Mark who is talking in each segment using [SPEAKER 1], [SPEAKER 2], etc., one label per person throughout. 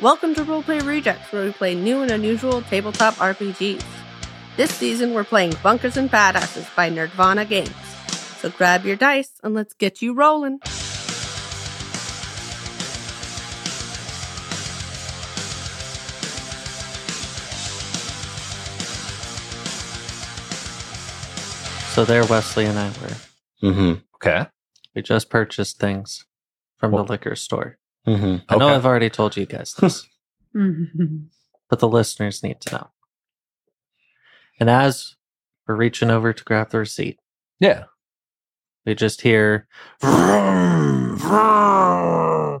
[SPEAKER 1] Welcome to Roleplay Rejects, where we play new and unusual tabletop RPGs. This season, we're playing Bunkers and Badasses by Nerdvana Games. So grab your dice and let's get you rolling.
[SPEAKER 2] So there, Wesley and I were.
[SPEAKER 3] Mm-hmm.
[SPEAKER 4] Okay.
[SPEAKER 2] We just purchased things from
[SPEAKER 4] Well-
[SPEAKER 2] the liquor store.
[SPEAKER 3] Mm-hmm.
[SPEAKER 2] I know
[SPEAKER 4] Okay.
[SPEAKER 2] I've already told you guys this, but the listeners need to know. And as we're reaching over to grab the receipt,
[SPEAKER 4] Yeah.
[SPEAKER 2] we just hear vroom, vroom.
[SPEAKER 4] Oh,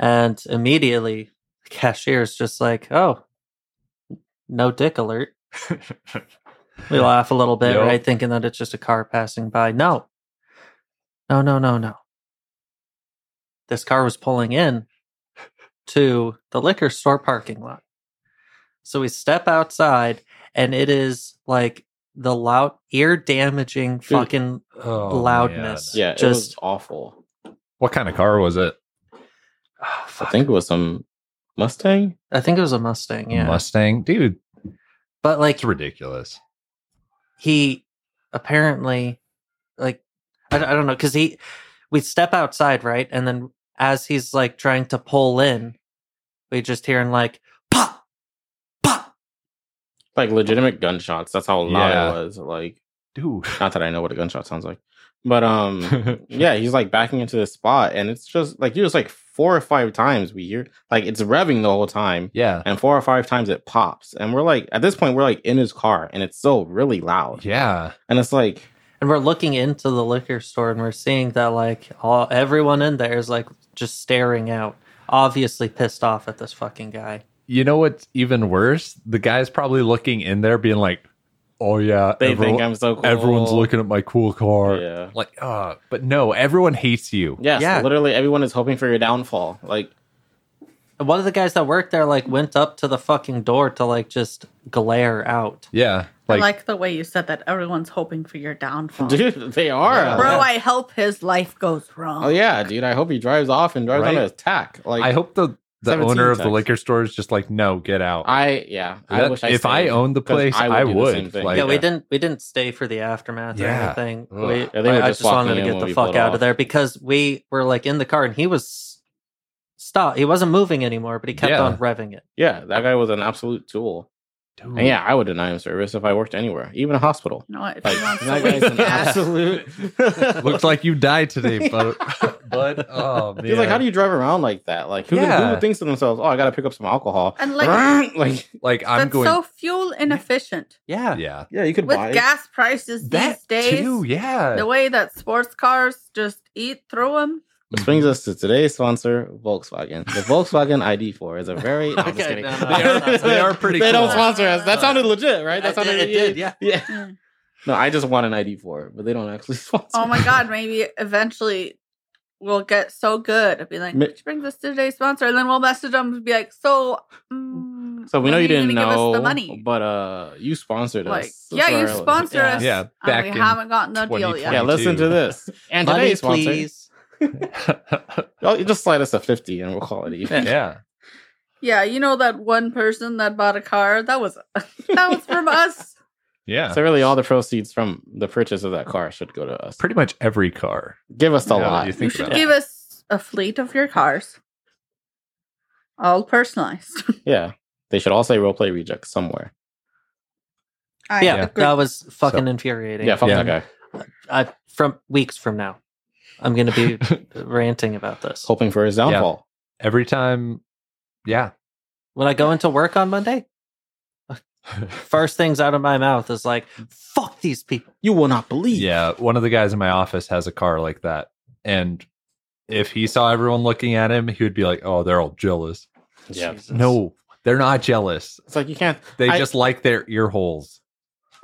[SPEAKER 2] and immediately the cashier is just like, "Oh, no dick alert." We laugh a little bit,
[SPEAKER 4] Yep.
[SPEAKER 2] right? Thinking that it's just a car passing by. No. No, no, no, no. This car was pulling in to the liquor store parking lot. So we step outside and it is like the loud ear damaging fucking
[SPEAKER 4] Oh,
[SPEAKER 2] Loudness.
[SPEAKER 4] man.
[SPEAKER 3] Yeah, it was
[SPEAKER 2] Just-
[SPEAKER 3] awful.
[SPEAKER 4] What kind of car was it?
[SPEAKER 2] Ah,
[SPEAKER 3] I
[SPEAKER 2] fuck.
[SPEAKER 3] think it was some Mustang.
[SPEAKER 2] I think it was a Mustang, yeah.
[SPEAKER 4] Mustang, dude.
[SPEAKER 2] but like
[SPEAKER 4] It's ridiculous.
[SPEAKER 2] he apparently like I, I don't know because he we step outside right and then as he's like trying to pull in we just hear him like pop pop
[SPEAKER 3] Like legitimate gunshots. That's how loud
[SPEAKER 4] Yeah.
[SPEAKER 3] it was. Like,
[SPEAKER 4] Dude.
[SPEAKER 3] not that I know what a gunshot sounds like, but um, yeah, he's like backing into the spot, and it's just like you just like four or five times we hear like it's revving the whole time,
[SPEAKER 4] yeah.
[SPEAKER 3] and four or five times it pops, and we're like at this point we're like in his car, and it's still really loud,
[SPEAKER 4] Yeah.
[SPEAKER 3] and it's like
[SPEAKER 2] and we're looking into the liquor store and we're seeing that like all everyone in there is like just staring out obviously pissed off at this fucking guy
[SPEAKER 4] You know what's even worse? The guy's probably looking in there being like, oh, yeah.
[SPEAKER 3] they
[SPEAKER 4] everyone-
[SPEAKER 3] think I'm so cool.
[SPEAKER 4] Everyone's looking at my cool car.
[SPEAKER 3] Yeah.
[SPEAKER 4] Like, uh, but no, everyone hates you.
[SPEAKER 3] Yes,
[SPEAKER 2] Yeah.
[SPEAKER 3] literally everyone is hoping for your downfall. Like
[SPEAKER 2] and one of the guys that worked there like went up to the fucking door to like just glare out
[SPEAKER 4] Yeah.
[SPEAKER 5] I
[SPEAKER 4] Like,
[SPEAKER 5] like the way you said that everyone's hoping for your downfall.
[SPEAKER 3] Dude, they are.
[SPEAKER 1] Bro,
[SPEAKER 3] Yeah.
[SPEAKER 1] I hope his life goes wrong.
[SPEAKER 3] oh yeah, dude. I hope he drives off and drives on an
[SPEAKER 4] Right?
[SPEAKER 3] attack. Like
[SPEAKER 4] I hope the, the
[SPEAKER 3] 17
[SPEAKER 4] owner of the
[SPEAKER 3] times.
[SPEAKER 4] liquor store is just like, no, get out.
[SPEAKER 3] I yeah. I
[SPEAKER 4] That-
[SPEAKER 3] wish I
[SPEAKER 4] if I
[SPEAKER 3] stayed,
[SPEAKER 4] owned the
[SPEAKER 3] 'cause
[SPEAKER 4] place, I
[SPEAKER 3] do the
[SPEAKER 4] would,
[SPEAKER 3] same thing.
[SPEAKER 4] like-
[SPEAKER 2] yeah, we
[SPEAKER 4] Yeah.
[SPEAKER 2] didn't we didn't stay for the aftermath or
[SPEAKER 4] Yeah.
[SPEAKER 2] anything.
[SPEAKER 4] Ugh.
[SPEAKER 2] We,
[SPEAKER 3] Yeah, they were
[SPEAKER 2] I, I
[SPEAKER 3] just
[SPEAKER 2] just wanted
[SPEAKER 3] walking
[SPEAKER 2] to
[SPEAKER 3] in
[SPEAKER 2] get
[SPEAKER 3] when
[SPEAKER 2] the
[SPEAKER 3] we
[SPEAKER 2] fuck
[SPEAKER 3] pulled
[SPEAKER 2] out of
[SPEAKER 3] off.
[SPEAKER 2] there because we were like in the car and he was stop. He wasn't moving anymore, but he kept
[SPEAKER 4] Yeah.
[SPEAKER 2] on revving it.
[SPEAKER 3] Yeah, that guy was an absolute tool.
[SPEAKER 4] Dude.
[SPEAKER 3] And yeah, I would deny him service if I worked anywhere, even a hospital.
[SPEAKER 5] You know what? If
[SPEAKER 3] Like
[SPEAKER 5] he wants
[SPEAKER 3] that
[SPEAKER 5] to
[SPEAKER 3] guy's
[SPEAKER 5] waste
[SPEAKER 3] an
[SPEAKER 5] gas,
[SPEAKER 3] absolute.
[SPEAKER 4] Looks like you died today, but but oh man.
[SPEAKER 3] He's like, how do you drive around like that? Like, who,
[SPEAKER 4] Yeah.
[SPEAKER 3] who thinks to themselves, "Oh, I got to pick up some alcohol."
[SPEAKER 5] And like-
[SPEAKER 3] like,
[SPEAKER 4] like I'm
[SPEAKER 5] that's
[SPEAKER 4] going
[SPEAKER 5] so fuel inefficient
[SPEAKER 2] Yeah.
[SPEAKER 4] Yeah.
[SPEAKER 3] yeah, you could
[SPEAKER 5] with
[SPEAKER 3] buy
[SPEAKER 5] gas prices
[SPEAKER 4] That
[SPEAKER 5] these days.
[SPEAKER 4] too, yeah.
[SPEAKER 5] The way that sports cars just eat through them.
[SPEAKER 3] Which brings us to today's sponsor, Volkswagen. The Volkswagen ID4 is a very. No, I'm just
[SPEAKER 2] Okay,
[SPEAKER 3] kidding.
[SPEAKER 2] no, no, They
[SPEAKER 4] are- no, no. they are pretty
[SPEAKER 3] They don't
[SPEAKER 4] cool.
[SPEAKER 3] sponsor us. That sounded legit, right?
[SPEAKER 2] It did-
[SPEAKER 3] That sounded
[SPEAKER 2] it did, yeah.
[SPEAKER 3] yeah.
[SPEAKER 5] Yeah.
[SPEAKER 3] No, I just want an ID4, but they don't actually sponsor.
[SPEAKER 5] Oh my
[SPEAKER 3] us.
[SPEAKER 5] god, maybe eventually we'll get so good at being like,
[SPEAKER 3] Ma-
[SPEAKER 5] which brings us to today's sponsor, and then we'll message them and be like, so. mm,
[SPEAKER 3] So we know
[SPEAKER 5] when
[SPEAKER 3] you
[SPEAKER 5] are
[SPEAKER 3] didn't
[SPEAKER 5] gonna give us
[SPEAKER 3] know,
[SPEAKER 5] the money.
[SPEAKER 3] but uh, you sponsored
[SPEAKER 5] like,
[SPEAKER 3] us. That's
[SPEAKER 5] yeah, you
[SPEAKER 3] where I-
[SPEAKER 5] sponsor
[SPEAKER 2] Yeah.
[SPEAKER 5] us.
[SPEAKER 4] Yeah,
[SPEAKER 5] and
[SPEAKER 4] back
[SPEAKER 5] we
[SPEAKER 4] in
[SPEAKER 5] haven't gotten the deal
[SPEAKER 4] 2020.
[SPEAKER 3] Yeah,
[SPEAKER 5] yet.
[SPEAKER 3] listen to
[SPEAKER 4] 22.
[SPEAKER 3] this. And
[SPEAKER 2] Money,
[SPEAKER 3] today's sponsor,
[SPEAKER 2] please.
[SPEAKER 3] Oh, you just slide us a fifty, and we'll call it even.
[SPEAKER 4] yeah.
[SPEAKER 5] Yeah, you know that one person that bought a car? That was that was from us.
[SPEAKER 4] Yeah.
[SPEAKER 3] So really, all the proceeds from the purchase of that car should go to us.
[SPEAKER 4] Pretty much every car.
[SPEAKER 3] Give us a
[SPEAKER 4] Now that
[SPEAKER 3] lot.
[SPEAKER 4] you
[SPEAKER 5] You
[SPEAKER 4] think
[SPEAKER 5] should
[SPEAKER 4] about it.
[SPEAKER 5] give us a fleet of your cars. All personalized.
[SPEAKER 3] Yeah, they should all say roleplay reject somewhere.
[SPEAKER 5] I
[SPEAKER 2] Yeah,
[SPEAKER 5] agree.
[SPEAKER 2] that was fucking
[SPEAKER 4] So-
[SPEAKER 2] infuriating.
[SPEAKER 3] Yeah, fuck
[SPEAKER 4] Yeah.
[SPEAKER 3] that guy.
[SPEAKER 2] I from weeks from now, I'm gonna be ranting about this.
[SPEAKER 3] Hoping for his downfall.
[SPEAKER 4] Every time yeah.
[SPEAKER 2] When I go into work on Monday, first things out of my mouth is like, "Fuck these people."
[SPEAKER 3] You will not believe.
[SPEAKER 4] Yeah. One of the guys in my office has a car like that. And if he saw everyone looking at him, he would be like, Oh, they're all jealous.
[SPEAKER 3] Yeah.
[SPEAKER 2] Jesus.
[SPEAKER 4] No, they're not jealous.
[SPEAKER 3] It's like you can't.
[SPEAKER 4] They
[SPEAKER 3] I-
[SPEAKER 4] just like their ear holes.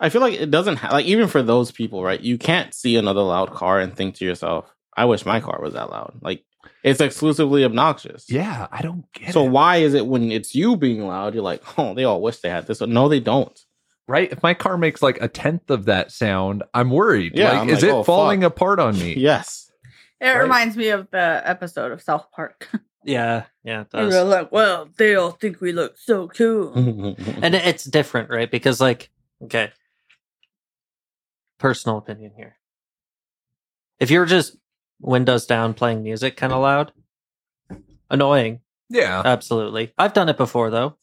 [SPEAKER 3] I feel like it doesn't ha- like even for those people, right? You can't see another loud car and think to yourself, "I wish my car was that loud." Like it's exclusively obnoxious.
[SPEAKER 4] Yeah, I don't get
[SPEAKER 3] So
[SPEAKER 4] it.
[SPEAKER 3] why is it when it's you being loud, you're like, "Oh, they all wish they had this." No, they don't.
[SPEAKER 4] right? If my car makes like a tenth of that sound, I'm worried.
[SPEAKER 3] Yeah,
[SPEAKER 4] like,
[SPEAKER 3] I'm
[SPEAKER 4] is
[SPEAKER 3] like,
[SPEAKER 4] it
[SPEAKER 3] oh,
[SPEAKER 4] falling
[SPEAKER 3] fuck.
[SPEAKER 4] apart on me?
[SPEAKER 3] Yes.
[SPEAKER 5] It
[SPEAKER 4] Right.
[SPEAKER 5] reminds me of the episode of South Park.
[SPEAKER 2] Yeah, yeah, it
[SPEAKER 5] And
[SPEAKER 2] does.
[SPEAKER 5] they're like, well, they all think we look so
[SPEAKER 4] Mm,
[SPEAKER 5] cool.
[SPEAKER 3] and
[SPEAKER 2] and it- it's different, right? Because like, okay, personal opinion here. If you're just windows down playing music kind of loud, annoying,
[SPEAKER 4] Yeah.
[SPEAKER 2] absolutely. I've done it before though,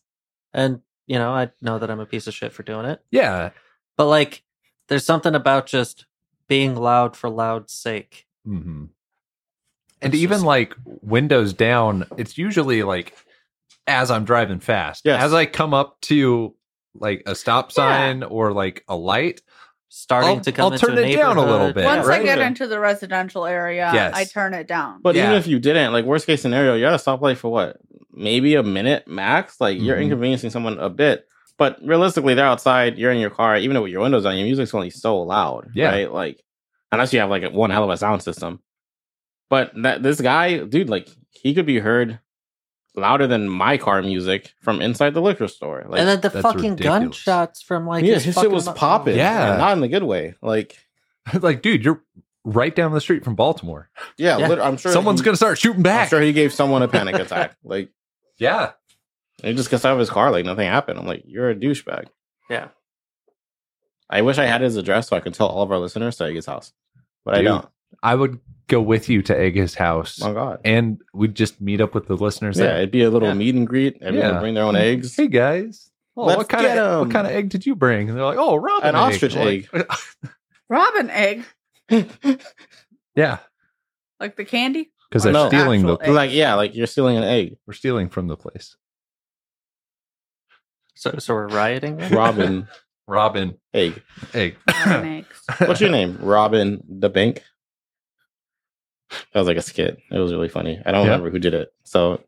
[SPEAKER 2] and you know I know that I'm a piece of shit for doing it,
[SPEAKER 4] Yeah.
[SPEAKER 2] but like, there's something about just being loud for loud's sake.
[SPEAKER 4] hmm And
[SPEAKER 2] It's
[SPEAKER 4] even
[SPEAKER 2] just-
[SPEAKER 4] like windows down, it's usually like as I'm driving fast.
[SPEAKER 3] Yes.
[SPEAKER 4] As I come up to like a stop sign or like a light,
[SPEAKER 2] Starting
[SPEAKER 4] I'll-
[SPEAKER 2] to come
[SPEAKER 4] I'll
[SPEAKER 2] into
[SPEAKER 4] turn
[SPEAKER 2] a
[SPEAKER 4] it down a little
[SPEAKER 2] neighborhood.
[SPEAKER 4] bit, Yeah,
[SPEAKER 5] Once
[SPEAKER 4] right?
[SPEAKER 5] I get into the residential area,
[SPEAKER 4] Yes.
[SPEAKER 5] I turn it down.
[SPEAKER 3] But even
[SPEAKER 4] Yeah.
[SPEAKER 3] if you didn't, like worst case scenario, you're at a stoplight for what? Maybe a minute max. Like you're
[SPEAKER 4] Mhm.
[SPEAKER 3] inconveniencing someone a bit. But realistically, they're outside, you're in your car, even with your windows down, your music's only so loud.
[SPEAKER 4] Yeah.
[SPEAKER 3] Right. Like unless you have like one hell of a sound system. But that this guy, dude, like he could be heard louder than my car music from inside the liquor store. Like
[SPEAKER 2] and then the
[SPEAKER 4] That's
[SPEAKER 2] fucking
[SPEAKER 4] ridiculous.
[SPEAKER 2] gunshots from like
[SPEAKER 3] yeah,
[SPEAKER 2] his
[SPEAKER 3] his shit
[SPEAKER 2] fucking
[SPEAKER 3] was
[SPEAKER 2] mu-
[SPEAKER 3] popping.
[SPEAKER 4] Yeah.
[SPEAKER 3] and not in a good way. Like,
[SPEAKER 4] like, dude, you're right down the street from Baltimore.
[SPEAKER 3] yeah,
[SPEAKER 2] Yeah.
[SPEAKER 3] lit- I'm sure
[SPEAKER 4] Someone's
[SPEAKER 3] he-
[SPEAKER 4] gonna start shooting
[SPEAKER 3] I'm
[SPEAKER 4] back.
[SPEAKER 3] sure he gave someone a panic attack. Like,
[SPEAKER 4] Yeah.
[SPEAKER 3] he just gets out of his car like nothing happened. I'm like, you're a douchebag.
[SPEAKER 2] Yeah.
[SPEAKER 3] I wish I had his address so I could tell all of our listeners to Eggy's house, but
[SPEAKER 4] Dude.
[SPEAKER 3] I don't.
[SPEAKER 4] I would go with you to egg his house.
[SPEAKER 3] Oh God.
[SPEAKER 4] And we'd just meet up with the listeners.
[SPEAKER 3] yeah,
[SPEAKER 4] there.
[SPEAKER 3] it'd be a little
[SPEAKER 2] Yeah.
[SPEAKER 3] meet and greet. Everyone
[SPEAKER 4] Yeah.
[SPEAKER 3] would bring their own eggs.
[SPEAKER 4] Hey guys. Oh,
[SPEAKER 3] Let's
[SPEAKER 4] what kind
[SPEAKER 3] get
[SPEAKER 4] of
[SPEAKER 3] 'em.
[SPEAKER 4] what kind of egg did you bring? And they're like, oh, a robin
[SPEAKER 3] An
[SPEAKER 4] egg.
[SPEAKER 3] ostrich
[SPEAKER 4] I'm like,
[SPEAKER 5] Robin egg,
[SPEAKER 4] yeah,
[SPEAKER 5] like the candy.
[SPEAKER 4] because they're
[SPEAKER 3] No.
[SPEAKER 4] stealing the
[SPEAKER 5] Actual egg.
[SPEAKER 3] like, yeah, like you're stealing an egg.
[SPEAKER 4] we're stealing from the place.
[SPEAKER 2] So, so we're rioting. then?
[SPEAKER 3] Robin
[SPEAKER 4] Robin
[SPEAKER 3] egg.
[SPEAKER 4] egg.
[SPEAKER 5] Robin eggs.
[SPEAKER 3] What's your name? Robin the bank. That was like a skit. It was really funny. I don't
[SPEAKER 4] Yeah.
[SPEAKER 3] remember who did it, so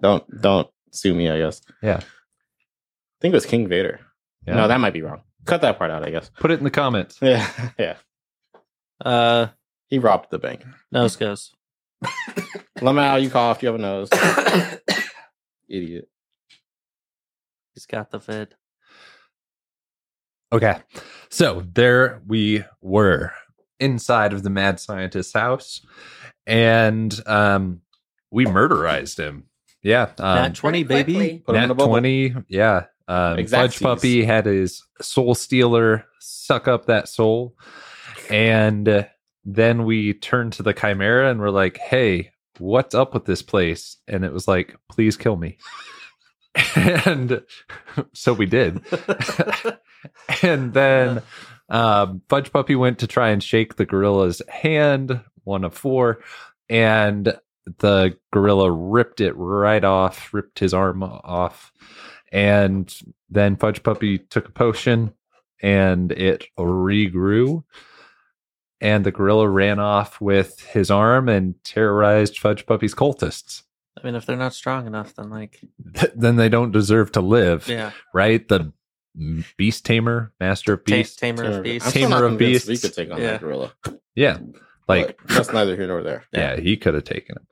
[SPEAKER 3] don't don't sue me. I guess.
[SPEAKER 4] Yeah.
[SPEAKER 3] I think it was King Vader.
[SPEAKER 4] Yeah.
[SPEAKER 3] No, that might be wrong. Cut that part out. I guess.
[SPEAKER 4] Put it in the comments.
[SPEAKER 3] Yeah, yeah.
[SPEAKER 2] Uh,
[SPEAKER 3] He robbed the bank.
[SPEAKER 2] nose goes.
[SPEAKER 3] Lamau, you coughed. You have a nose. Idiot.
[SPEAKER 2] He's got the vid.
[SPEAKER 4] Okay. So there we were inside of the mad scientist's house and um we murderized him. Yeah. Um,
[SPEAKER 2] Nat twenty,
[SPEAKER 5] Pretty
[SPEAKER 2] baby.
[SPEAKER 5] quickly.
[SPEAKER 3] Put him in
[SPEAKER 4] Nat
[SPEAKER 3] a bubble.
[SPEAKER 4] 20. Yeah. Um,
[SPEAKER 3] Exact
[SPEAKER 4] Fudge Puppy had his soul stealer suck up that soul. And uh, then we turned to the Chimera and we're like, hey, what's up with this place? And it was like, please kill me. and so we did. and then um, Fudge Puppy went to try and shake the gorilla's hand, one of four. And the gorilla ripped it right off, ripped his arm off. And then Fudge Puppy took a potion and it regrew. And the gorilla ran off with his arm and terrorized Fudge Puppy's cultists.
[SPEAKER 2] I mean, if they're not strong enough, then like,
[SPEAKER 4] then they don't deserve to live,
[SPEAKER 2] yeah,
[SPEAKER 4] right? The beast tamer, master of
[SPEAKER 2] Ta-
[SPEAKER 4] beasts.
[SPEAKER 2] tamer of
[SPEAKER 3] I'm
[SPEAKER 2] beasts.
[SPEAKER 3] still not
[SPEAKER 4] Tamer of
[SPEAKER 3] convinced
[SPEAKER 4] beasts.
[SPEAKER 3] We could take on
[SPEAKER 2] Yeah.
[SPEAKER 3] that gorilla.
[SPEAKER 4] yeah. Like,
[SPEAKER 3] But that's neither here nor there.
[SPEAKER 4] yeah, he could have taken him.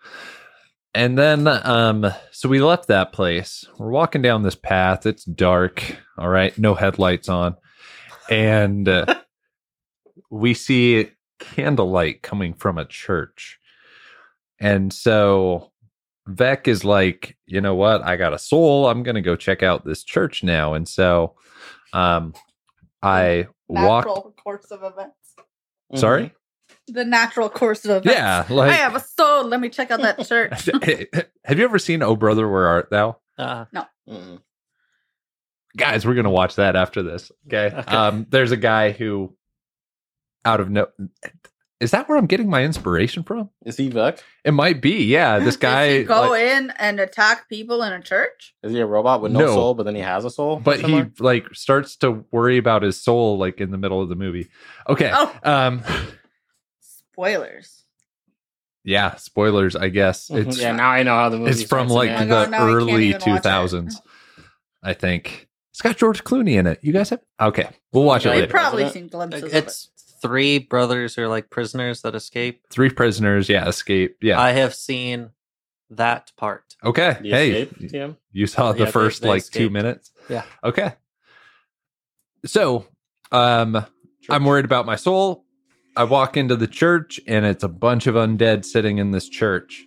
[SPEAKER 4] And then, um, so we left that place. We're walking down this path. It's dark. All right, no headlights on, and uh, we see candlelight coming from a church. And so Vec is like, you know what? I got a soul. I'm gonna go check out this church now. And so, um, I walked.
[SPEAKER 5] Natural course of events.
[SPEAKER 4] Sorry.
[SPEAKER 5] The natural course of events.
[SPEAKER 4] Yeah, like
[SPEAKER 5] I have a soul. Let me check out that shirt.
[SPEAKER 4] have you ever seen Oh Brother, Where Art Thou?
[SPEAKER 2] Uh,
[SPEAKER 3] Mhm.
[SPEAKER 4] Guys, we're gonna watch that after this. Okay.
[SPEAKER 2] Okay.
[SPEAKER 4] Um, there's a guy who out of no is that where I'm getting my inspiration from?
[SPEAKER 3] Is he Vec?
[SPEAKER 4] It might be, yeah. This guy
[SPEAKER 5] Does he go
[SPEAKER 4] like-
[SPEAKER 5] in and attack people in a church?
[SPEAKER 3] Is he a robot with no,
[SPEAKER 4] No.
[SPEAKER 3] soul, but then he has a soul?
[SPEAKER 4] but he
[SPEAKER 3] somewhere?
[SPEAKER 4] like starts to worry about his soul like in the middle of the movie. Okay.
[SPEAKER 5] Oh.
[SPEAKER 4] Um
[SPEAKER 5] Spoilers.
[SPEAKER 4] yeah, spoilers, I guess.
[SPEAKER 5] Mm-hmm,
[SPEAKER 3] Mhm.
[SPEAKER 4] It's
[SPEAKER 3] yeah, now I know how the movie
[SPEAKER 4] it's from like
[SPEAKER 5] man.
[SPEAKER 4] the
[SPEAKER 5] Oh my God, now I can't
[SPEAKER 4] early
[SPEAKER 5] even watch it.
[SPEAKER 4] 2000s. I think. It's got George Clooney in it. You guys have Okay, we'll watch it
[SPEAKER 3] Yeah,
[SPEAKER 5] We've
[SPEAKER 4] later.
[SPEAKER 3] pro-
[SPEAKER 5] probably
[SPEAKER 3] Isn't it?
[SPEAKER 5] seen glimpses of it.
[SPEAKER 2] it's three brothers who are like prisoners that escape.
[SPEAKER 4] Three prisoners, yeah, escape. Yeah.
[SPEAKER 2] I have seen that part.
[SPEAKER 4] Okay.
[SPEAKER 3] The
[SPEAKER 4] Hey,
[SPEAKER 3] Escape, TM?
[SPEAKER 4] you saw the
[SPEAKER 2] Yeah, they-
[SPEAKER 4] first
[SPEAKER 2] they
[SPEAKER 4] like two
[SPEAKER 2] escaped.
[SPEAKER 4] minutes.
[SPEAKER 2] Yeah.
[SPEAKER 4] Okay. So, um, I'm worried about my soul. I walk into the church and it's a bunch of undead sitting in this church,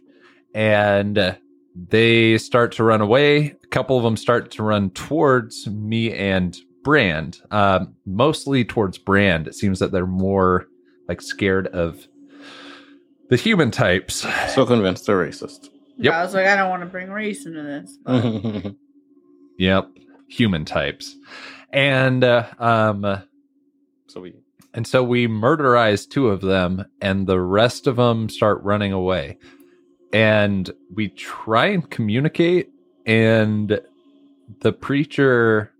[SPEAKER 4] and uh, They start to run away. A couple of them start to run towards me and Brand, um, mostly towards Brand. It seems that they're more like scared of the human types.
[SPEAKER 3] So convinced they're racist.
[SPEAKER 4] Yep.
[SPEAKER 5] I was like, I don't want to bring race into this. but-
[SPEAKER 3] Mm-hmm.
[SPEAKER 4] Yep, human types. And uh, um,
[SPEAKER 3] so we
[SPEAKER 4] and so we murderize two of them, and the rest of them start running away. And we try and communicate, and the preacher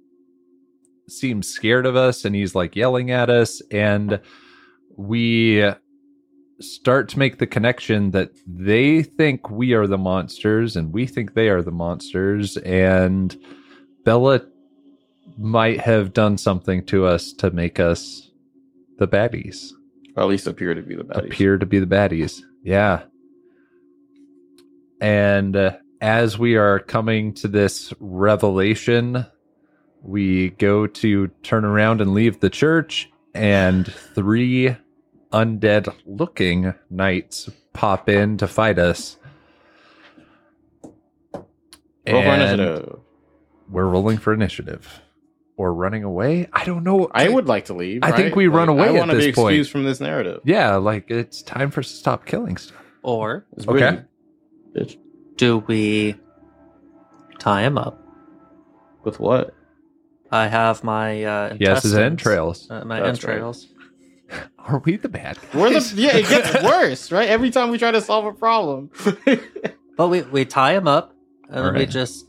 [SPEAKER 4] seems scared of us, and he's like yelling at us, and we start to make the connection that they think we are the monsters, and we think they are the monsters, and Bella might have done something to us to make us the baddies
[SPEAKER 3] or at least appear to be the baddies.
[SPEAKER 4] appear to be the baddies yeah and uh, as we are coming to this revelation we go to turn around and leave the church and three undead looking knights pop in to fight us
[SPEAKER 3] Roll for
[SPEAKER 4] And
[SPEAKER 3] initiative.
[SPEAKER 4] we're rolling for initiative or running away i don't know
[SPEAKER 3] I would like to leave.
[SPEAKER 4] I
[SPEAKER 3] right?
[SPEAKER 4] think we run
[SPEAKER 3] Like,
[SPEAKER 4] away
[SPEAKER 3] I
[SPEAKER 4] at
[SPEAKER 3] wanna
[SPEAKER 4] this
[SPEAKER 3] be
[SPEAKER 4] point.
[SPEAKER 3] excused from this narrative.
[SPEAKER 4] yeah like it's time for stop killing stuff
[SPEAKER 2] Or
[SPEAKER 3] It's
[SPEAKER 4] Okay.
[SPEAKER 3] really- Bitch.
[SPEAKER 2] do we tie him up?
[SPEAKER 3] With what?
[SPEAKER 2] I have my uh,
[SPEAKER 4] Yes, his
[SPEAKER 2] intestines,
[SPEAKER 4] entrails.
[SPEAKER 2] uh, my
[SPEAKER 3] That's right.
[SPEAKER 2] entrails.
[SPEAKER 4] Are we the bad guys?
[SPEAKER 3] We're the yeah. It gets worse, right? Every time we try to solve a problem.
[SPEAKER 2] But we we tie him up and then we
[SPEAKER 4] Alright.
[SPEAKER 2] just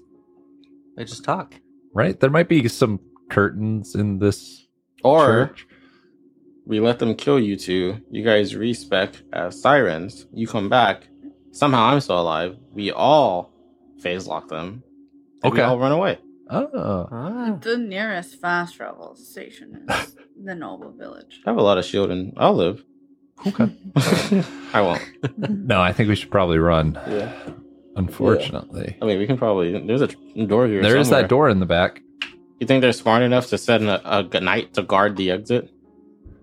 [SPEAKER 2] we just talk.
[SPEAKER 4] right? There might be some curtains in this
[SPEAKER 3] or
[SPEAKER 4] church.
[SPEAKER 3] we let them kill you two. You guys respec as sirens. You come back. Somehow I'm still alive. We all phase lock them. And We
[SPEAKER 4] Okay.
[SPEAKER 3] all run away.
[SPEAKER 4] Oh,
[SPEAKER 2] Ah,
[SPEAKER 5] The nearest fast travel station is the Noble Village.
[SPEAKER 3] I have a lot of shield and I'll live.
[SPEAKER 4] okay.
[SPEAKER 3] I won't.
[SPEAKER 4] no, I think we should probably run.
[SPEAKER 3] Yeah.
[SPEAKER 4] Unfortunately,
[SPEAKER 3] I mean, we can probably. There's a tr- door here.
[SPEAKER 4] there is
[SPEAKER 3] somewhere.
[SPEAKER 4] that door in the back.
[SPEAKER 3] You think they're smart enough to send a, a good knight to guard the exit?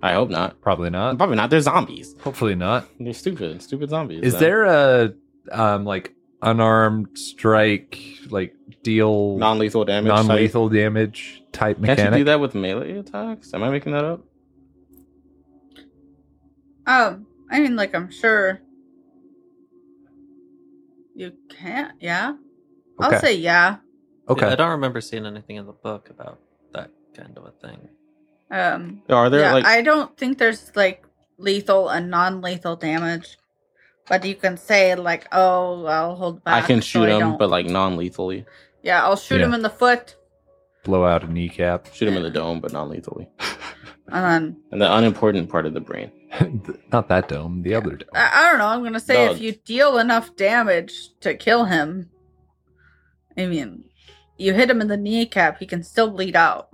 [SPEAKER 3] I hope not.
[SPEAKER 4] Probably not.
[SPEAKER 3] Probably not. They're zombies.
[SPEAKER 4] Hopefully not.
[SPEAKER 3] They're stupid. Stupid zombies.
[SPEAKER 4] Is
[SPEAKER 3] then.
[SPEAKER 4] there a um like unarmed strike like deal
[SPEAKER 3] non-lethal damage? type?
[SPEAKER 4] non-lethal damage type
[SPEAKER 3] Can't
[SPEAKER 4] mechanic?
[SPEAKER 3] you do that with melee attacks? Am I making that up?
[SPEAKER 5] Um, I mean, like, I'm sure you can't. Yeah, I'll say yeah.
[SPEAKER 4] okay.
[SPEAKER 2] I don't remember seeing anything in the book about that kind of a thing.
[SPEAKER 5] Um,
[SPEAKER 3] Are there
[SPEAKER 5] yeah,
[SPEAKER 3] like
[SPEAKER 5] I don't think there's like lethal and non-lethal damage, but you can say like, "Oh, I'll hold
[SPEAKER 3] I
[SPEAKER 5] back."
[SPEAKER 3] can
[SPEAKER 5] so
[SPEAKER 3] shoot
[SPEAKER 5] I
[SPEAKER 3] him,
[SPEAKER 5] don't-
[SPEAKER 3] but like non-lethally.
[SPEAKER 5] yeah, I'll shoot him
[SPEAKER 4] Yeah.
[SPEAKER 5] in the foot,
[SPEAKER 4] Blow out a kneecap.
[SPEAKER 3] Shoot him in the dome, but non-lethally.
[SPEAKER 5] and then
[SPEAKER 3] and the unimportant part of the brain.
[SPEAKER 4] not that dome. The other dome.
[SPEAKER 5] I, I don't know. I'm gonna say
[SPEAKER 3] No.
[SPEAKER 5] if you deal enough damage to kill him, I mean, you hit him in the kneecap, he can still bleed out.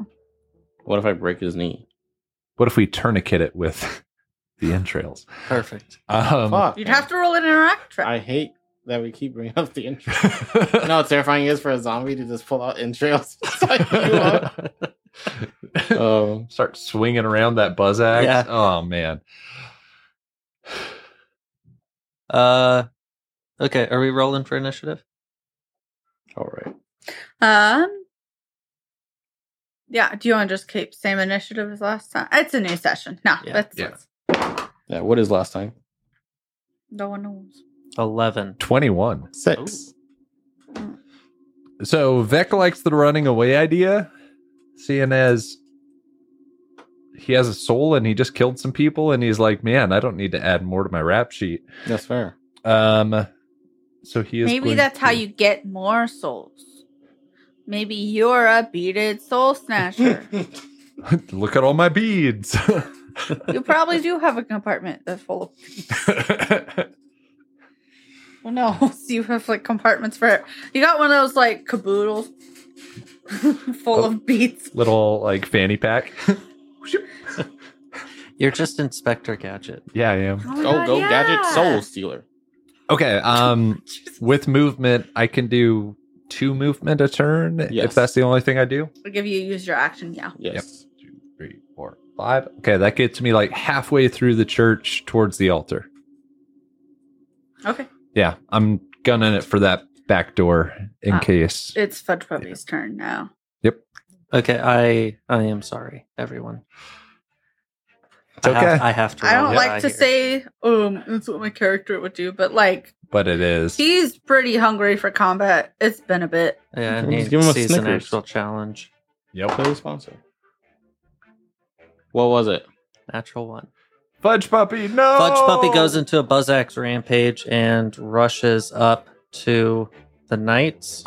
[SPEAKER 3] What if I break his knee?
[SPEAKER 4] what if we tourniquet it with the entrails?
[SPEAKER 2] Perfect.
[SPEAKER 4] Um,
[SPEAKER 3] Fuck.
[SPEAKER 5] You'd
[SPEAKER 3] man.
[SPEAKER 5] have to roll an interact check.
[SPEAKER 3] I hate that we keep bringing up the intro. you know how terrifying it is for a zombie to just pull out entrails. to suck you up? um,
[SPEAKER 4] Start swinging around that buzz axe.
[SPEAKER 2] Yeah.
[SPEAKER 4] Oh man.
[SPEAKER 2] Uh, okay. Are we rolling for initiative?
[SPEAKER 3] all right.
[SPEAKER 5] Um. Yeah. Do you want to just keep same initiative as last time? It's a new session. No,
[SPEAKER 2] Yeah,
[SPEAKER 5] that's
[SPEAKER 4] yeah.
[SPEAKER 3] Yeah. What is last time?
[SPEAKER 5] no one knows.
[SPEAKER 2] Eleven.
[SPEAKER 4] 21.
[SPEAKER 3] Six.
[SPEAKER 4] So Vec likes the running away idea, seeing as he has a soul and he just killed some people and he's like, man, I don't need to add more to my rap sheet.
[SPEAKER 3] That's fair.
[SPEAKER 4] Um so he is
[SPEAKER 5] Maybe
[SPEAKER 4] going
[SPEAKER 5] that's how
[SPEAKER 4] to-
[SPEAKER 5] you get more souls. Maybe you're a beaded soul snatcher.
[SPEAKER 4] look at all my beads.
[SPEAKER 5] you probably do have a compartment that's full of Well, no, so you have like compartments for it. You got one of those like caboodles full of beats.
[SPEAKER 4] Little like fanny pack.
[SPEAKER 2] You're just Inspector Gadget.
[SPEAKER 4] yeah, I am.
[SPEAKER 5] Oh, my
[SPEAKER 3] Oh,
[SPEAKER 5] God,
[SPEAKER 3] go
[SPEAKER 5] yeah.
[SPEAKER 3] gadget soul stealer.
[SPEAKER 4] Okay. Um, with movement, I can do two movement a turn
[SPEAKER 3] Yes.
[SPEAKER 4] if that's the only thing I do.
[SPEAKER 5] I'll give you use your action. Yeah.
[SPEAKER 3] Yes.
[SPEAKER 4] Two, three, four, five. Okay, that gets me like halfway through the church towards the altar.
[SPEAKER 5] Okay.
[SPEAKER 4] Yeah, I'm gunning it for that back door in
[SPEAKER 5] Ah.
[SPEAKER 4] case.
[SPEAKER 5] It's Fudge Puppy's turn now.
[SPEAKER 2] Okay, I I am sorry, everyone.
[SPEAKER 4] It's
[SPEAKER 2] I have,
[SPEAKER 4] okay.
[SPEAKER 2] I have to.
[SPEAKER 5] I
[SPEAKER 2] roll
[SPEAKER 5] don't
[SPEAKER 2] what
[SPEAKER 5] like to
[SPEAKER 2] hear.
[SPEAKER 5] say, um, that's what my character would do, but like,
[SPEAKER 4] But it is.
[SPEAKER 5] he's pretty hungry for combat. It's been a bit.
[SPEAKER 2] Yeah, I
[SPEAKER 3] Just
[SPEAKER 2] need
[SPEAKER 3] give him
[SPEAKER 2] to
[SPEAKER 3] a
[SPEAKER 2] see it's an
[SPEAKER 3] Snickers.
[SPEAKER 2] actual challenge.
[SPEAKER 4] Yep.
[SPEAKER 3] Play responsive. What was it?
[SPEAKER 2] Natural one.
[SPEAKER 4] Fudge puppy, no.
[SPEAKER 2] Fudge Puppy
[SPEAKER 5] Oh.
[SPEAKER 2] goes into a Buzzax rampage and rushes up to the knights.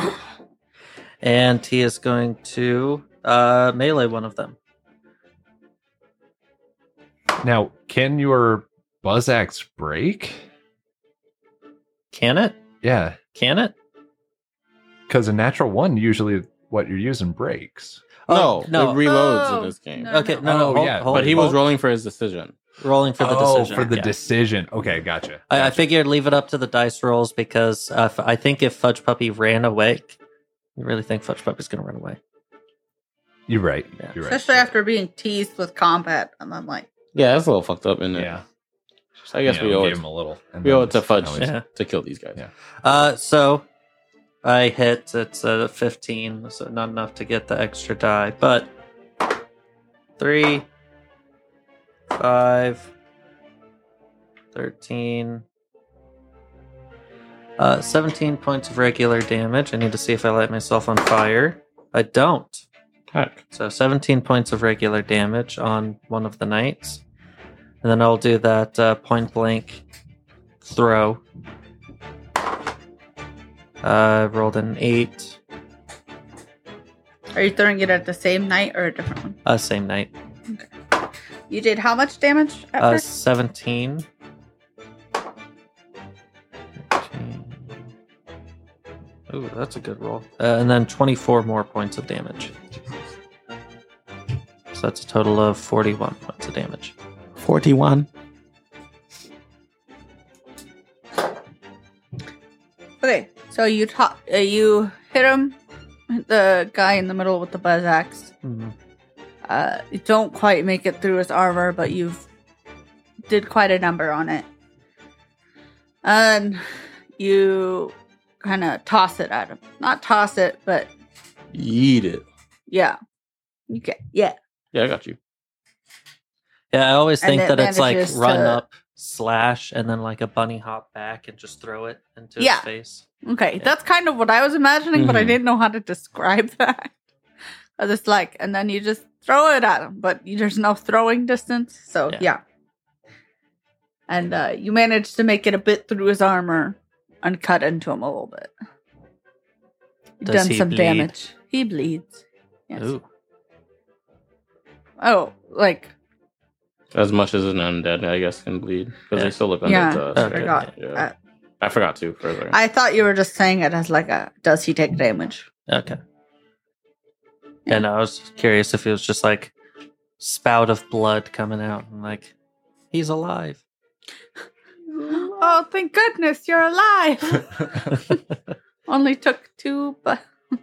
[SPEAKER 2] And he is going to uh, melee one of them.
[SPEAKER 4] Now, can your buzz axe break?
[SPEAKER 2] Can it?
[SPEAKER 4] Yeah,
[SPEAKER 2] Can it?
[SPEAKER 4] because a natural one usually what you're using breaks.
[SPEAKER 2] Oh, no.
[SPEAKER 3] no, it reloads
[SPEAKER 5] Oh,
[SPEAKER 3] in this game.
[SPEAKER 5] no.
[SPEAKER 2] Okay, no, no.
[SPEAKER 4] Oh,
[SPEAKER 2] hold-
[SPEAKER 4] yeah,
[SPEAKER 2] hold-
[SPEAKER 3] But he was
[SPEAKER 2] hold-
[SPEAKER 3] rolling for his decision.
[SPEAKER 2] rolling for the
[SPEAKER 4] oh,
[SPEAKER 2] decision.
[SPEAKER 4] for the
[SPEAKER 2] yeah.
[SPEAKER 4] decision. Okay, gotcha.
[SPEAKER 2] I, I
[SPEAKER 4] Gotcha.
[SPEAKER 2] figured leave it up to the dice rolls because uh, if- I think if Fudge Puppy ran away, you really think Fudge Puppy's going to run away?
[SPEAKER 4] you're right.
[SPEAKER 2] Yeah.
[SPEAKER 4] You're right.
[SPEAKER 5] Especially after being teased with combat. And I'm like,
[SPEAKER 3] Yeah, that's a little fucked up, isn't it?
[SPEAKER 4] Yeah.
[SPEAKER 3] I guess
[SPEAKER 4] Yeah,
[SPEAKER 3] we owe
[SPEAKER 4] gave
[SPEAKER 3] it
[SPEAKER 4] him a little. and
[SPEAKER 3] we
[SPEAKER 4] then
[SPEAKER 3] owe it to
[SPEAKER 4] just-
[SPEAKER 3] Fudge
[SPEAKER 4] now he's-
[SPEAKER 2] Yeah.
[SPEAKER 3] to kill these guys.
[SPEAKER 4] Yeah.
[SPEAKER 2] Uh, so I hit. It's a 15, so not enough to get the extra die, but three, five, 13, uh, 17 points of regular damage. I need to see if I light myself on fire. I don't.
[SPEAKER 3] Heck.
[SPEAKER 2] So 17 points of regular damage on one of the knights. And then I'll do that uh, point blank throw. Uh, rolled an eight.
[SPEAKER 5] are you throwing it at the same night or a different one?
[SPEAKER 2] Uh, same night.
[SPEAKER 5] You did how much damage at
[SPEAKER 2] Uh,
[SPEAKER 5] first?
[SPEAKER 2] 17. 13. Ooh, that's a good roll. Uh, and then 24 more points of damage. So that's a total of 41 points of damage.
[SPEAKER 3] 41.
[SPEAKER 5] Okay, so you ta- uh, you hit him, the guy in the middle with the buzz axe.
[SPEAKER 2] Mhm.
[SPEAKER 5] Uh, you don't quite make it through his armor, but you've did quite a number on it. And you kind of toss it at him. Not toss it, but
[SPEAKER 3] Yeet it.
[SPEAKER 5] yeah, you get yeah.
[SPEAKER 3] Yeah, I got you.
[SPEAKER 2] Yeah, I always
[SPEAKER 5] And
[SPEAKER 2] think
[SPEAKER 5] it
[SPEAKER 2] that it's like
[SPEAKER 5] manages
[SPEAKER 2] run
[SPEAKER 5] to-
[SPEAKER 2] up, slash, and then like a bunny hop back and just throw it into
[SPEAKER 5] Yeah.
[SPEAKER 2] his face.
[SPEAKER 5] Okay, that's kind of what I was imagining, but I
[SPEAKER 2] Mm-hmm.
[SPEAKER 3] Mhm.
[SPEAKER 5] didn't know how to describe that. I just like, and then you just throw it at him, but you, there's no throwing distance, so
[SPEAKER 2] Yeah.
[SPEAKER 5] yeah. And uh, you manage to make it a bit through his armor and cut into him a little bit. You've
[SPEAKER 2] Does
[SPEAKER 5] done
[SPEAKER 2] he
[SPEAKER 5] some
[SPEAKER 2] bleed?
[SPEAKER 5] damage. He bleeds. Yes.
[SPEAKER 2] Ooh.
[SPEAKER 5] Oh, like
[SPEAKER 3] As much as an undead, I guess, can bleed. Because
[SPEAKER 2] Yeah.
[SPEAKER 3] they still look undead
[SPEAKER 5] yeah,
[SPEAKER 3] to
[SPEAKER 5] I
[SPEAKER 3] us.
[SPEAKER 2] Okay.
[SPEAKER 3] right?
[SPEAKER 5] forgot.
[SPEAKER 3] Yeah.
[SPEAKER 5] Uh,
[SPEAKER 3] I forgot to for a second.
[SPEAKER 5] I thought you were just saying it as like a does he take damage?
[SPEAKER 2] Okay.
[SPEAKER 5] Yeah.
[SPEAKER 2] And I was curious if it was just like spout of blood coming out and like he's alive.
[SPEAKER 5] Oh, thank goodness you're alive. Only took two bu-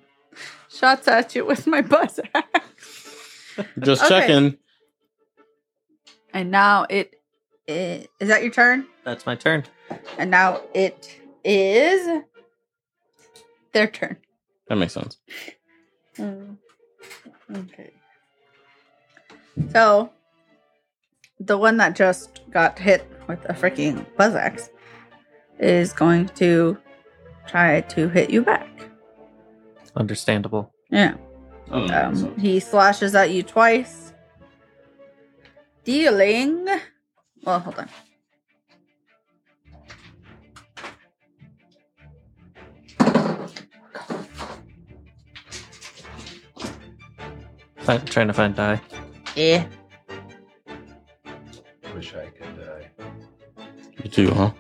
[SPEAKER 5] shots at you with my buzz axe.
[SPEAKER 3] Just
[SPEAKER 5] okay.
[SPEAKER 3] checking.
[SPEAKER 5] and now it is. Is that your turn?
[SPEAKER 2] That's my turn.
[SPEAKER 5] And now it is their turn.
[SPEAKER 3] That makes sense.
[SPEAKER 5] Okay. So, the one that just got hit with a freaking buzz axe is going to try to hit you back.
[SPEAKER 2] Understandable.
[SPEAKER 5] Yeah.
[SPEAKER 3] Oh,
[SPEAKER 5] Um, he slashes at you twice, dealing. Well, hold on.
[SPEAKER 2] i trying to find die.
[SPEAKER 5] Yeah.
[SPEAKER 4] Wish I could. Uh,
[SPEAKER 3] you too, huh?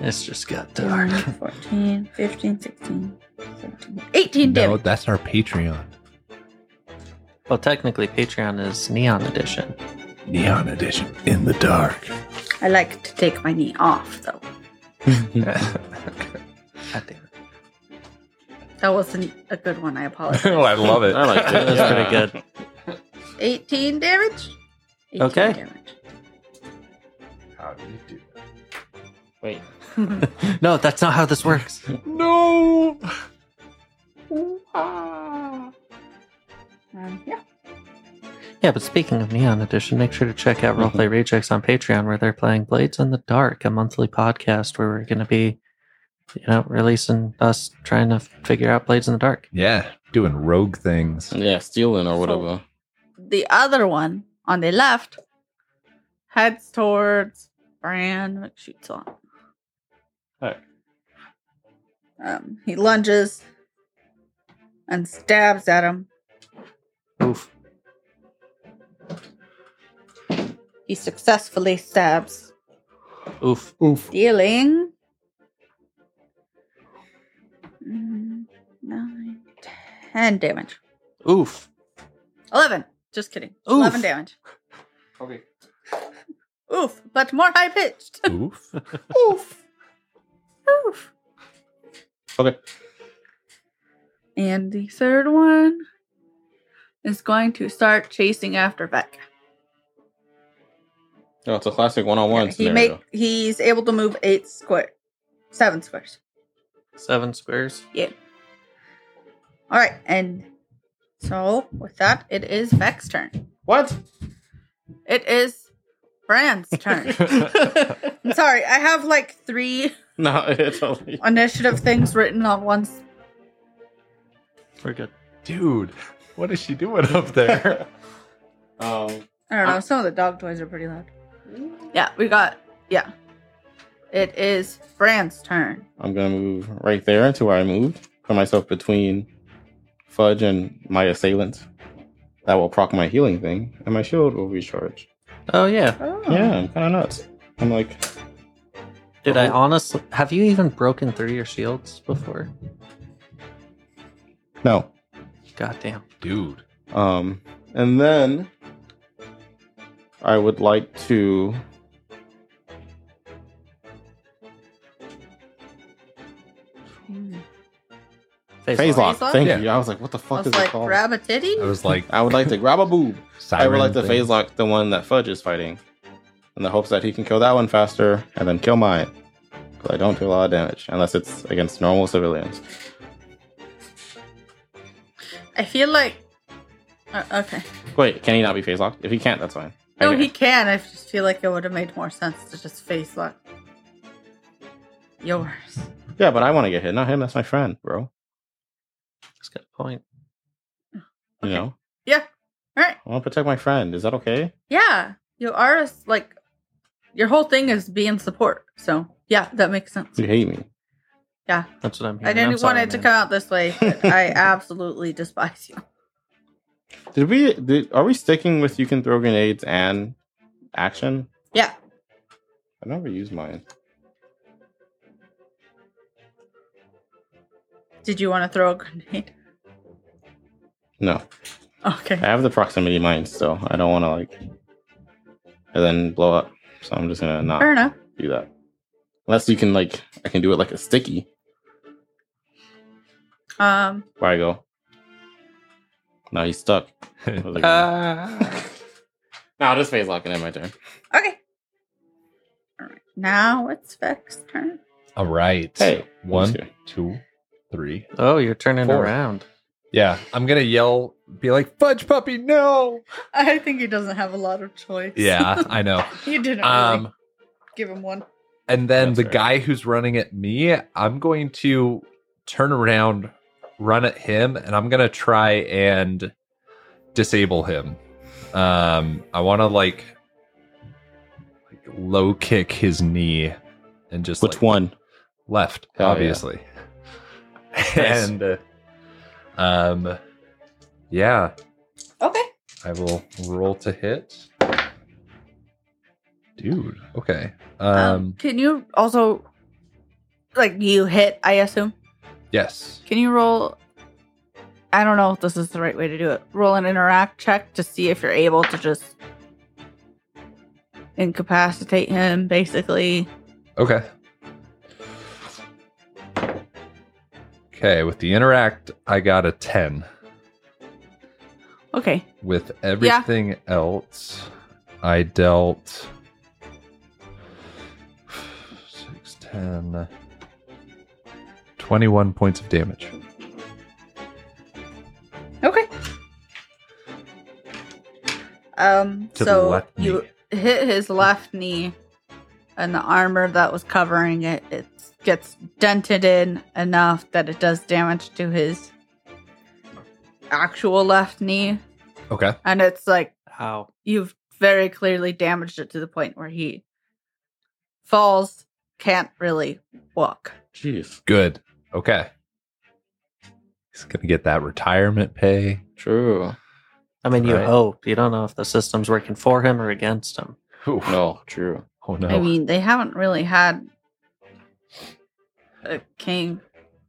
[SPEAKER 2] It's just got dark.
[SPEAKER 5] Mm-hmm. 14, 15, 16, 17, 18
[SPEAKER 4] no,
[SPEAKER 5] damage.
[SPEAKER 4] that's our Patreon.
[SPEAKER 2] Well, technically, Patreon is Neon Edition.
[SPEAKER 4] Neon edition in the dark.
[SPEAKER 5] I like to take my knee off, though.
[SPEAKER 2] God damn it.
[SPEAKER 5] That wasn't a good one. I apologize.
[SPEAKER 4] oh, I love it.
[SPEAKER 3] I like it.
[SPEAKER 2] That's pretty
[SPEAKER 3] yeah.
[SPEAKER 2] good.
[SPEAKER 5] 18 damage? 18
[SPEAKER 2] Okay.
[SPEAKER 5] Damage.
[SPEAKER 4] How do you do that?
[SPEAKER 3] Wait.
[SPEAKER 2] No, that's not how this works.
[SPEAKER 3] No.
[SPEAKER 5] Um, yeah.
[SPEAKER 2] Yeah, but speaking of Neon Edition, make sure to check out Roleplay Rejects on Patreon, where they're playing Blades in the Dark, a monthly podcast where we're going to be, you know, releasing us trying to figure out Blades in the Dark.
[SPEAKER 4] Yeah, doing rogue things.
[SPEAKER 3] Yeah, stealing or whatever.
[SPEAKER 5] The other one on the left heads towards Bran McShoot's on.
[SPEAKER 3] Alright.
[SPEAKER 5] Um, he lunges and stabs at him.
[SPEAKER 2] Oof.
[SPEAKER 5] He successfully stabs,
[SPEAKER 2] Oof.
[SPEAKER 3] Oof.
[SPEAKER 5] dealing. Mm, Nine, ten damage.
[SPEAKER 2] Oof.
[SPEAKER 5] Eleven. Just kidding.
[SPEAKER 2] Oof.
[SPEAKER 5] Eleven damage.
[SPEAKER 3] Okay.
[SPEAKER 5] Oof, but more high pitched.
[SPEAKER 4] Oof.
[SPEAKER 5] Oof. Oof.
[SPEAKER 3] Okay.
[SPEAKER 5] And the third one is going to start chasing after Beck.
[SPEAKER 3] Oh, it's a classic one-on-one
[SPEAKER 5] he
[SPEAKER 3] scenario.
[SPEAKER 5] make he's able to move eight square seven squares.
[SPEAKER 2] Seven squares.
[SPEAKER 5] Alright, and so with that it is Beck's turn.
[SPEAKER 3] What?
[SPEAKER 5] It is Brand's turn. I'm sorry, I have like three
[SPEAKER 3] no, it's only.
[SPEAKER 5] initiative things written on one s-
[SPEAKER 2] We're good.
[SPEAKER 4] Dude, what is she doing up there?
[SPEAKER 3] um.
[SPEAKER 5] I don't know. Some of the dog toys are pretty loud. Yeah, we got. Yeah. It is Bran's turn.
[SPEAKER 3] I'm gonna move right there to where I moved. Put myself between Fudge and my assailant. That will proc my healing thing, and my shield will recharge.
[SPEAKER 2] Oh, yeah.
[SPEAKER 5] Oh.
[SPEAKER 3] Yeah, I'm kind of nuts. I'm like,
[SPEAKER 2] Did
[SPEAKER 3] Uh-huh.
[SPEAKER 2] I honestly. Have you even broken through your shields before?
[SPEAKER 3] no.
[SPEAKER 2] Goddamn.
[SPEAKER 4] Dude.
[SPEAKER 3] Um, and then I would like to.
[SPEAKER 5] Oh,
[SPEAKER 2] Phase
[SPEAKER 3] Phase
[SPEAKER 2] lock.
[SPEAKER 3] lock.
[SPEAKER 5] lock?
[SPEAKER 3] Thank
[SPEAKER 4] Yeah.
[SPEAKER 3] you. I was like, what the
[SPEAKER 5] I
[SPEAKER 3] fuck
[SPEAKER 5] was
[SPEAKER 3] is it
[SPEAKER 5] like,
[SPEAKER 3] called?
[SPEAKER 5] grab a titty?
[SPEAKER 4] I was like,
[SPEAKER 3] I would like to grab a boob. I would like to
[SPEAKER 4] siren
[SPEAKER 3] phase
[SPEAKER 4] thing.
[SPEAKER 3] lock the one that Fudge is fighting, in the hopes that he can kill that one faster and then kill mine. Because I don't do a lot of damage unless it's against normal civilians.
[SPEAKER 5] I feel like. Uh, okay.
[SPEAKER 3] Wait, can he not be phase locked? If he can't, that's fine.
[SPEAKER 5] No,
[SPEAKER 3] Okay.
[SPEAKER 5] he can. I just feel like it would have made more sense to just face lock yours.
[SPEAKER 3] Yeah, but I want to get hit, not him. That's my friend, bro.
[SPEAKER 2] That's got a point.
[SPEAKER 3] You
[SPEAKER 5] Okay.
[SPEAKER 3] know,
[SPEAKER 5] All right.
[SPEAKER 3] I want to protect my friend. Is that okay?
[SPEAKER 5] Yeah. You are a s- like. Your whole thing is being support. So, yeah, that makes sense.
[SPEAKER 3] You hate me.
[SPEAKER 2] That's what I'm hearing.
[SPEAKER 5] I didn't
[SPEAKER 2] I'm
[SPEAKER 5] want
[SPEAKER 2] sorry,
[SPEAKER 5] it to
[SPEAKER 2] man.
[SPEAKER 5] come out this way, but I absolutely despise you.
[SPEAKER 3] Did we? Did, are we sticking with you can throw grenades and action?
[SPEAKER 5] Yeah.
[SPEAKER 3] I never used mine.
[SPEAKER 5] Did you want to throw a grenade?
[SPEAKER 3] No, I
[SPEAKER 5] Okay.
[SPEAKER 3] have the proximity mine, so I don't want to like and then blow up. So I'm just gonna not
[SPEAKER 5] Fair enough.
[SPEAKER 3] do that. Unless you can like, I can do it like a sticky.
[SPEAKER 5] Um,
[SPEAKER 3] Where I go. No, he's stuck. I was like,
[SPEAKER 2] Ah.
[SPEAKER 3] no, this phase locking in my turn.
[SPEAKER 5] okay. All right. Now it's Vex's turn.
[SPEAKER 4] All right.
[SPEAKER 3] Hey,
[SPEAKER 4] One,
[SPEAKER 3] Let's
[SPEAKER 4] two, three.
[SPEAKER 2] oh, you're turning
[SPEAKER 4] Four.
[SPEAKER 2] around.
[SPEAKER 4] Yeah, I'm gonna yell, be like, "Fudge puppy, no!"
[SPEAKER 5] I think he doesn't have a lot of choice.
[SPEAKER 4] Yeah, I know.
[SPEAKER 5] you didn't
[SPEAKER 4] Um,
[SPEAKER 5] give him one.
[SPEAKER 4] and then
[SPEAKER 3] That's
[SPEAKER 4] the
[SPEAKER 3] fair.
[SPEAKER 4] guy who's running at me, I'm going to turn around, run at him, and I'm gonna try and disable him. Um, I want to like, like low kick his knee and just
[SPEAKER 3] Which
[SPEAKER 4] like,
[SPEAKER 3] one?
[SPEAKER 4] left,
[SPEAKER 3] Hell yeah.
[SPEAKER 4] obviously. and uh, um, yeah,
[SPEAKER 5] Okay.
[SPEAKER 4] I will roll to hit. Dude, okay. Um,
[SPEAKER 5] Um, can you also, like, you hit, I assume?
[SPEAKER 4] yes.
[SPEAKER 5] Can you roll? I don't know if this is the right way to do it. Roll an interact check to see if you're able to just incapacitate him, basically.
[SPEAKER 4] Okay. Okay, with the interact, I got a 10.
[SPEAKER 5] Okay.
[SPEAKER 4] With everything else, I dealt 6, 10, 21 points of damage.
[SPEAKER 5] Okay. Um.
[SPEAKER 4] To the
[SPEAKER 5] so
[SPEAKER 4] left
[SPEAKER 5] you hit his left knee, and the armor that was covering it it gets dented in enough that it does damage to his actual left knee,
[SPEAKER 4] Okay.
[SPEAKER 5] and it's like
[SPEAKER 2] How?
[SPEAKER 5] you've very clearly damaged it to the point where he falls, can't really walk.
[SPEAKER 3] Jeez.
[SPEAKER 4] Good. Okay. He's going to get that retirement pay.
[SPEAKER 3] True.
[SPEAKER 2] I mean, you
[SPEAKER 4] Right.
[SPEAKER 2] hope. You don't know if the system's working for him or against him.
[SPEAKER 3] No, true.
[SPEAKER 4] Oh, no.
[SPEAKER 5] I mean, they haven't really had a king.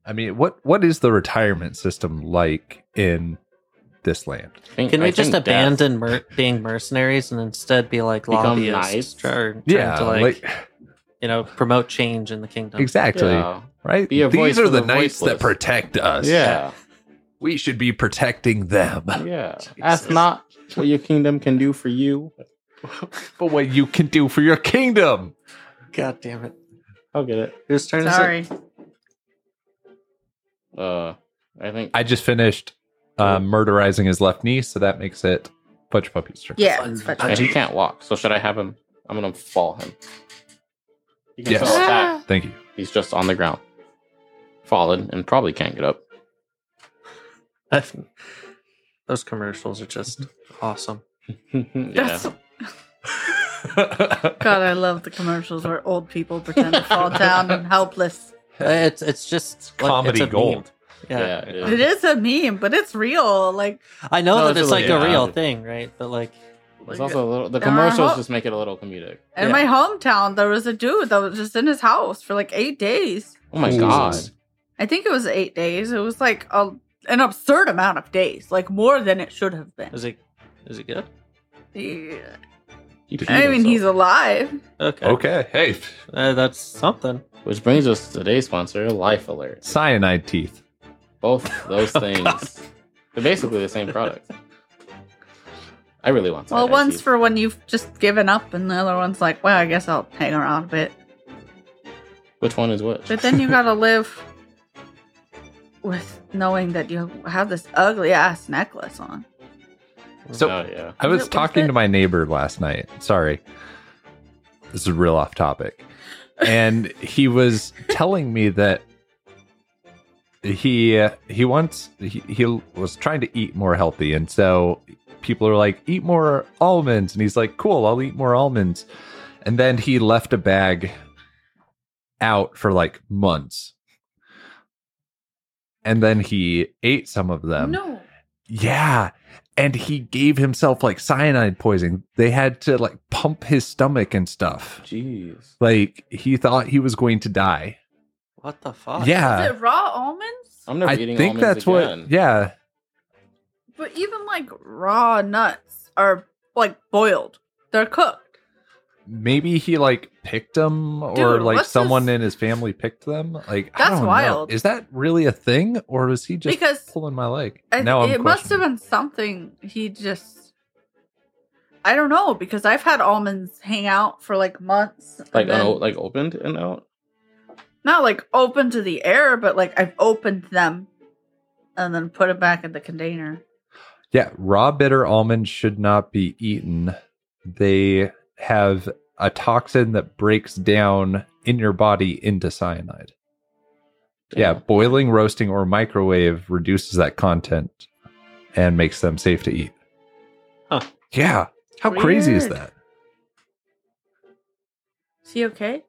[SPEAKER 4] I mean, what what is the retirement system like in this land?
[SPEAKER 3] I think-
[SPEAKER 2] Can
[SPEAKER 3] I
[SPEAKER 2] we just
[SPEAKER 3] think death-
[SPEAKER 2] abandon mer- being mercenaries and instead be like
[SPEAKER 3] Become
[SPEAKER 2] lobbyists,
[SPEAKER 3] knights?
[SPEAKER 2] try- trying
[SPEAKER 4] Yeah,
[SPEAKER 2] to like,
[SPEAKER 4] like,
[SPEAKER 2] you know promote change in the kingdom?
[SPEAKER 4] exactly,
[SPEAKER 3] Yeah.
[SPEAKER 4] right?
[SPEAKER 3] Be a voice
[SPEAKER 4] These are
[SPEAKER 3] for
[SPEAKER 4] the
[SPEAKER 3] the
[SPEAKER 4] knights that
[SPEAKER 3] voiceless.
[SPEAKER 4] protect us.
[SPEAKER 3] Yeah.
[SPEAKER 4] we should be protecting them.
[SPEAKER 3] Yeah. That's not what your kingdom can do for you.
[SPEAKER 4] but what you can do for your kingdom?
[SPEAKER 2] God damn it!
[SPEAKER 3] I'll get it.
[SPEAKER 2] Whose turn is
[SPEAKER 5] Sorry.
[SPEAKER 3] Uh, I think
[SPEAKER 4] I just finished uh, murderizing his left knee, so that makes it Fudge Puppy's turn.
[SPEAKER 5] Yeah, it's fudge.
[SPEAKER 3] and he can't walk. So should I have him? I'm gonna fall him. He can
[SPEAKER 4] Yes.
[SPEAKER 3] still attack.
[SPEAKER 4] Thank you.
[SPEAKER 2] Ah.
[SPEAKER 3] He's just on the ground, fallen, and probably can't get up.
[SPEAKER 2] it? Those commercials are just awesome.
[SPEAKER 3] yeah.
[SPEAKER 5] That's- God, I love the commercials where old people pretend to fall down and helpless.
[SPEAKER 2] It's it's just like,
[SPEAKER 4] Comedy
[SPEAKER 2] it's a meme.
[SPEAKER 4] gold.
[SPEAKER 2] Yeah.
[SPEAKER 3] Yeah, it is.
[SPEAKER 2] Um,
[SPEAKER 5] It is a meme, but it's real. Like,
[SPEAKER 2] I know
[SPEAKER 3] No,
[SPEAKER 2] that
[SPEAKER 3] it's
[SPEAKER 2] it's,
[SPEAKER 3] a
[SPEAKER 2] like
[SPEAKER 3] little-
[SPEAKER 2] a
[SPEAKER 3] yeah.
[SPEAKER 2] real thing, right? But like,
[SPEAKER 3] It's also a little. The
[SPEAKER 5] There are
[SPEAKER 3] commercials
[SPEAKER 5] ho-
[SPEAKER 3] just make it a little comedic.
[SPEAKER 5] in
[SPEAKER 2] Yeah.
[SPEAKER 5] my hometown, there was a dude that was just in his house for like eight days.
[SPEAKER 3] Oh my
[SPEAKER 4] Ooh.
[SPEAKER 3] god!
[SPEAKER 5] I think it was eight days. It was like a, an absurd amount of days, like more than it should have been.
[SPEAKER 2] is it is it good?
[SPEAKER 5] Yeah.
[SPEAKER 3] He peed
[SPEAKER 5] I mean, he's
[SPEAKER 3] himself.
[SPEAKER 5] alive.
[SPEAKER 2] Okay,
[SPEAKER 4] Okay. Hey,
[SPEAKER 2] Uh, that's something.
[SPEAKER 3] Which brings us to today's sponsor, Life Alert.
[SPEAKER 4] cyanide teeth.
[SPEAKER 3] Both those things, they're basically the same product. I really want.
[SPEAKER 5] Well,
[SPEAKER 3] cyanide
[SPEAKER 5] one's
[SPEAKER 3] teeth.
[SPEAKER 5] for when you've just given up, and the other one's like, well, I guess I'll hang around a bit.
[SPEAKER 3] which one is which?
[SPEAKER 5] But then you gotta live with knowing that you have this ugly ass necklace on.
[SPEAKER 4] So-
[SPEAKER 3] oh, yeah.
[SPEAKER 4] I
[SPEAKER 5] Is it
[SPEAKER 4] was
[SPEAKER 5] worth
[SPEAKER 4] talking
[SPEAKER 5] it?
[SPEAKER 4] to my neighbor last night. Sorry. This is real off topic. And he was telling me that he uh, he once he, he was trying to eat more healthy and so people are like eat more almonds and he's like cool I'll eat more almonds and then he left a bag out for like months and then he ate some of
[SPEAKER 2] Um,
[SPEAKER 4] them
[SPEAKER 5] no.
[SPEAKER 4] yeah. And he gave himself like cyanide poisoning. They had to like pump his stomach and stuff.
[SPEAKER 3] Jeez.
[SPEAKER 4] Like he thought he was going to die.
[SPEAKER 2] What the fuck?
[SPEAKER 5] Is
[SPEAKER 4] yeah.
[SPEAKER 5] Ah, it raw almonds?
[SPEAKER 3] I'm never
[SPEAKER 4] I
[SPEAKER 3] eating
[SPEAKER 4] think
[SPEAKER 3] almonds
[SPEAKER 4] that's
[SPEAKER 3] again.
[SPEAKER 4] what yeah.
[SPEAKER 5] But even like raw nuts are like boiled, they're cooked.
[SPEAKER 4] Maybe he like picked them or
[SPEAKER 5] Dude,
[SPEAKER 4] like
[SPEAKER 5] what's
[SPEAKER 4] someone
[SPEAKER 5] this-
[SPEAKER 4] in his family picked them. Like I
[SPEAKER 5] That's
[SPEAKER 4] don't know.
[SPEAKER 5] wild.
[SPEAKER 4] Is that really a thing or was he just
[SPEAKER 5] because
[SPEAKER 4] pulling my leg?
[SPEAKER 5] I,
[SPEAKER 4] now I'm
[SPEAKER 5] it must have
[SPEAKER 4] questioning.
[SPEAKER 5] been something he just. I don't know because I've had almonds hang out for like months. and
[SPEAKER 3] Like,
[SPEAKER 5] then-
[SPEAKER 3] oh, like opened and out.
[SPEAKER 5] not like open to the air, but like I've opened them and then put it back in the container.
[SPEAKER 4] Yeah, raw bitter almonds should not be eaten. They have a toxin that breaks down in your body into cyanide. Yeah, boiling, roasting, or microwave reduces that content and makes them safe to eat.
[SPEAKER 2] Huh.
[SPEAKER 4] Yeah. How crazy is
[SPEAKER 5] Weird.
[SPEAKER 4] that?
[SPEAKER 5] Is he okay?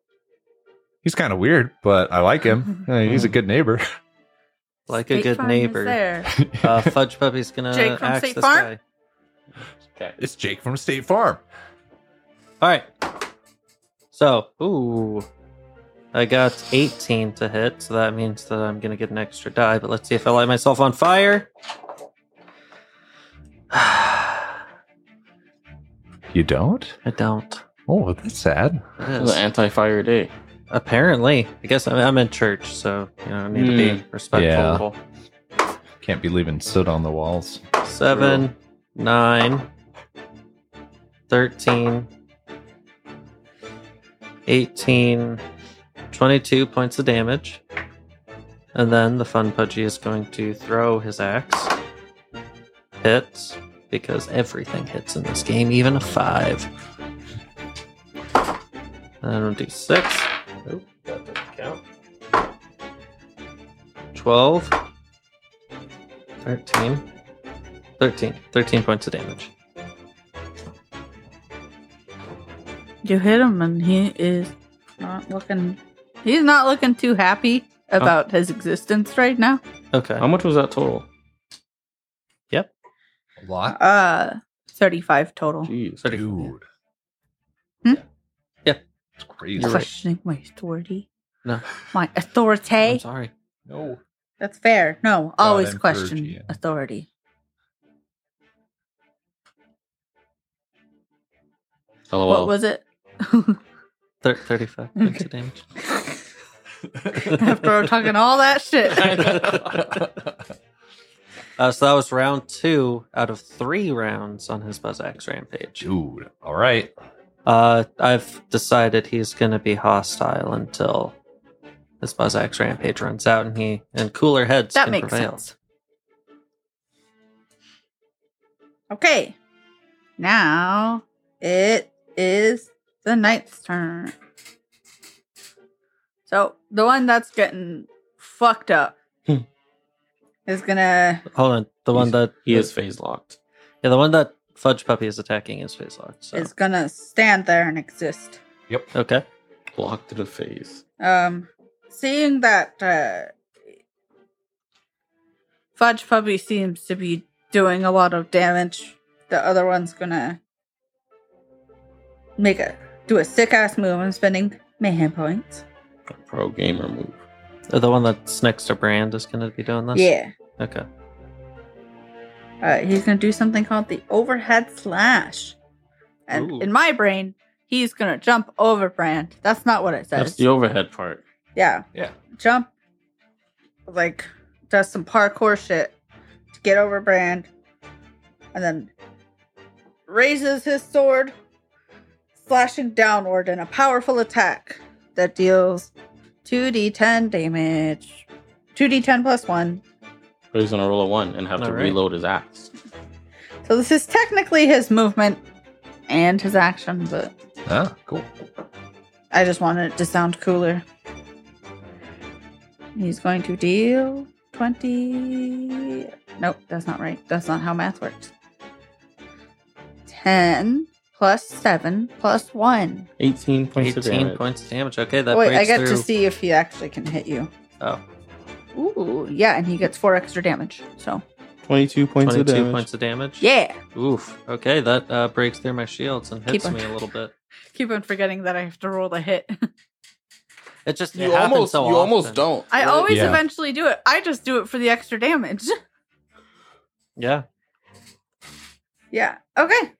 [SPEAKER 4] He's kind of weird, but I like him. Uh, He's a good neighbor.
[SPEAKER 2] like a
[SPEAKER 5] State
[SPEAKER 2] good
[SPEAKER 5] Farm is
[SPEAKER 2] neighbor.
[SPEAKER 5] there.
[SPEAKER 2] Uh, Fudge Puppy's gonna
[SPEAKER 5] Jake from
[SPEAKER 2] axe
[SPEAKER 5] State
[SPEAKER 2] this
[SPEAKER 5] Farm?
[SPEAKER 2] guy.
[SPEAKER 3] Okay.
[SPEAKER 4] it's Jake from State Farm.
[SPEAKER 2] All right. So, ooh, I got 18 to hit, so that means that I'm gonna get an extra die. But let's see if I light myself on fire. I
[SPEAKER 4] You don't?
[SPEAKER 2] don't.
[SPEAKER 4] Oh, that's sad.
[SPEAKER 2] It
[SPEAKER 3] It
[SPEAKER 2] is.
[SPEAKER 3] was an anti-fire day.
[SPEAKER 2] Apparently, I guess I'm, I'm in church, so you know I need to be respectful.
[SPEAKER 4] Can't be leaving soot on the walls.
[SPEAKER 2] Seven, nine, thirteen, eighteen, 22 points of damage. And then the Fun Pudgy is going to throw his axe. Hits, because everything hits in this game, even a 5. And we'll do 6. Nope, that doesn't count. 12. 13. 13. 13 points of damage.
[SPEAKER 5] You hit him, and he is not looking. He's not looking too happy about his existence right now.
[SPEAKER 2] Okay.
[SPEAKER 3] How much was that total?
[SPEAKER 4] A lot,
[SPEAKER 5] Uh, thirty-five total.
[SPEAKER 3] Jeez.
[SPEAKER 2] Thirty.
[SPEAKER 4] dude.
[SPEAKER 5] Hmm?
[SPEAKER 2] Yeah.
[SPEAKER 4] it's crazy.
[SPEAKER 2] You're right.
[SPEAKER 5] Questioning my authority.
[SPEAKER 2] No.
[SPEAKER 5] My
[SPEAKER 2] I'm
[SPEAKER 5] authority.
[SPEAKER 2] sorry.
[SPEAKER 4] No,
[SPEAKER 5] That's fair. No, always
[SPEAKER 4] encourage
[SPEAKER 5] question
[SPEAKER 4] you.
[SPEAKER 5] authority.
[SPEAKER 3] LOL.
[SPEAKER 5] What was it?
[SPEAKER 2] Thir- 35 points of damage.
[SPEAKER 5] After talking all that shit.
[SPEAKER 2] Uh, so that was round two out of three rounds on his Buzz Axe Rampage.
[SPEAKER 4] dude. All right,
[SPEAKER 2] Uh, I've decided he's going to be hostile until his Buzz Axe Rampage runs out and he and cooler heads
[SPEAKER 5] That
[SPEAKER 2] can
[SPEAKER 5] makes
[SPEAKER 2] prevail.
[SPEAKER 5] sense. Okay. Now it is the knight's turn. So the one that's getting fucked up
[SPEAKER 3] Hmm.
[SPEAKER 5] is gonna
[SPEAKER 2] Hold on. The one
[SPEAKER 3] He's-
[SPEAKER 2] that
[SPEAKER 3] He is phase locked.
[SPEAKER 2] Yeah, the one that Fudge Puppy is attacking is face locked. So.
[SPEAKER 5] is gonna stand there and exist.
[SPEAKER 2] okay.
[SPEAKER 3] Locked to the phase.
[SPEAKER 5] Um seeing that uh Fudge Puppy seems to be doing a lot of damage, the other one's gonna make a do a sick ass move and spending mayhem points.
[SPEAKER 3] Pro gamer move.
[SPEAKER 2] Uh, The one that's next to Brand is going to be doing this?
[SPEAKER 5] Yeah.
[SPEAKER 2] Okay.
[SPEAKER 5] Uh, he's gonna do something called the overhead slash. And
[SPEAKER 2] Ooh.
[SPEAKER 5] in my brain, he's gonna jump over Brand. That's not what it
[SPEAKER 3] That's
[SPEAKER 5] says.
[SPEAKER 3] the overhead part.
[SPEAKER 5] yeah.
[SPEAKER 4] Yeah.
[SPEAKER 5] Jump like does some parkour shit to get over Brand. And then raises his sword, slashing downward in a powerful attack that deals 2d10 damage. 2d10 plus 1.
[SPEAKER 3] But he's gonna roll a one and have to
[SPEAKER 2] Alright.
[SPEAKER 3] reload his axe.
[SPEAKER 5] So this is technically his movement and his action, but
[SPEAKER 4] ah, cool.
[SPEAKER 5] I just wanted it to sound cooler. He's going to deal 20. Nope, that's not right. That's not how math works. 10 plus 7 plus 1.
[SPEAKER 3] Eighteen points of
[SPEAKER 2] 18
[SPEAKER 3] damage.
[SPEAKER 2] points of damage. Okay, that
[SPEAKER 5] Wait,
[SPEAKER 2] breaks
[SPEAKER 5] I get
[SPEAKER 2] through.
[SPEAKER 5] to see if he actually can hit you.
[SPEAKER 2] oh,
[SPEAKER 5] Ooh, yeah, and he gets 4 extra damage. So,
[SPEAKER 3] Twenty-two points
[SPEAKER 2] 22
[SPEAKER 3] of damage.
[SPEAKER 2] points of damage.
[SPEAKER 5] yeah.
[SPEAKER 2] Oof. Okay, that uh, breaks through my shields and
[SPEAKER 5] Keep
[SPEAKER 2] hits
[SPEAKER 5] on-
[SPEAKER 2] me a little bit.
[SPEAKER 5] Keep on forgetting that I have to roll the hit.
[SPEAKER 2] It just it happens so often.
[SPEAKER 3] don't.
[SPEAKER 5] I always
[SPEAKER 4] Yeah.
[SPEAKER 5] eventually do it. I just do it for the extra damage.
[SPEAKER 2] Yeah.
[SPEAKER 5] Yeah. Okay.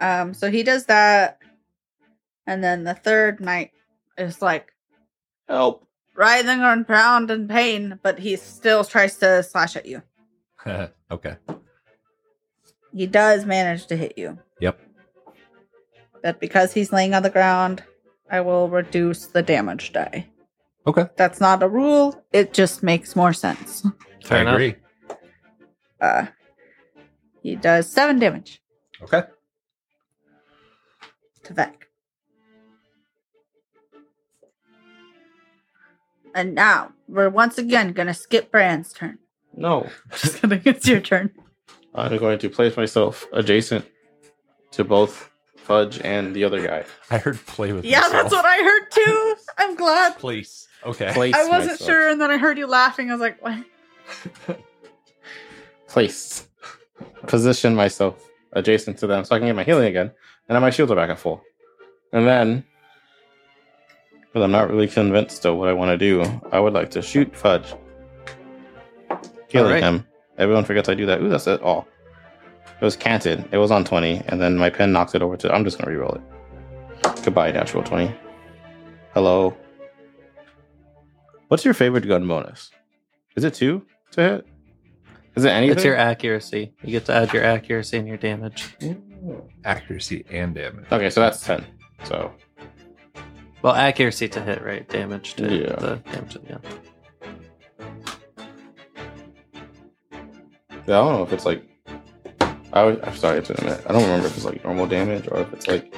[SPEAKER 5] Um, so he does that. And then the third night is like
[SPEAKER 3] help.
[SPEAKER 5] writhing around in pain, but he still tries to slash at you.
[SPEAKER 4] okay,
[SPEAKER 5] He does manage to hit you.
[SPEAKER 4] Yep.
[SPEAKER 5] But because he's laying on the ground, I will reduce the damage die.
[SPEAKER 4] okay.
[SPEAKER 5] That's not a rule, it just makes more sense.
[SPEAKER 2] Fair
[SPEAKER 4] I
[SPEAKER 2] enough.
[SPEAKER 4] agree.
[SPEAKER 5] Uh he does seven damage
[SPEAKER 4] Okay,
[SPEAKER 5] to Vec. And now we're once again gonna skip Brand's turn.
[SPEAKER 3] No.
[SPEAKER 5] Just kidding. It's your turn.
[SPEAKER 3] I'm going to place myself adjacent to both Fudge and the other guy.
[SPEAKER 4] I heard play with.
[SPEAKER 5] Yeah, that's what I heard too. I'm glad.
[SPEAKER 4] Place. Okay.
[SPEAKER 3] Place
[SPEAKER 5] I wasn't
[SPEAKER 3] myself.
[SPEAKER 5] sure, and then I heard you laughing. I was like, what?
[SPEAKER 3] Place. Position myself adjacent to them so I can get my healing again. And then my shields are back at full. And then, because I'm not really convinced still what I want to do, I would like to shoot Fudge. Killing
[SPEAKER 2] Alright.
[SPEAKER 3] him. Everyone forgets I do that. Ooh, that's it. All. It was canted. It was on 20. And then my pen knocks it over to. I'm just going to reroll it. Goodbye, natural 20. Hello. What's your favorite gun bonus? Is it two to hit? Is it anything?
[SPEAKER 2] It's your accuracy. You get to add your accuracy and your damage.
[SPEAKER 4] Accuracy and damage.
[SPEAKER 3] Okay, so that's 10. So
[SPEAKER 2] Well, accuracy to hit rate, damage to
[SPEAKER 3] Yeah.
[SPEAKER 2] the damage to the gun.
[SPEAKER 3] Yeah, I don't know if it's like. I was, I'm sorry, it's been a minute. I don't remember if it's like normal damage or if it's like.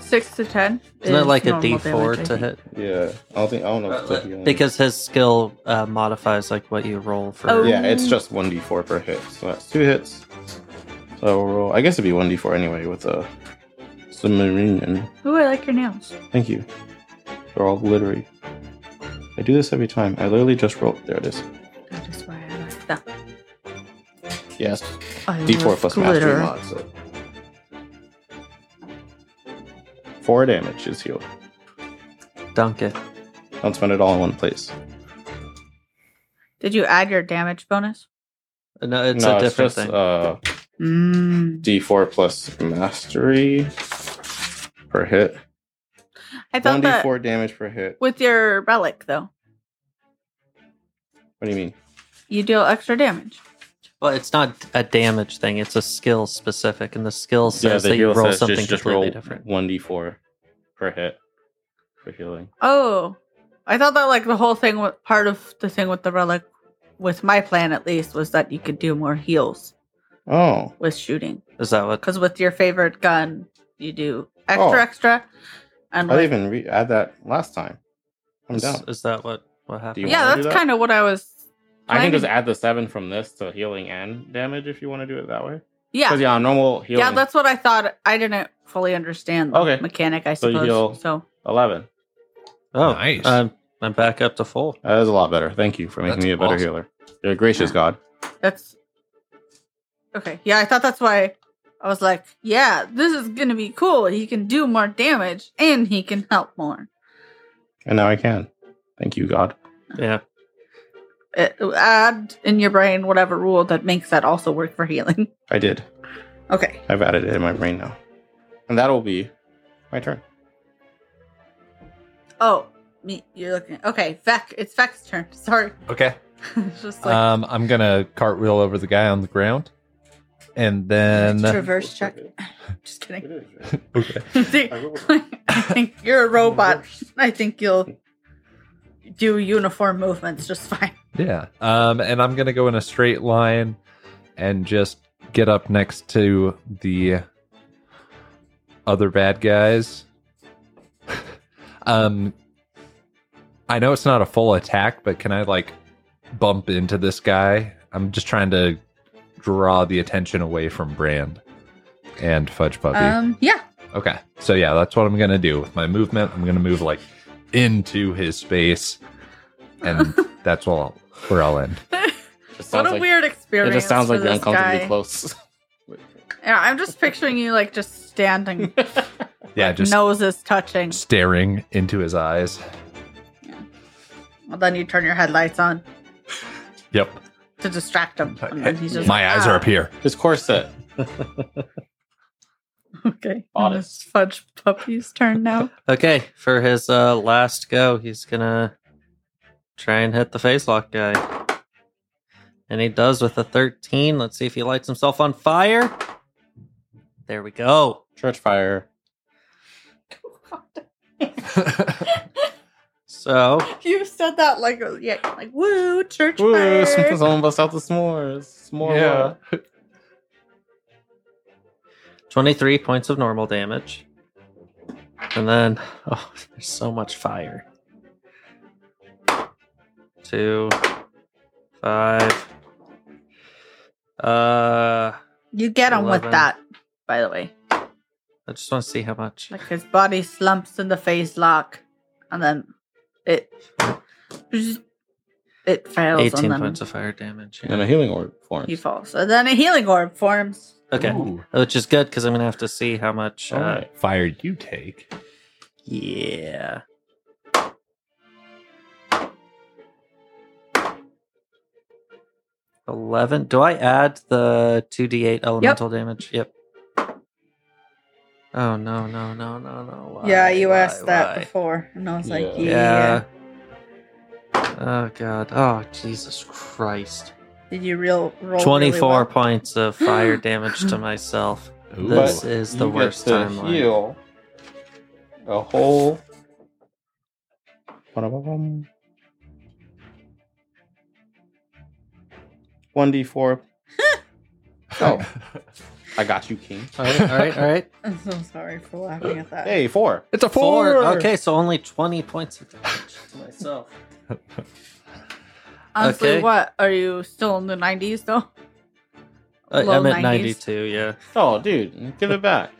[SPEAKER 5] Six to ten.
[SPEAKER 2] Isn't that
[SPEAKER 5] is
[SPEAKER 2] like a
[SPEAKER 5] normal
[SPEAKER 2] D4
[SPEAKER 5] damage, I
[SPEAKER 2] to
[SPEAKER 5] think.
[SPEAKER 2] hit?
[SPEAKER 3] Yeah, I don't think I don't know. If it's like, uh,
[SPEAKER 2] Because his skill uh, modifies like what you roll for.
[SPEAKER 5] Oh.
[SPEAKER 3] yeah, it's just one d4 per hit, so that's two hits. So I will roll. I guess it'd be one d4 anyway with a submarine.
[SPEAKER 5] Ooh, I like your nails.
[SPEAKER 3] Thank you. They're all glittery. I do this every time. I literally just roll. There it is.
[SPEAKER 5] That is why I like that.
[SPEAKER 3] Yes.
[SPEAKER 5] I
[SPEAKER 3] D4
[SPEAKER 5] love
[SPEAKER 3] plus
[SPEAKER 5] glitter.
[SPEAKER 3] mastery mod. So. Four damage is healed.
[SPEAKER 2] Dunk it.
[SPEAKER 3] Don't spend it all in one place.
[SPEAKER 5] Did you add your damage bonus?
[SPEAKER 2] No, it's
[SPEAKER 3] No,
[SPEAKER 2] a different
[SPEAKER 3] just,
[SPEAKER 2] thing.
[SPEAKER 3] Uh,
[SPEAKER 5] Mm.
[SPEAKER 3] D4 plus mastery per hit.
[SPEAKER 5] I thought
[SPEAKER 3] One
[SPEAKER 5] that
[SPEAKER 3] D4 damage per hit.
[SPEAKER 5] with your relic though,
[SPEAKER 3] What do you mean?
[SPEAKER 5] you deal extra damage.
[SPEAKER 2] well, it's not a damage thing. It's a skill specific, and the skill says
[SPEAKER 3] the
[SPEAKER 2] that you
[SPEAKER 3] heal
[SPEAKER 2] roll
[SPEAKER 3] says
[SPEAKER 2] something
[SPEAKER 3] just, just
[SPEAKER 2] completely
[SPEAKER 3] roll
[SPEAKER 2] different.
[SPEAKER 3] One d4 per hit for healing.
[SPEAKER 5] Oh, I thought that like the whole thing, wa- part of the thing with the relic, with my plan at least, was that you could do more heals
[SPEAKER 3] Oh,
[SPEAKER 5] with shooting.
[SPEAKER 2] Is that what?
[SPEAKER 5] Because with your favorite gun, you do extra,
[SPEAKER 3] Oh.
[SPEAKER 5] extra. And
[SPEAKER 3] I
[SPEAKER 5] like-
[SPEAKER 3] didn't even re- add that last time. I'm
[SPEAKER 2] Is,
[SPEAKER 3] down.
[SPEAKER 2] is that what? What happened?
[SPEAKER 3] you
[SPEAKER 5] yeah,
[SPEAKER 3] wanna do
[SPEAKER 5] that's
[SPEAKER 3] that?
[SPEAKER 5] kind of what I was.
[SPEAKER 3] I can
[SPEAKER 5] planning-
[SPEAKER 3] just add the seven from this to healing and damage if you want to do it that way.
[SPEAKER 5] Yeah,
[SPEAKER 3] Because yeah, on normal healing,
[SPEAKER 5] yeah, that's what I thought. I didn't fully understand the
[SPEAKER 3] Okay.
[SPEAKER 5] mechanic. I
[SPEAKER 3] So you
[SPEAKER 5] suppose.
[SPEAKER 3] heal-
[SPEAKER 5] so
[SPEAKER 3] eleven.
[SPEAKER 2] Oh,
[SPEAKER 4] Nice.
[SPEAKER 2] I'm, I'm back up to full.
[SPEAKER 3] That is a lot better. Thank you for making
[SPEAKER 4] That's
[SPEAKER 3] me a better
[SPEAKER 4] awesome.
[SPEAKER 3] healer. You're a gracious God.
[SPEAKER 5] That's okay. Yeah, I thought that's why I was like, yeah, this is gonna be cool. He can do more damage and he can help more.
[SPEAKER 3] And now I can. Thank you, God.
[SPEAKER 2] Yeah.
[SPEAKER 5] Uh, add in your brain whatever rule that makes that also work for healing.
[SPEAKER 3] I did.
[SPEAKER 5] Okay.
[SPEAKER 3] I've added it in my brain now. And that'll be my turn.
[SPEAKER 5] Oh, me, you're looking. Okay, Vec, it's Vec's turn. Sorry,
[SPEAKER 4] Okay.
[SPEAKER 5] It's just like
[SPEAKER 4] Um, I'm gonna cartwheel over the guy on the ground, and
[SPEAKER 3] Um,
[SPEAKER 4] then
[SPEAKER 5] traverse check. Just kidding.
[SPEAKER 4] okay.
[SPEAKER 5] I think- I think you're a robot. I think you'll do uniform movements just fine.
[SPEAKER 4] Yeah. Um, and I'm gonna go in a straight line and just get up next to the other bad guys. um I know it's not a full attack, but can I like bump into this guy? I'm just trying to draw the attention away from Brand and Fudge Puppy.
[SPEAKER 5] Um, yeah.
[SPEAKER 4] Okay. So yeah, that's what I'm gonna do with my movement. I'm gonna move like into his space, and that's all where I'll end.
[SPEAKER 3] Just
[SPEAKER 5] What
[SPEAKER 3] sounds
[SPEAKER 5] a
[SPEAKER 3] like-
[SPEAKER 5] weird experience.
[SPEAKER 3] It just sounds
[SPEAKER 5] for
[SPEAKER 3] like you're
[SPEAKER 5] this
[SPEAKER 3] uncomfortably
[SPEAKER 5] guy.
[SPEAKER 3] close.
[SPEAKER 5] Yeah, I'm just picturing you like just standing,
[SPEAKER 4] Yeah, just
[SPEAKER 5] noses touching.
[SPEAKER 4] staring into his eyes.
[SPEAKER 5] Well, then you turn your headlights on
[SPEAKER 4] Yep.
[SPEAKER 5] to distract him, and then he's just
[SPEAKER 4] my eyes are up here.
[SPEAKER 3] His corset.
[SPEAKER 5] Okay,
[SPEAKER 3] Bought
[SPEAKER 5] and
[SPEAKER 3] it.
[SPEAKER 5] it's Fudge Puppy's turn now.
[SPEAKER 2] Okay, for his uh, last go, he's gonna try and hit the face lock guy. And he does with a 13. Let's see if he lights himself on fire. There we go.
[SPEAKER 3] Church fire.
[SPEAKER 2] So,
[SPEAKER 5] you said that like yeah, like woo church
[SPEAKER 3] Woo,
[SPEAKER 5] fire.
[SPEAKER 3] someone bust out the s'mores. S'more.
[SPEAKER 4] Yeah.
[SPEAKER 2] 23 points of normal damage. And then, oh, there's so much fire. Two, five, uh,
[SPEAKER 5] You get him with
[SPEAKER 2] Eleven.
[SPEAKER 5] that, by the way.
[SPEAKER 2] I just want to see how much.
[SPEAKER 5] Like his body slumps in the face lock, and then it it fails on
[SPEAKER 2] 18
[SPEAKER 5] them.
[SPEAKER 2] points of fire damage. yeah.
[SPEAKER 3] And a healing orb form.
[SPEAKER 5] He falls, and then a healing orb forms.
[SPEAKER 2] Okay, which is good because I'm gonna have to see how much. Uh,
[SPEAKER 3] All right.
[SPEAKER 4] Fire you take.
[SPEAKER 2] Yeah. Eleven. Do I add the two d eight elemental damage? Yep. Oh no no no no no! Why,
[SPEAKER 5] yeah, you
[SPEAKER 2] why,
[SPEAKER 5] asked that
[SPEAKER 2] why?
[SPEAKER 5] before, and I was like,
[SPEAKER 3] Yeah.
[SPEAKER 5] yeah.
[SPEAKER 2] Yeah. Oh god! Oh Jesus Christ!
[SPEAKER 5] Did you real roll?
[SPEAKER 2] Twenty
[SPEAKER 5] Twenty-four.
[SPEAKER 2] four points of fire damage to myself.
[SPEAKER 4] Ooh.
[SPEAKER 2] This
[SPEAKER 3] But
[SPEAKER 2] is the
[SPEAKER 3] you
[SPEAKER 2] worst
[SPEAKER 3] get to
[SPEAKER 2] timeline.
[SPEAKER 3] heal a whole Ba-da-ba-bum. 1d4. oh, I got you, King.
[SPEAKER 2] All right, all right, all right.
[SPEAKER 5] I'm so sorry for laughing at that.
[SPEAKER 3] Hey, four.
[SPEAKER 4] It's a
[SPEAKER 2] Four. Okay, so only 20 points of damage to myself.
[SPEAKER 5] Honestly,
[SPEAKER 2] okay.
[SPEAKER 5] what? Are you still in the 90s though?
[SPEAKER 2] I,
[SPEAKER 5] Low
[SPEAKER 2] Uh, I'm at
[SPEAKER 5] 90s.
[SPEAKER 2] 92, yeah.
[SPEAKER 3] Oh, dude, give it back.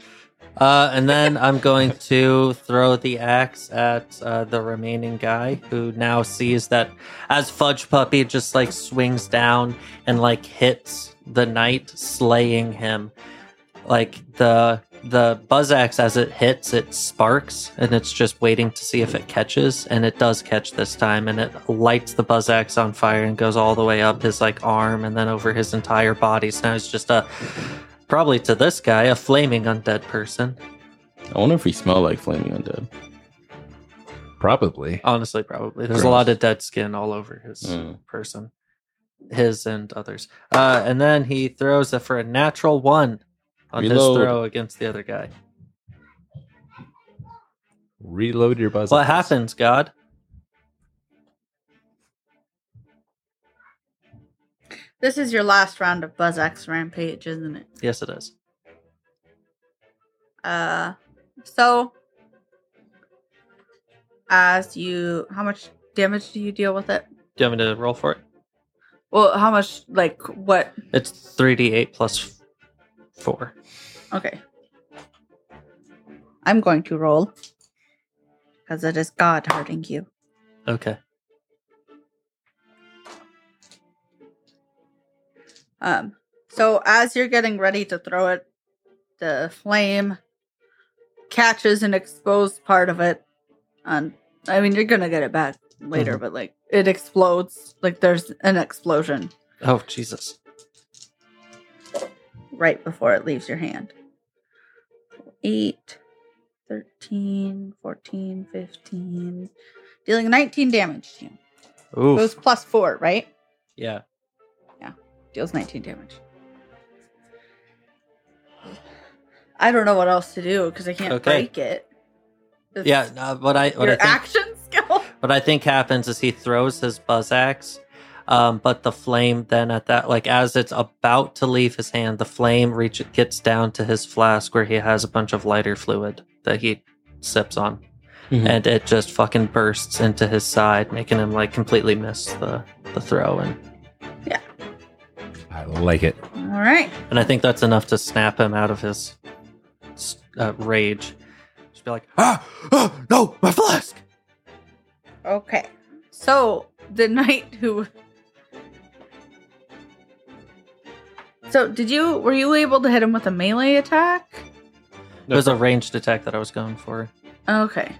[SPEAKER 2] Uh, and then I'm going to throw the axe at uh, the remaining guy who now sees that as Fudge Puppy just like swings down and like hits the knight, slaying him. Like the the buzz axe as it hits, it sparks and it's just waiting to see if it catches, and it does catch this time, and it lights the buzz axe on fire and goes all the way up his like arm and then over his entire body. So now it's just a probably to this guy a flaming undead person.
[SPEAKER 3] I wonder if we smell like flaming undead.
[SPEAKER 4] Probably.
[SPEAKER 2] Honestly, probably. There's a
[SPEAKER 3] Gross.
[SPEAKER 2] lot of dead skin all over his
[SPEAKER 3] Mm.
[SPEAKER 2] person, his and others. Uh, and then he throws it for a natural one on
[SPEAKER 3] Reload.
[SPEAKER 2] his throw against the other guy.
[SPEAKER 4] Reload your buzz.
[SPEAKER 2] What happens, God?
[SPEAKER 5] This is your last round of Buzz Axe Rampage, isn't it?
[SPEAKER 2] Yes, it is.
[SPEAKER 5] Uh, so as you, how much damage do you deal with it?
[SPEAKER 2] Do you want me to roll for it?
[SPEAKER 5] Well, how much? Like what?
[SPEAKER 2] It's 3d8 plus 4.
[SPEAKER 5] Okay, I'm going to roll because it is God hurting you.
[SPEAKER 2] Okay.
[SPEAKER 5] Um, so as you're getting ready to throw it, the flame catches an exposed part of it. And I mean, you're gonna get it back later,
[SPEAKER 2] Mhm.
[SPEAKER 5] but like it explodes. Like there's an explosion
[SPEAKER 2] Oh, Jesus.
[SPEAKER 5] right before it leaves your hand. 8, 13, 14, 15, dealing 19 damage to you. It was
[SPEAKER 2] Oof.
[SPEAKER 5] plus 4, right?
[SPEAKER 2] Yeah.
[SPEAKER 5] deals 19 damage. I don't know what else to do because I can't
[SPEAKER 2] Okay.
[SPEAKER 5] break it. It's
[SPEAKER 2] Yeah. Uh, what I, what
[SPEAKER 5] your
[SPEAKER 2] I think.
[SPEAKER 5] action skill.
[SPEAKER 2] What I think happens is he throws his buzz axe, um, but the flame then at that like as it's about to leave his hand, the flame reach gets down to his flask where he has a bunch of lighter fluid that he sips on,
[SPEAKER 3] Mhm.
[SPEAKER 2] and it just fucking bursts into his side, making him like completely miss the the throw and
[SPEAKER 4] I like it.
[SPEAKER 5] All right.
[SPEAKER 2] and I think that's enough to snap him out of his s- uh, rage. Just be like, ah, oh, no, my flask.
[SPEAKER 5] Okay. So the knight who. So did you were you able to hit him with a melee attack?
[SPEAKER 2] It was a ranged attack that I was going for.
[SPEAKER 5] Okay.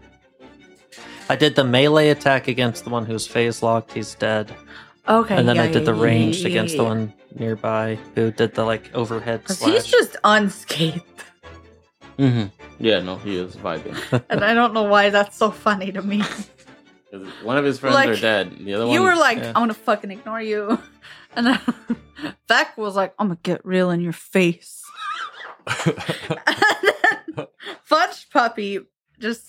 [SPEAKER 2] I did the melee attack against the one who's phase locked. He's dead.
[SPEAKER 5] Okay.
[SPEAKER 2] and then
[SPEAKER 5] yeah,
[SPEAKER 2] I did the
[SPEAKER 5] yeah,
[SPEAKER 2] ranged
[SPEAKER 5] yeah, yeah,
[SPEAKER 2] against the
[SPEAKER 5] yeah.
[SPEAKER 2] one nearby who did the like overhead
[SPEAKER 5] 'Cause
[SPEAKER 2] slash.
[SPEAKER 5] He's just unscathed,
[SPEAKER 3] Mm-hmm. Yeah, no, he is vibing.
[SPEAKER 5] and I don't know why that's so funny to me.
[SPEAKER 3] 'Cause One of his friends
[SPEAKER 5] Like,
[SPEAKER 3] are dead. and The other
[SPEAKER 5] you
[SPEAKER 3] one,
[SPEAKER 5] were like,
[SPEAKER 2] yeah.
[SPEAKER 5] I'm gonna fucking ignore you. And then Beck was like, I'm gonna get real in your face. and then Fudge Puppy just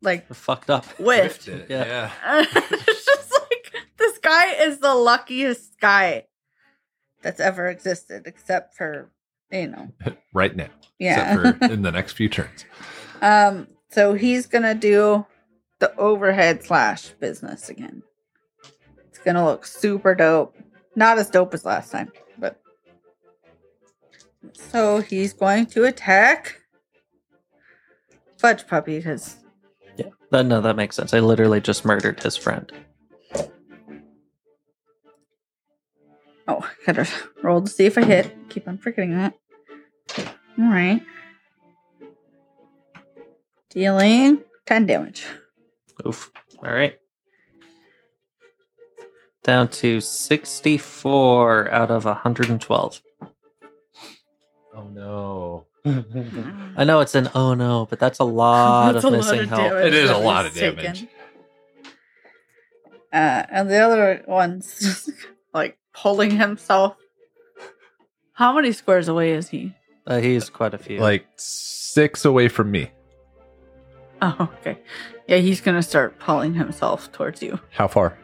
[SPEAKER 5] like
[SPEAKER 2] fucked up.
[SPEAKER 5] whiffed.
[SPEAKER 2] Yeah.
[SPEAKER 5] And it's just like this guy is the luckiest guy that's ever existed, except for you know.
[SPEAKER 4] Right now.
[SPEAKER 5] Yeah.
[SPEAKER 4] Except for in the next few turns.
[SPEAKER 5] um, so he's gonna do the overhead slash business again. It's gonna look super dope. Not as dope as last time, but so he's going to attack Fudge Puppy because
[SPEAKER 2] That, no, that makes sense. I literally just murdered his friend.
[SPEAKER 5] oh, gotta roll to see if I hit. Keep on forgetting that. All right, dealing ten damage.
[SPEAKER 2] Oof. All right. Down to 64 out of 112.
[SPEAKER 4] Oh no.
[SPEAKER 2] I know it's an oh no, but that's a lot
[SPEAKER 5] Uh, That's
[SPEAKER 2] of
[SPEAKER 5] a lot
[SPEAKER 2] missing
[SPEAKER 5] of
[SPEAKER 2] health.
[SPEAKER 5] damage.
[SPEAKER 4] It is a
[SPEAKER 5] that
[SPEAKER 4] lot
[SPEAKER 5] he's
[SPEAKER 4] of damage.
[SPEAKER 5] taken. Uh, and the other one's just like pulling himself. How many squares away is he?
[SPEAKER 2] Uh, he's quite a few.
[SPEAKER 4] Like six away from me.
[SPEAKER 5] Oh, okay. Yeah, he's gonna start pulling himself towards you.
[SPEAKER 4] How far?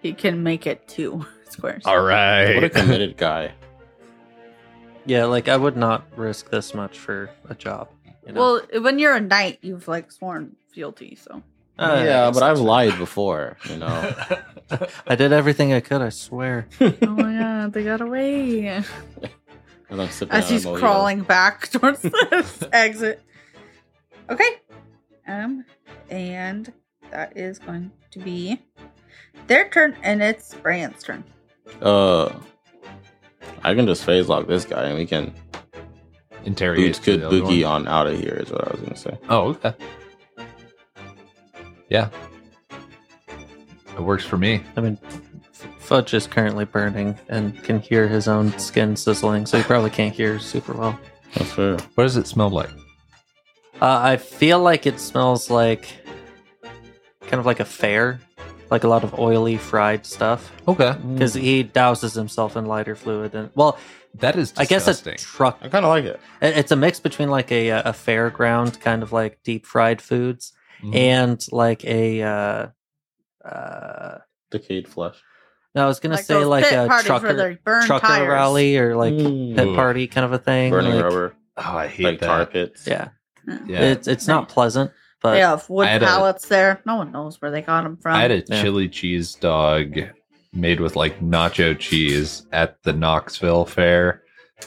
[SPEAKER 5] He can make it two squares.
[SPEAKER 4] All right.
[SPEAKER 3] What a committed guy.
[SPEAKER 2] Yeah, like I would not risk this much for a job. You know?
[SPEAKER 5] Well, when you're a knight, you've like sworn fealty, so
[SPEAKER 2] Uh,
[SPEAKER 3] yeah,
[SPEAKER 2] it's-
[SPEAKER 3] but I've lied before, you know.
[SPEAKER 2] I did everything I could. I swear.
[SPEAKER 5] Oh my god, they got away.
[SPEAKER 3] And I'm sipping
[SPEAKER 5] As
[SPEAKER 3] on a
[SPEAKER 5] he's
[SPEAKER 3] mojito.
[SPEAKER 5] crawling back towards the exit. Okay. Um and that is going to be their turn and it's Brian's turn.
[SPEAKER 3] Uh, I can just phase lock this guy, and we can
[SPEAKER 4] Interrogate.
[SPEAKER 3] boot good
[SPEAKER 4] the other
[SPEAKER 3] boogie
[SPEAKER 4] one.
[SPEAKER 3] on out of here. Is what I was gonna say.
[SPEAKER 4] Oh, okay. Yeah. It works for me.
[SPEAKER 2] I mean, F- Fudge is currently burning and can hear his own skin sizzling, so he probably can't hear super well.
[SPEAKER 3] That's fair.
[SPEAKER 4] What does it smell like?
[SPEAKER 2] Uh, I feel like it smells like kind of like a fair, like a lot of oily fried stuff.
[SPEAKER 4] Okay.
[SPEAKER 2] Because he douses himself in lighter fluid, and well,
[SPEAKER 4] That is
[SPEAKER 2] I guess
[SPEAKER 4] disgusting.
[SPEAKER 2] a truck.
[SPEAKER 3] I kind of like it.
[SPEAKER 2] it- It's a mix between like a uh, a fairground kind of like deep fried foods
[SPEAKER 4] Mhm.
[SPEAKER 2] and like a. Uh, uh,
[SPEAKER 3] Decayed flesh.
[SPEAKER 2] no, I was gonna say
[SPEAKER 5] those
[SPEAKER 2] like
[SPEAKER 5] pit
[SPEAKER 2] a
[SPEAKER 5] parties where
[SPEAKER 2] trucker
[SPEAKER 5] they burn
[SPEAKER 2] trucker
[SPEAKER 5] tires.
[SPEAKER 2] rally or like
[SPEAKER 3] Mm.
[SPEAKER 2] pit party kind of a thing.
[SPEAKER 3] burning
[SPEAKER 2] like-
[SPEAKER 3] rubber,
[SPEAKER 4] Oh, I hate
[SPEAKER 3] like
[SPEAKER 4] that.
[SPEAKER 3] tar pits.
[SPEAKER 2] Yeah,
[SPEAKER 4] Yeah.
[SPEAKER 2] it's it's not pleasant, but
[SPEAKER 5] they have wood
[SPEAKER 4] I had a-
[SPEAKER 5] pallets there. No one knows where they got them from.
[SPEAKER 4] I had a
[SPEAKER 2] Yeah.
[SPEAKER 4] chili cheese dog made with like nacho cheese at the Knoxville fair,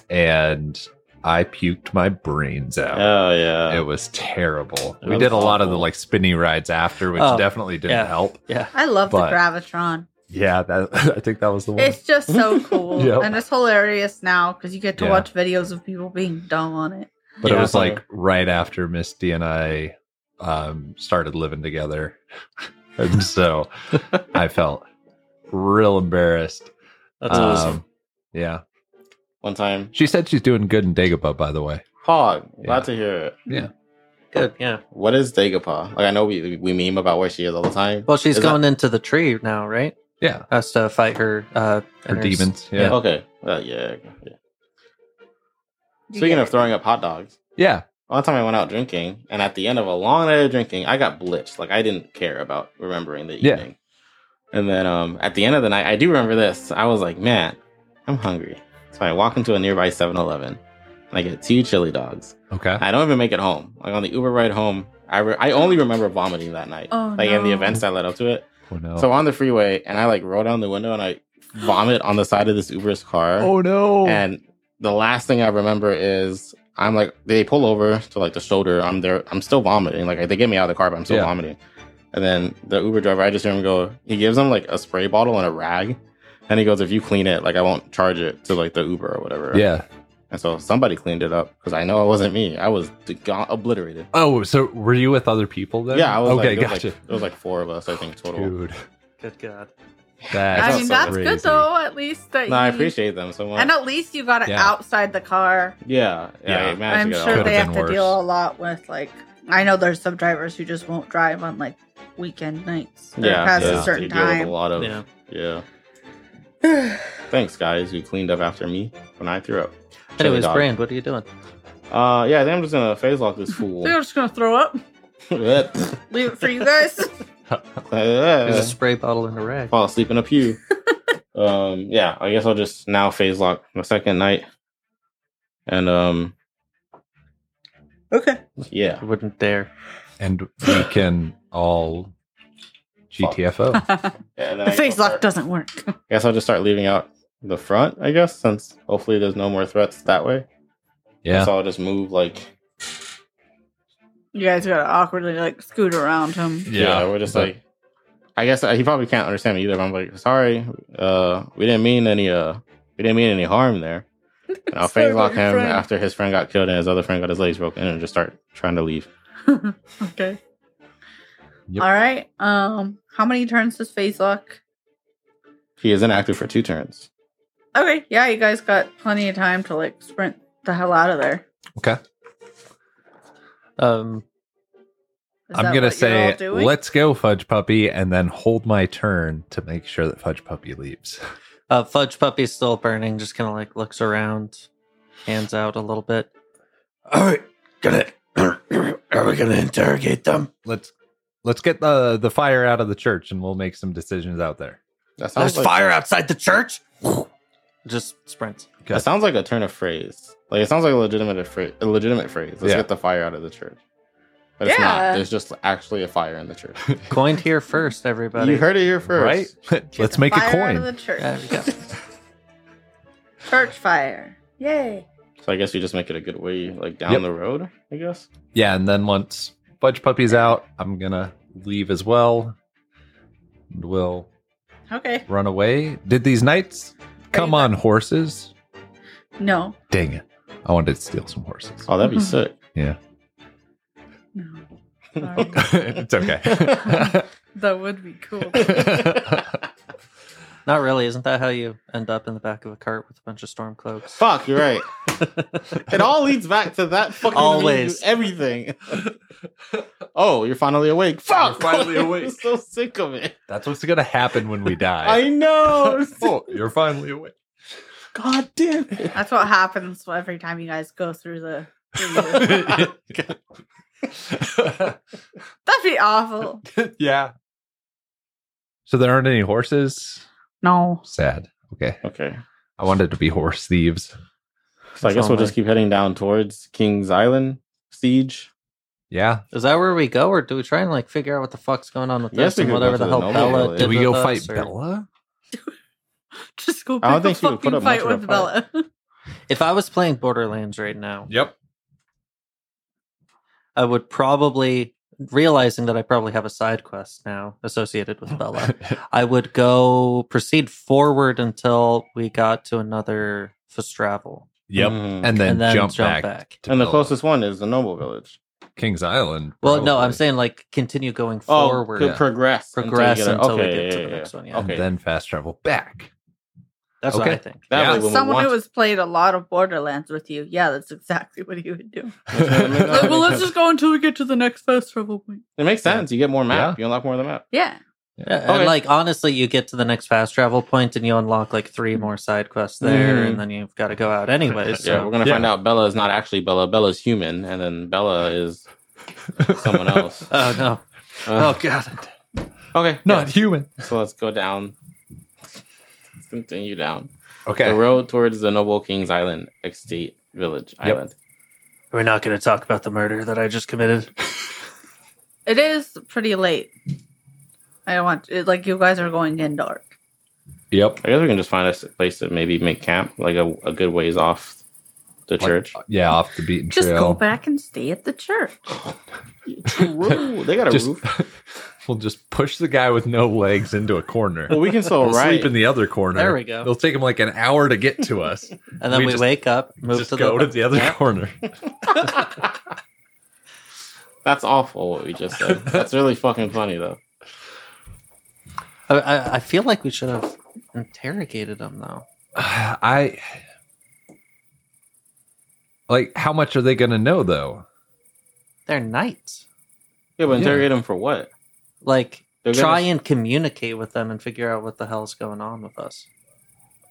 [SPEAKER 4] and I puked my brains out.
[SPEAKER 3] Oh yeah.
[SPEAKER 4] It was terrible.
[SPEAKER 3] That
[SPEAKER 4] we
[SPEAKER 3] was
[SPEAKER 4] did a lot of the
[SPEAKER 3] awful.
[SPEAKER 4] like spinny rides after, which
[SPEAKER 2] Oh,
[SPEAKER 4] definitely didn't
[SPEAKER 2] yeah.
[SPEAKER 4] help.
[SPEAKER 2] yeah.
[SPEAKER 5] I love
[SPEAKER 4] But-
[SPEAKER 5] the Gravitron.
[SPEAKER 4] Yeah, that I think that was the one.
[SPEAKER 5] It's just so cool.
[SPEAKER 4] Yep.
[SPEAKER 5] And it's hilarious now because you get to
[SPEAKER 4] Yeah.
[SPEAKER 5] watch videos of people being dumb on it.
[SPEAKER 4] But
[SPEAKER 2] Yeah.
[SPEAKER 4] it was like right after Misty and I um, started living together. and so I felt real embarrassed.
[SPEAKER 2] That's
[SPEAKER 4] Um,
[SPEAKER 2] awesome.
[SPEAKER 4] Yeah.
[SPEAKER 3] One time,
[SPEAKER 4] She said she's doing good in Dagobah, by the way.
[SPEAKER 3] Hog. Glad
[SPEAKER 4] Yeah.
[SPEAKER 3] to hear it.
[SPEAKER 2] Good, yeah.
[SPEAKER 3] What is Dagapa? Like I know we we meme about where she is all the time.
[SPEAKER 2] Well, she's
[SPEAKER 3] Is that-
[SPEAKER 2] going into the tree now, right?
[SPEAKER 4] Yeah.
[SPEAKER 2] Has to fight her uh
[SPEAKER 4] Her
[SPEAKER 2] and her s-
[SPEAKER 4] demons. Yeah.
[SPEAKER 3] Okay. Uh, yeah. yeah.
[SPEAKER 5] You
[SPEAKER 3] Speaking
[SPEAKER 5] get
[SPEAKER 3] of
[SPEAKER 5] it.
[SPEAKER 3] throwing up hot dogs,
[SPEAKER 4] Yeah.
[SPEAKER 3] one time I went out drinking, and at the end of a long night of drinking, I got blitzed. Like I didn't care about remembering the
[SPEAKER 4] Yeah.
[SPEAKER 3] evening. And then um, at the end of the night, I do remember this. I was like, man, I'm hungry. So I walk into a nearby 7-Eleven, and I get two chili dogs.
[SPEAKER 4] Okay.
[SPEAKER 3] I don't even make it home. Like on the Uber ride home, I re- I only remember vomiting that night.
[SPEAKER 5] Oh,
[SPEAKER 3] like in the
[SPEAKER 5] no.
[SPEAKER 3] events that led up to it.
[SPEAKER 4] Oh, no.
[SPEAKER 3] So on the freeway, and I like roll down the window and I vomit on the side of this Uber's car.
[SPEAKER 4] oh, no.
[SPEAKER 3] And the last thing I remember is I'm like they pull over to like the shoulder. I'm there. I'm still vomiting. Like they get me out of the car, but I'm still
[SPEAKER 4] Yeah.
[SPEAKER 3] vomiting. And then the Uber driver, I just hear him go. He gives him like a spray bottle and a rag, and he goes, "If you clean it, like I won't charge it to like the Uber or whatever."
[SPEAKER 4] yeah.
[SPEAKER 3] And so somebody cleaned it up because I know it wasn't me. I was gone, obliterated.
[SPEAKER 4] Oh, so were you with other people then?
[SPEAKER 3] Yeah, I was
[SPEAKER 4] okay,
[SPEAKER 3] like, It
[SPEAKER 4] gotcha.
[SPEAKER 3] was like, there was like four of us, I think, total.
[SPEAKER 4] Dude,
[SPEAKER 2] Good God.
[SPEAKER 4] that's
[SPEAKER 5] I
[SPEAKER 3] felt
[SPEAKER 5] mean,
[SPEAKER 3] so
[SPEAKER 5] that's
[SPEAKER 4] crazy.
[SPEAKER 5] good though. At least that
[SPEAKER 3] No, I
[SPEAKER 5] you-
[SPEAKER 3] appreciate them so much.
[SPEAKER 5] And at least you got it
[SPEAKER 4] Yeah.
[SPEAKER 5] outside the car.
[SPEAKER 3] yeah, yeah, I
[SPEAKER 4] Yeah.
[SPEAKER 3] managed to
[SPEAKER 5] I'm
[SPEAKER 3] get it
[SPEAKER 5] sure
[SPEAKER 3] all.
[SPEAKER 4] Could've
[SPEAKER 5] they have
[SPEAKER 4] been
[SPEAKER 5] to
[SPEAKER 4] worse.
[SPEAKER 5] deal a lot with like. I know there's some drivers who just won't drive on like weekend nights. or
[SPEAKER 3] yeah,
[SPEAKER 5] past
[SPEAKER 3] yeah.
[SPEAKER 5] a certain
[SPEAKER 3] they deal with
[SPEAKER 5] time.
[SPEAKER 3] A lot of
[SPEAKER 2] Yeah.
[SPEAKER 3] yeah. Thanks, guys, who cleaned up after me when I threw up. Chili
[SPEAKER 2] Anyways,
[SPEAKER 3] dog.
[SPEAKER 2] Brand, what are you doing?
[SPEAKER 3] Uh, yeah, I think I'm just gonna phase lock this
[SPEAKER 5] I
[SPEAKER 3] fool.
[SPEAKER 5] think I'm just gonna throw up.
[SPEAKER 3] Fall
[SPEAKER 5] Leave it for you guys.
[SPEAKER 3] Uh,
[SPEAKER 2] There's a spray bottle in a rag.
[SPEAKER 3] asleep in a pew. um, yeah, I guess I'll just now phase lock my second night, and um,
[SPEAKER 5] okay.
[SPEAKER 3] yeah,
[SPEAKER 2] I wouldn't dare.
[SPEAKER 4] And we can all GTFO.
[SPEAKER 3] and then
[SPEAKER 5] the
[SPEAKER 3] I
[SPEAKER 5] face
[SPEAKER 3] guess I'll
[SPEAKER 5] lock
[SPEAKER 3] start-
[SPEAKER 5] doesn't work.
[SPEAKER 3] I guess I'll just start leaving out the front. I guess since hopefully there's no more threats that way.
[SPEAKER 4] Yeah.
[SPEAKER 3] So I'll just move like
[SPEAKER 5] You guys gotta awkwardly like scoot around him.
[SPEAKER 3] yeah, we're just
[SPEAKER 4] but-
[SPEAKER 3] like I guess uh, he probably can't understand me either. But I'm like, sorry, uh, we didn't mean any uh, we didn't mean any harm there. And I'll
[SPEAKER 5] Sorry
[SPEAKER 3] face lock
[SPEAKER 5] about your
[SPEAKER 3] him
[SPEAKER 5] friend.
[SPEAKER 3] after his friend got killed and his other friend got his legs broken and just start trying to leave.
[SPEAKER 5] okay.
[SPEAKER 4] Yep.
[SPEAKER 5] All right. Um, how many turns does face lock?
[SPEAKER 3] He is inactive for two turns.
[SPEAKER 5] Okay. Yeah, you guys got plenty of time to like sprint the hell out of there.
[SPEAKER 4] Okay.
[SPEAKER 2] Um
[SPEAKER 5] Is that
[SPEAKER 4] I'm going to
[SPEAKER 5] what you're all
[SPEAKER 4] say,
[SPEAKER 5] doing?
[SPEAKER 4] let's go, Fudge Puppy, and then hold my turn to make sure that Fudge Puppy leaves.
[SPEAKER 2] uh Fudge Puppy's still burning, just kinda like looks around, hands out a little bit.
[SPEAKER 6] All right, got it. we're gonna interrogate them.
[SPEAKER 4] Let's let's get the the fire out of the church, and we'll make some decisions out there.
[SPEAKER 3] That sounds
[SPEAKER 6] There's
[SPEAKER 3] like
[SPEAKER 6] fire outside the church.
[SPEAKER 2] Just sprints.
[SPEAKER 4] Okay.
[SPEAKER 3] that sounds like a turn of phrase. Like it sounds like a legitimate phrase. A legitimate phrase. Let's
[SPEAKER 4] Yeah.
[SPEAKER 3] get the fire out of the church. But it's
[SPEAKER 5] Yeah.
[SPEAKER 3] not. There's just actually a fire in the church.
[SPEAKER 2] Coined here first, everybody.
[SPEAKER 3] you heard it here first,
[SPEAKER 4] Right?
[SPEAKER 5] Get
[SPEAKER 4] let's
[SPEAKER 5] the
[SPEAKER 4] make a
[SPEAKER 5] fire Out of
[SPEAKER 4] coin.
[SPEAKER 5] the church.
[SPEAKER 2] There we go.
[SPEAKER 5] Church fire. Yay.
[SPEAKER 3] So I guess you just make it a good way, like down
[SPEAKER 4] Yep.
[SPEAKER 3] the road. I guess.
[SPEAKER 4] Yeah, and then once Fudge Puppy's out, I'm gonna leave as well. And We'll
[SPEAKER 5] Okay.
[SPEAKER 4] run away. Did these knights come on horses?
[SPEAKER 5] No.
[SPEAKER 4] Dang it! I wanted to steal some horses.
[SPEAKER 3] Oh, that'd be
[SPEAKER 5] Mhm.
[SPEAKER 3] sick.
[SPEAKER 5] No. Sorry.
[SPEAKER 4] it's okay.
[SPEAKER 5] that would be cool.
[SPEAKER 2] Not really. Isn't that how you end up in the back of a cart with a bunch of storm cloaks?
[SPEAKER 3] Fuck, you're right. It all leads back to that fucking
[SPEAKER 2] Always.
[SPEAKER 3] everything. oh, you're finally awake. Fuck,
[SPEAKER 4] You're finally
[SPEAKER 3] I'm
[SPEAKER 4] awake.
[SPEAKER 3] so sick of it.
[SPEAKER 4] That's what's gonna happen when we die.
[SPEAKER 3] I know.
[SPEAKER 4] oh, you're finally awake.
[SPEAKER 3] God damn it.
[SPEAKER 5] That's what happens every time you guys go through the. through the- That'd be awful.
[SPEAKER 4] yeah. So there aren't any horses.
[SPEAKER 5] No.
[SPEAKER 4] Sad. Okay.
[SPEAKER 3] Okay.
[SPEAKER 4] I wanted to be horse thieves.
[SPEAKER 3] So I guess we'll just keep heading down towards King's Island siege.
[SPEAKER 4] Yeah.
[SPEAKER 2] Is that where we go, or do we try and like figure out what the fuck's going on with
[SPEAKER 3] Yes,
[SPEAKER 2] this
[SPEAKER 3] we
[SPEAKER 2] and
[SPEAKER 3] could go
[SPEAKER 2] whatever the
[SPEAKER 3] to the
[SPEAKER 2] hell
[SPEAKER 3] Noma
[SPEAKER 2] Bella
[SPEAKER 3] Valley.
[SPEAKER 2] did?
[SPEAKER 4] Do we
[SPEAKER 2] with
[SPEAKER 4] go
[SPEAKER 2] us,
[SPEAKER 4] fight
[SPEAKER 2] or-
[SPEAKER 4] Bella?
[SPEAKER 5] Just go pick
[SPEAKER 3] I don't
[SPEAKER 5] a
[SPEAKER 3] think she would put
[SPEAKER 5] fucking
[SPEAKER 3] up much
[SPEAKER 5] fight
[SPEAKER 3] of a
[SPEAKER 5] with Bella.
[SPEAKER 2] If I was playing Borderlands right now,
[SPEAKER 4] Yep.
[SPEAKER 2] I would probably realizing that I probably have a side quest now associated with Bella. I would go proceed forward until we got to another Festravel.
[SPEAKER 4] Yep.
[SPEAKER 3] Mm.
[SPEAKER 4] And then,
[SPEAKER 2] And then
[SPEAKER 4] jump,
[SPEAKER 2] jump
[SPEAKER 4] back.
[SPEAKER 2] back.
[SPEAKER 4] to
[SPEAKER 3] And the
[SPEAKER 4] Bella.
[SPEAKER 3] closest one is the Noble Village.
[SPEAKER 4] King's Island.
[SPEAKER 2] Well, no, I'm
[SPEAKER 4] probably.
[SPEAKER 2] saying like continue going
[SPEAKER 3] Oh,
[SPEAKER 2] forward,
[SPEAKER 3] could progress. until you
[SPEAKER 2] progress
[SPEAKER 3] get a-
[SPEAKER 2] until we
[SPEAKER 3] okay,
[SPEAKER 2] get to
[SPEAKER 3] yeah,
[SPEAKER 2] the
[SPEAKER 3] yeah,
[SPEAKER 2] next
[SPEAKER 3] yeah.
[SPEAKER 2] one. Yeah,
[SPEAKER 3] Okay.
[SPEAKER 4] And then fast travel back.
[SPEAKER 2] that's what
[SPEAKER 4] Okay.
[SPEAKER 2] I think.
[SPEAKER 3] That
[SPEAKER 4] Yeah.
[SPEAKER 3] way when we
[SPEAKER 5] Someone
[SPEAKER 3] want-
[SPEAKER 5] who has played a lot of Borderlands with you, yeah, that's exactly what he would do.
[SPEAKER 3] Like,
[SPEAKER 5] well, let's just go until we get to the next fast travel point.
[SPEAKER 3] It makes sense. You get more map.
[SPEAKER 4] Yeah.
[SPEAKER 3] You unlock more of the map.
[SPEAKER 5] Yeah.
[SPEAKER 2] Yeah,
[SPEAKER 3] Okay.
[SPEAKER 2] And like honestly, you get to the next fast travel point and you unlock like three more side quests there,
[SPEAKER 3] Mhm.
[SPEAKER 2] and then you've got to go out anyway. So
[SPEAKER 3] yeah, we're gonna
[SPEAKER 4] Yeah.
[SPEAKER 3] find out Bella is not actually Bella. Bella's human, and then Bella is someone else.
[SPEAKER 2] Oh no!
[SPEAKER 3] Uh,
[SPEAKER 2] oh god!
[SPEAKER 3] okay,
[SPEAKER 4] Not human.
[SPEAKER 3] yeah. So let's go down. Let's continue down
[SPEAKER 4] Okay.
[SPEAKER 3] the road towards the Noble King's Island Estate Village
[SPEAKER 4] Yep.
[SPEAKER 3] Island.
[SPEAKER 2] We're not going to talk about the murder that I just committed.
[SPEAKER 5] It is pretty late. I don't want it, like you guys are going in dark.
[SPEAKER 4] Yep.
[SPEAKER 3] I guess we can just find a s- place to maybe make camp, like a, a good ways off the church.
[SPEAKER 4] Yeah, off the beaten
[SPEAKER 5] Just go
[SPEAKER 4] trail.
[SPEAKER 5] back and stay at the church.
[SPEAKER 3] True. They got a
[SPEAKER 4] Just-
[SPEAKER 3] roof.
[SPEAKER 4] we'll just push the guy with no legs into a corner.
[SPEAKER 3] Well, we can still
[SPEAKER 4] We'll
[SPEAKER 3] ride.
[SPEAKER 4] sleep in the other corner.
[SPEAKER 2] Oh, There we go.
[SPEAKER 4] It'll take him like an hour to get to us.
[SPEAKER 2] And then
[SPEAKER 4] We
[SPEAKER 2] we,
[SPEAKER 4] just-
[SPEAKER 2] wake up, move
[SPEAKER 4] just
[SPEAKER 2] to
[SPEAKER 4] go
[SPEAKER 2] the,
[SPEAKER 4] to the other
[SPEAKER 2] Yeah.
[SPEAKER 4] corner.
[SPEAKER 3] That's awful what we just said. That's really fucking funny though.
[SPEAKER 2] I, I, I feel like we should have interrogated him though.
[SPEAKER 4] I like how much are they going to know though?
[SPEAKER 2] They're knights.
[SPEAKER 3] Yeah, but
[SPEAKER 4] Yeah.
[SPEAKER 3] interrogate them for what?
[SPEAKER 2] Like
[SPEAKER 3] They're gonna-
[SPEAKER 2] try and communicate with them and figure out what the hell's going on with us.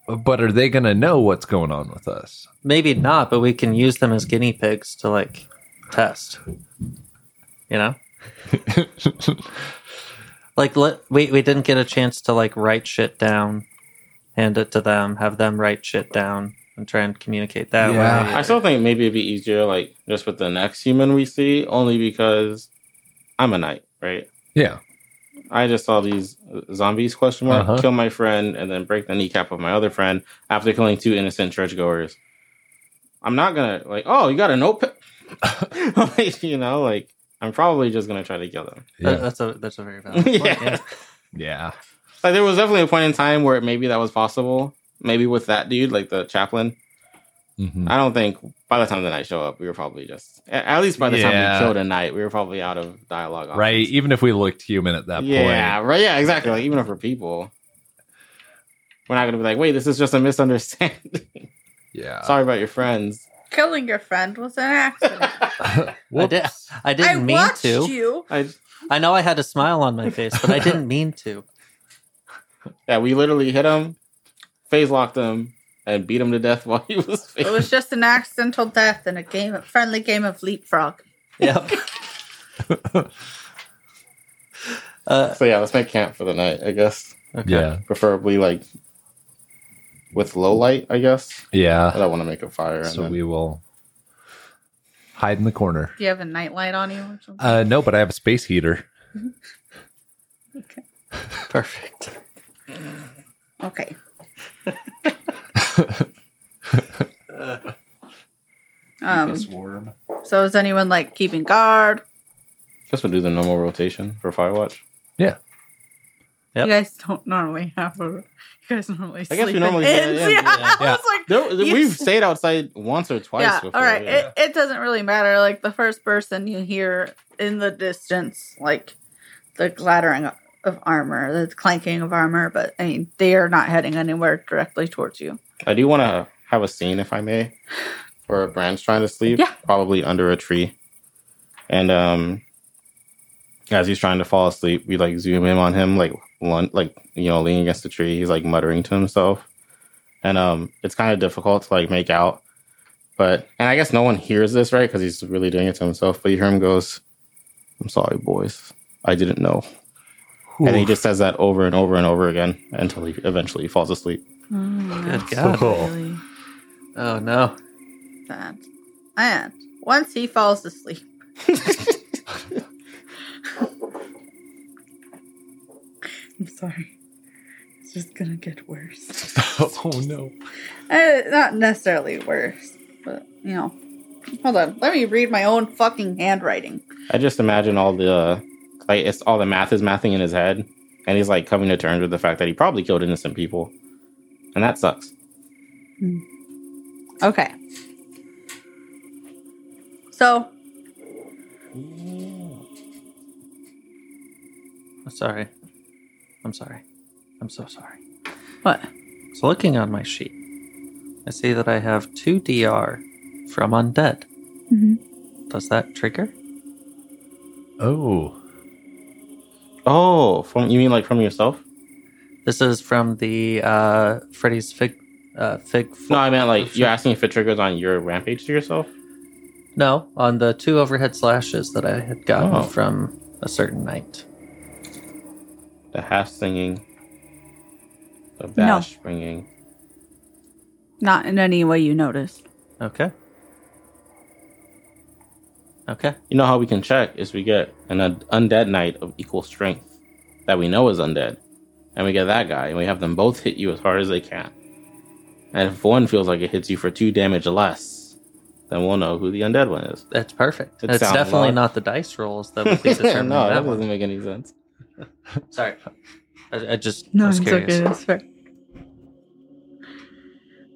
[SPEAKER 4] But are they going to know what's going on with us?
[SPEAKER 2] Maybe not, but we can use them as guinea pigs to like test. You know. like let we we didn't get a chance to like write shit down, hand it to them, have them write shit down, and try and communicate that
[SPEAKER 4] Yeah.
[SPEAKER 2] way.
[SPEAKER 3] I still think maybe it'd be easier, like just with the next human we see, only because I'm a knight, right?
[SPEAKER 2] Uh,
[SPEAKER 4] yeah.
[SPEAKER 3] I just saw these zombies question mark
[SPEAKER 4] Uh-huh.
[SPEAKER 3] kill my friend and then break the kneecap of my other friend after killing two innocent churchgoers. I'm not gonna like, oh, you got a notepad, like, you know, like I'm probably just gonna try to kill them.
[SPEAKER 2] That-
[SPEAKER 4] Yeah.
[SPEAKER 2] that's a that's a very valid point.
[SPEAKER 3] Yeah.
[SPEAKER 2] yeah.
[SPEAKER 4] Yeah.
[SPEAKER 3] Like there was definitely a point in time where maybe that was possible. Maybe with that dude, like the chaplain.
[SPEAKER 4] Mhm.
[SPEAKER 3] I don't think by the time the night show up, we were probably just a- at least by the
[SPEAKER 4] Yeah.
[SPEAKER 3] time we killed a night, we were probably out of dialogue. options.
[SPEAKER 4] Right, even if we looked human at that
[SPEAKER 3] yeah.
[SPEAKER 4] point.
[SPEAKER 3] Right. Yeah. Exactly. Like even if we're people, we're not gonna be like, wait, this is just a misunderstanding.
[SPEAKER 4] Yeah.
[SPEAKER 3] Sorry about your friends.
[SPEAKER 5] Killing your friend was an accident.
[SPEAKER 2] I, did, I didn't
[SPEAKER 5] I
[SPEAKER 2] mean
[SPEAKER 5] watched
[SPEAKER 2] to.
[SPEAKER 5] you.
[SPEAKER 3] I
[SPEAKER 2] I know I had a smile on my face, but I didn't mean to.
[SPEAKER 3] yeah, we literally hit him, phase locked him, and beat him to death while he was.
[SPEAKER 5] It was just an accidental death in a game, friendly game of leapfrog.
[SPEAKER 2] Yep. Uh,
[SPEAKER 3] So yeah, let's make camp for the night, I guess.
[SPEAKER 2] okay.
[SPEAKER 4] yeah.
[SPEAKER 3] Preferably like with low light, I guess. I
[SPEAKER 4] Yeah.
[SPEAKER 2] Oh,
[SPEAKER 3] don't want to make a fire.
[SPEAKER 4] So
[SPEAKER 3] and
[SPEAKER 4] we will hide in the corner.
[SPEAKER 5] Do you have a nightlight on you or something?
[SPEAKER 4] Uh, no, but I have a space heater.
[SPEAKER 5] okay.
[SPEAKER 2] Perfect.
[SPEAKER 5] okay. Um,
[SPEAKER 7] It's warm.
[SPEAKER 5] so is anyone like keeping guard?
[SPEAKER 3] guess we'll do the normal rotation for Firewatch.
[SPEAKER 2] Yep.
[SPEAKER 5] You guys don't normally have a. You guys normally.
[SPEAKER 3] I guess we
[SPEAKER 5] sleep in
[SPEAKER 3] normally get
[SPEAKER 5] inns.
[SPEAKER 3] in,
[SPEAKER 5] Yeah.
[SPEAKER 2] yeah.
[SPEAKER 5] I was like,
[SPEAKER 3] There,
[SPEAKER 5] You-
[SPEAKER 3] we've stayed outside once or twice
[SPEAKER 5] yeah.
[SPEAKER 3] before.
[SPEAKER 5] all right.
[SPEAKER 3] yeah.
[SPEAKER 5] It, it doesn't really matter. Like the first person you hear in the distance, like the clattering of armor, the clanking of armor, but I mean they are not heading anywhere directly towards you.
[SPEAKER 3] I do want to have a scene, if I may, where Bran's trying to sleep,
[SPEAKER 5] Yeah.
[SPEAKER 3] probably under a tree, and um, as he's trying to fall asleep, we like zoom in on him, like one, like you know, leaning against the tree. He's like muttering to himself, and um, it's kind of difficult to like make out, but and I guess no one hears this, right? Because he's really doing it to himself. But you hear him goes, "I'm sorry, boys, I didn't know," and he just says that over and over and over again until he eventually falls asleep.
[SPEAKER 5] Mm,
[SPEAKER 2] Good
[SPEAKER 5] that's
[SPEAKER 4] God.
[SPEAKER 5] Really
[SPEAKER 2] Oh no.
[SPEAKER 5] sad. And once he falls asleep, I'm sorry. It's just gonna get worse.
[SPEAKER 4] oh no.
[SPEAKER 5] Uh, not necessarily worse, but you know. Hold on, let me read my own fucking handwriting.
[SPEAKER 3] I just imagine all the uh, like it's all the math is mathing in his head, and he's like coming to terms with the fact that he probably killed innocent people, and that sucks.
[SPEAKER 5] Okay. So
[SPEAKER 2] I'm sorry. I'm sorry. I'm so sorry.
[SPEAKER 5] what?
[SPEAKER 2] So looking on my sheet, I see that I have two DR from undead. Does that trigger?
[SPEAKER 4] Oh.
[SPEAKER 3] Oh, from you mean like from yourself?
[SPEAKER 2] This is from the uh, Freddy's fig uh, fig.
[SPEAKER 3] No, I meant like you're asking if it triggers on your rampage to yourself.
[SPEAKER 2] No, on the two overhead slashes that I had gotten
[SPEAKER 3] Oh.
[SPEAKER 2] from a certain night.
[SPEAKER 3] The half singing, the bash ringing.
[SPEAKER 5] Not in any way you noticed.
[SPEAKER 2] Okay. Okay.
[SPEAKER 3] You know how we can check is we get an un- undead knight of equal strength that we know is undead, and we get that guy, and we have them both hit you as hard as they can. And if one feels like it hits you for two damage less, then we'll know who the undead one is.
[SPEAKER 2] That's perfect.
[SPEAKER 3] It
[SPEAKER 2] it's
[SPEAKER 3] sounds
[SPEAKER 2] definitely
[SPEAKER 3] odd.
[SPEAKER 2] not the dice rolls that would be determining
[SPEAKER 3] no, that
[SPEAKER 2] that one.
[SPEAKER 3] doesn't make any sense.
[SPEAKER 2] Sorry. I, I just
[SPEAKER 5] No,
[SPEAKER 2] was
[SPEAKER 5] it's
[SPEAKER 2] curious.
[SPEAKER 5] okay. That's fair.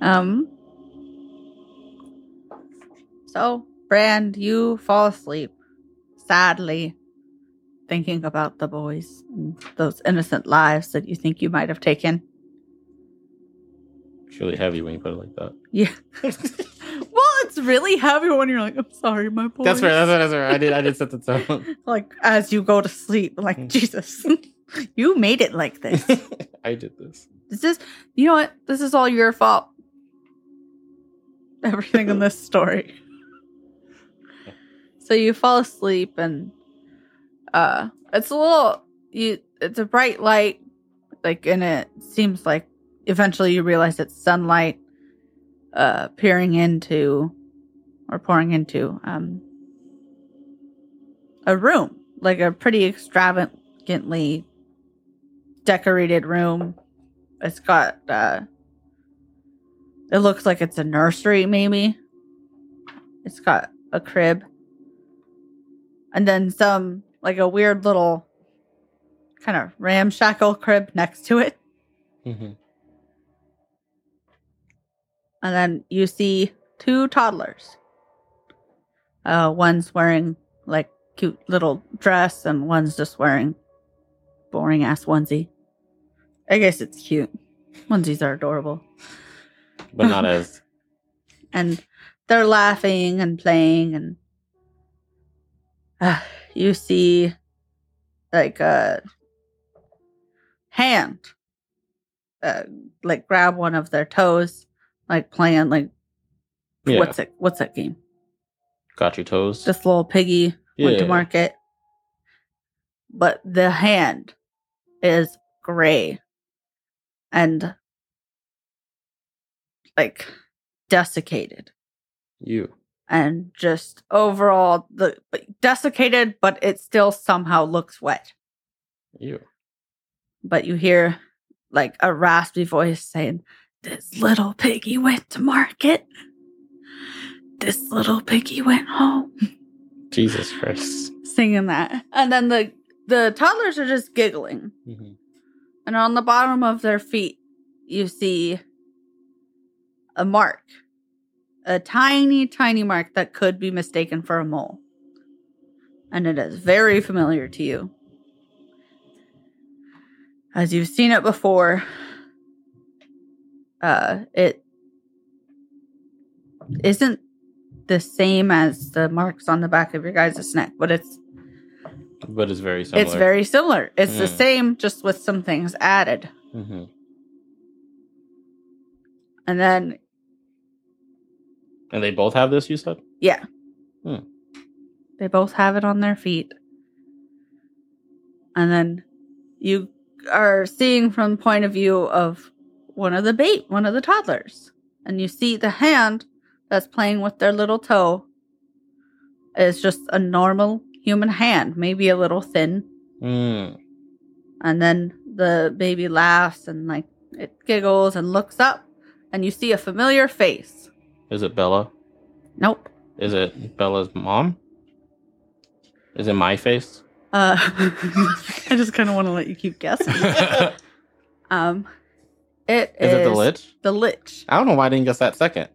[SPEAKER 5] Um. So, Brand, you fall asleep, sadly, thinking about the boys and those innocent lives that you think you might have taken.
[SPEAKER 3] It's really heavy when you put it like that.
[SPEAKER 5] Yeah. well, it's really heavy when you're like, "I'm sorry, my boys."
[SPEAKER 3] That's right. That's right. That's right. I did. I did set the tone.
[SPEAKER 5] Like as you go to sleep,
[SPEAKER 3] Mm.
[SPEAKER 5] like Jesus, you made it like this.
[SPEAKER 3] I did this.
[SPEAKER 5] This is, you know what? This is all your fault. Everything in this story. So you fall asleep and uh it's a little you it's a bright light like and it seems like eventually you realize it's sunlight uh peering into or pouring into um a room like a pretty extravagantly decorated room it's got uh it looks like it's a nursery maybe. It's got a crib. And then some like a weird little kind of ramshackle crib next to it.
[SPEAKER 3] Mm-hmm.
[SPEAKER 5] And then you see two toddlers. Uh one's wearing like cute little dress and one's just wearing boring ass onesie. I guess it's cute. Onesies are adorable.
[SPEAKER 3] But not as.
[SPEAKER 5] and they're laughing and playing and uh, you see like a hand uh, like grab one of their toes like playing like
[SPEAKER 3] Yeah.
[SPEAKER 5] what's it what's that game
[SPEAKER 3] Got your toes.
[SPEAKER 5] this little piggy went to
[SPEAKER 3] Yeah.
[SPEAKER 5] market but the hand is gray and like desiccated
[SPEAKER 3] You.
[SPEAKER 5] and just overall the like, desiccated but it still somehow looks wet
[SPEAKER 3] You.
[SPEAKER 5] but you hear like a raspy voice saying this little piggy went to market this little piggy went home
[SPEAKER 3] Jesus Christ.
[SPEAKER 5] singing that and then the the toddlers are just giggling
[SPEAKER 3] Mm-hmm.
[SPEAKER 5] and on the bottom of their feet you see a mark a tiny tiny mark that could be mistaken for a mole and it is very familiar to you as you've seen it before uh it isn't the same as the marks on the back of your guys' neck but it's
[SPEAKER 3] But it's very similar.
[SPEAKER 5] it's very similar it's the
[SPEAKER 3] Mm.
[SPEAKER 5] same just with some things added
[SPEAKER 3] Mhm.
[SPEAKER 5] And then,
[SPEAKER 3] And they both have this, you said?
[SPEAKER 5] yeah.
[SPEAKER 3] Hmm.
[SPEAKER 5] They both have it on their feet. And then you are seeing from the point of view of one of the bait, one of the toddlers. And you see the hand that's playing with their little toe is just a normal human hand, maybe a little thin.
[SPEAKER 3] Mm.
[SPEAKER 5] And then the baby laughs and like it giggles and looks up and you see a familiar face.
[SPEAKER 3] Is it Bella?
[SPEAKER 5] Nope.
[SPEAKER 3] Is it Bella's mom? Is it my face?
[SPEAKER 5] Uh, I just kind of want to let you keep guessing. um, it
[SPEAKER 3] Is it the lich?
[SPEAKER 5] The lich.
[SPEAKER 3] I don't know why I didn't guess that second.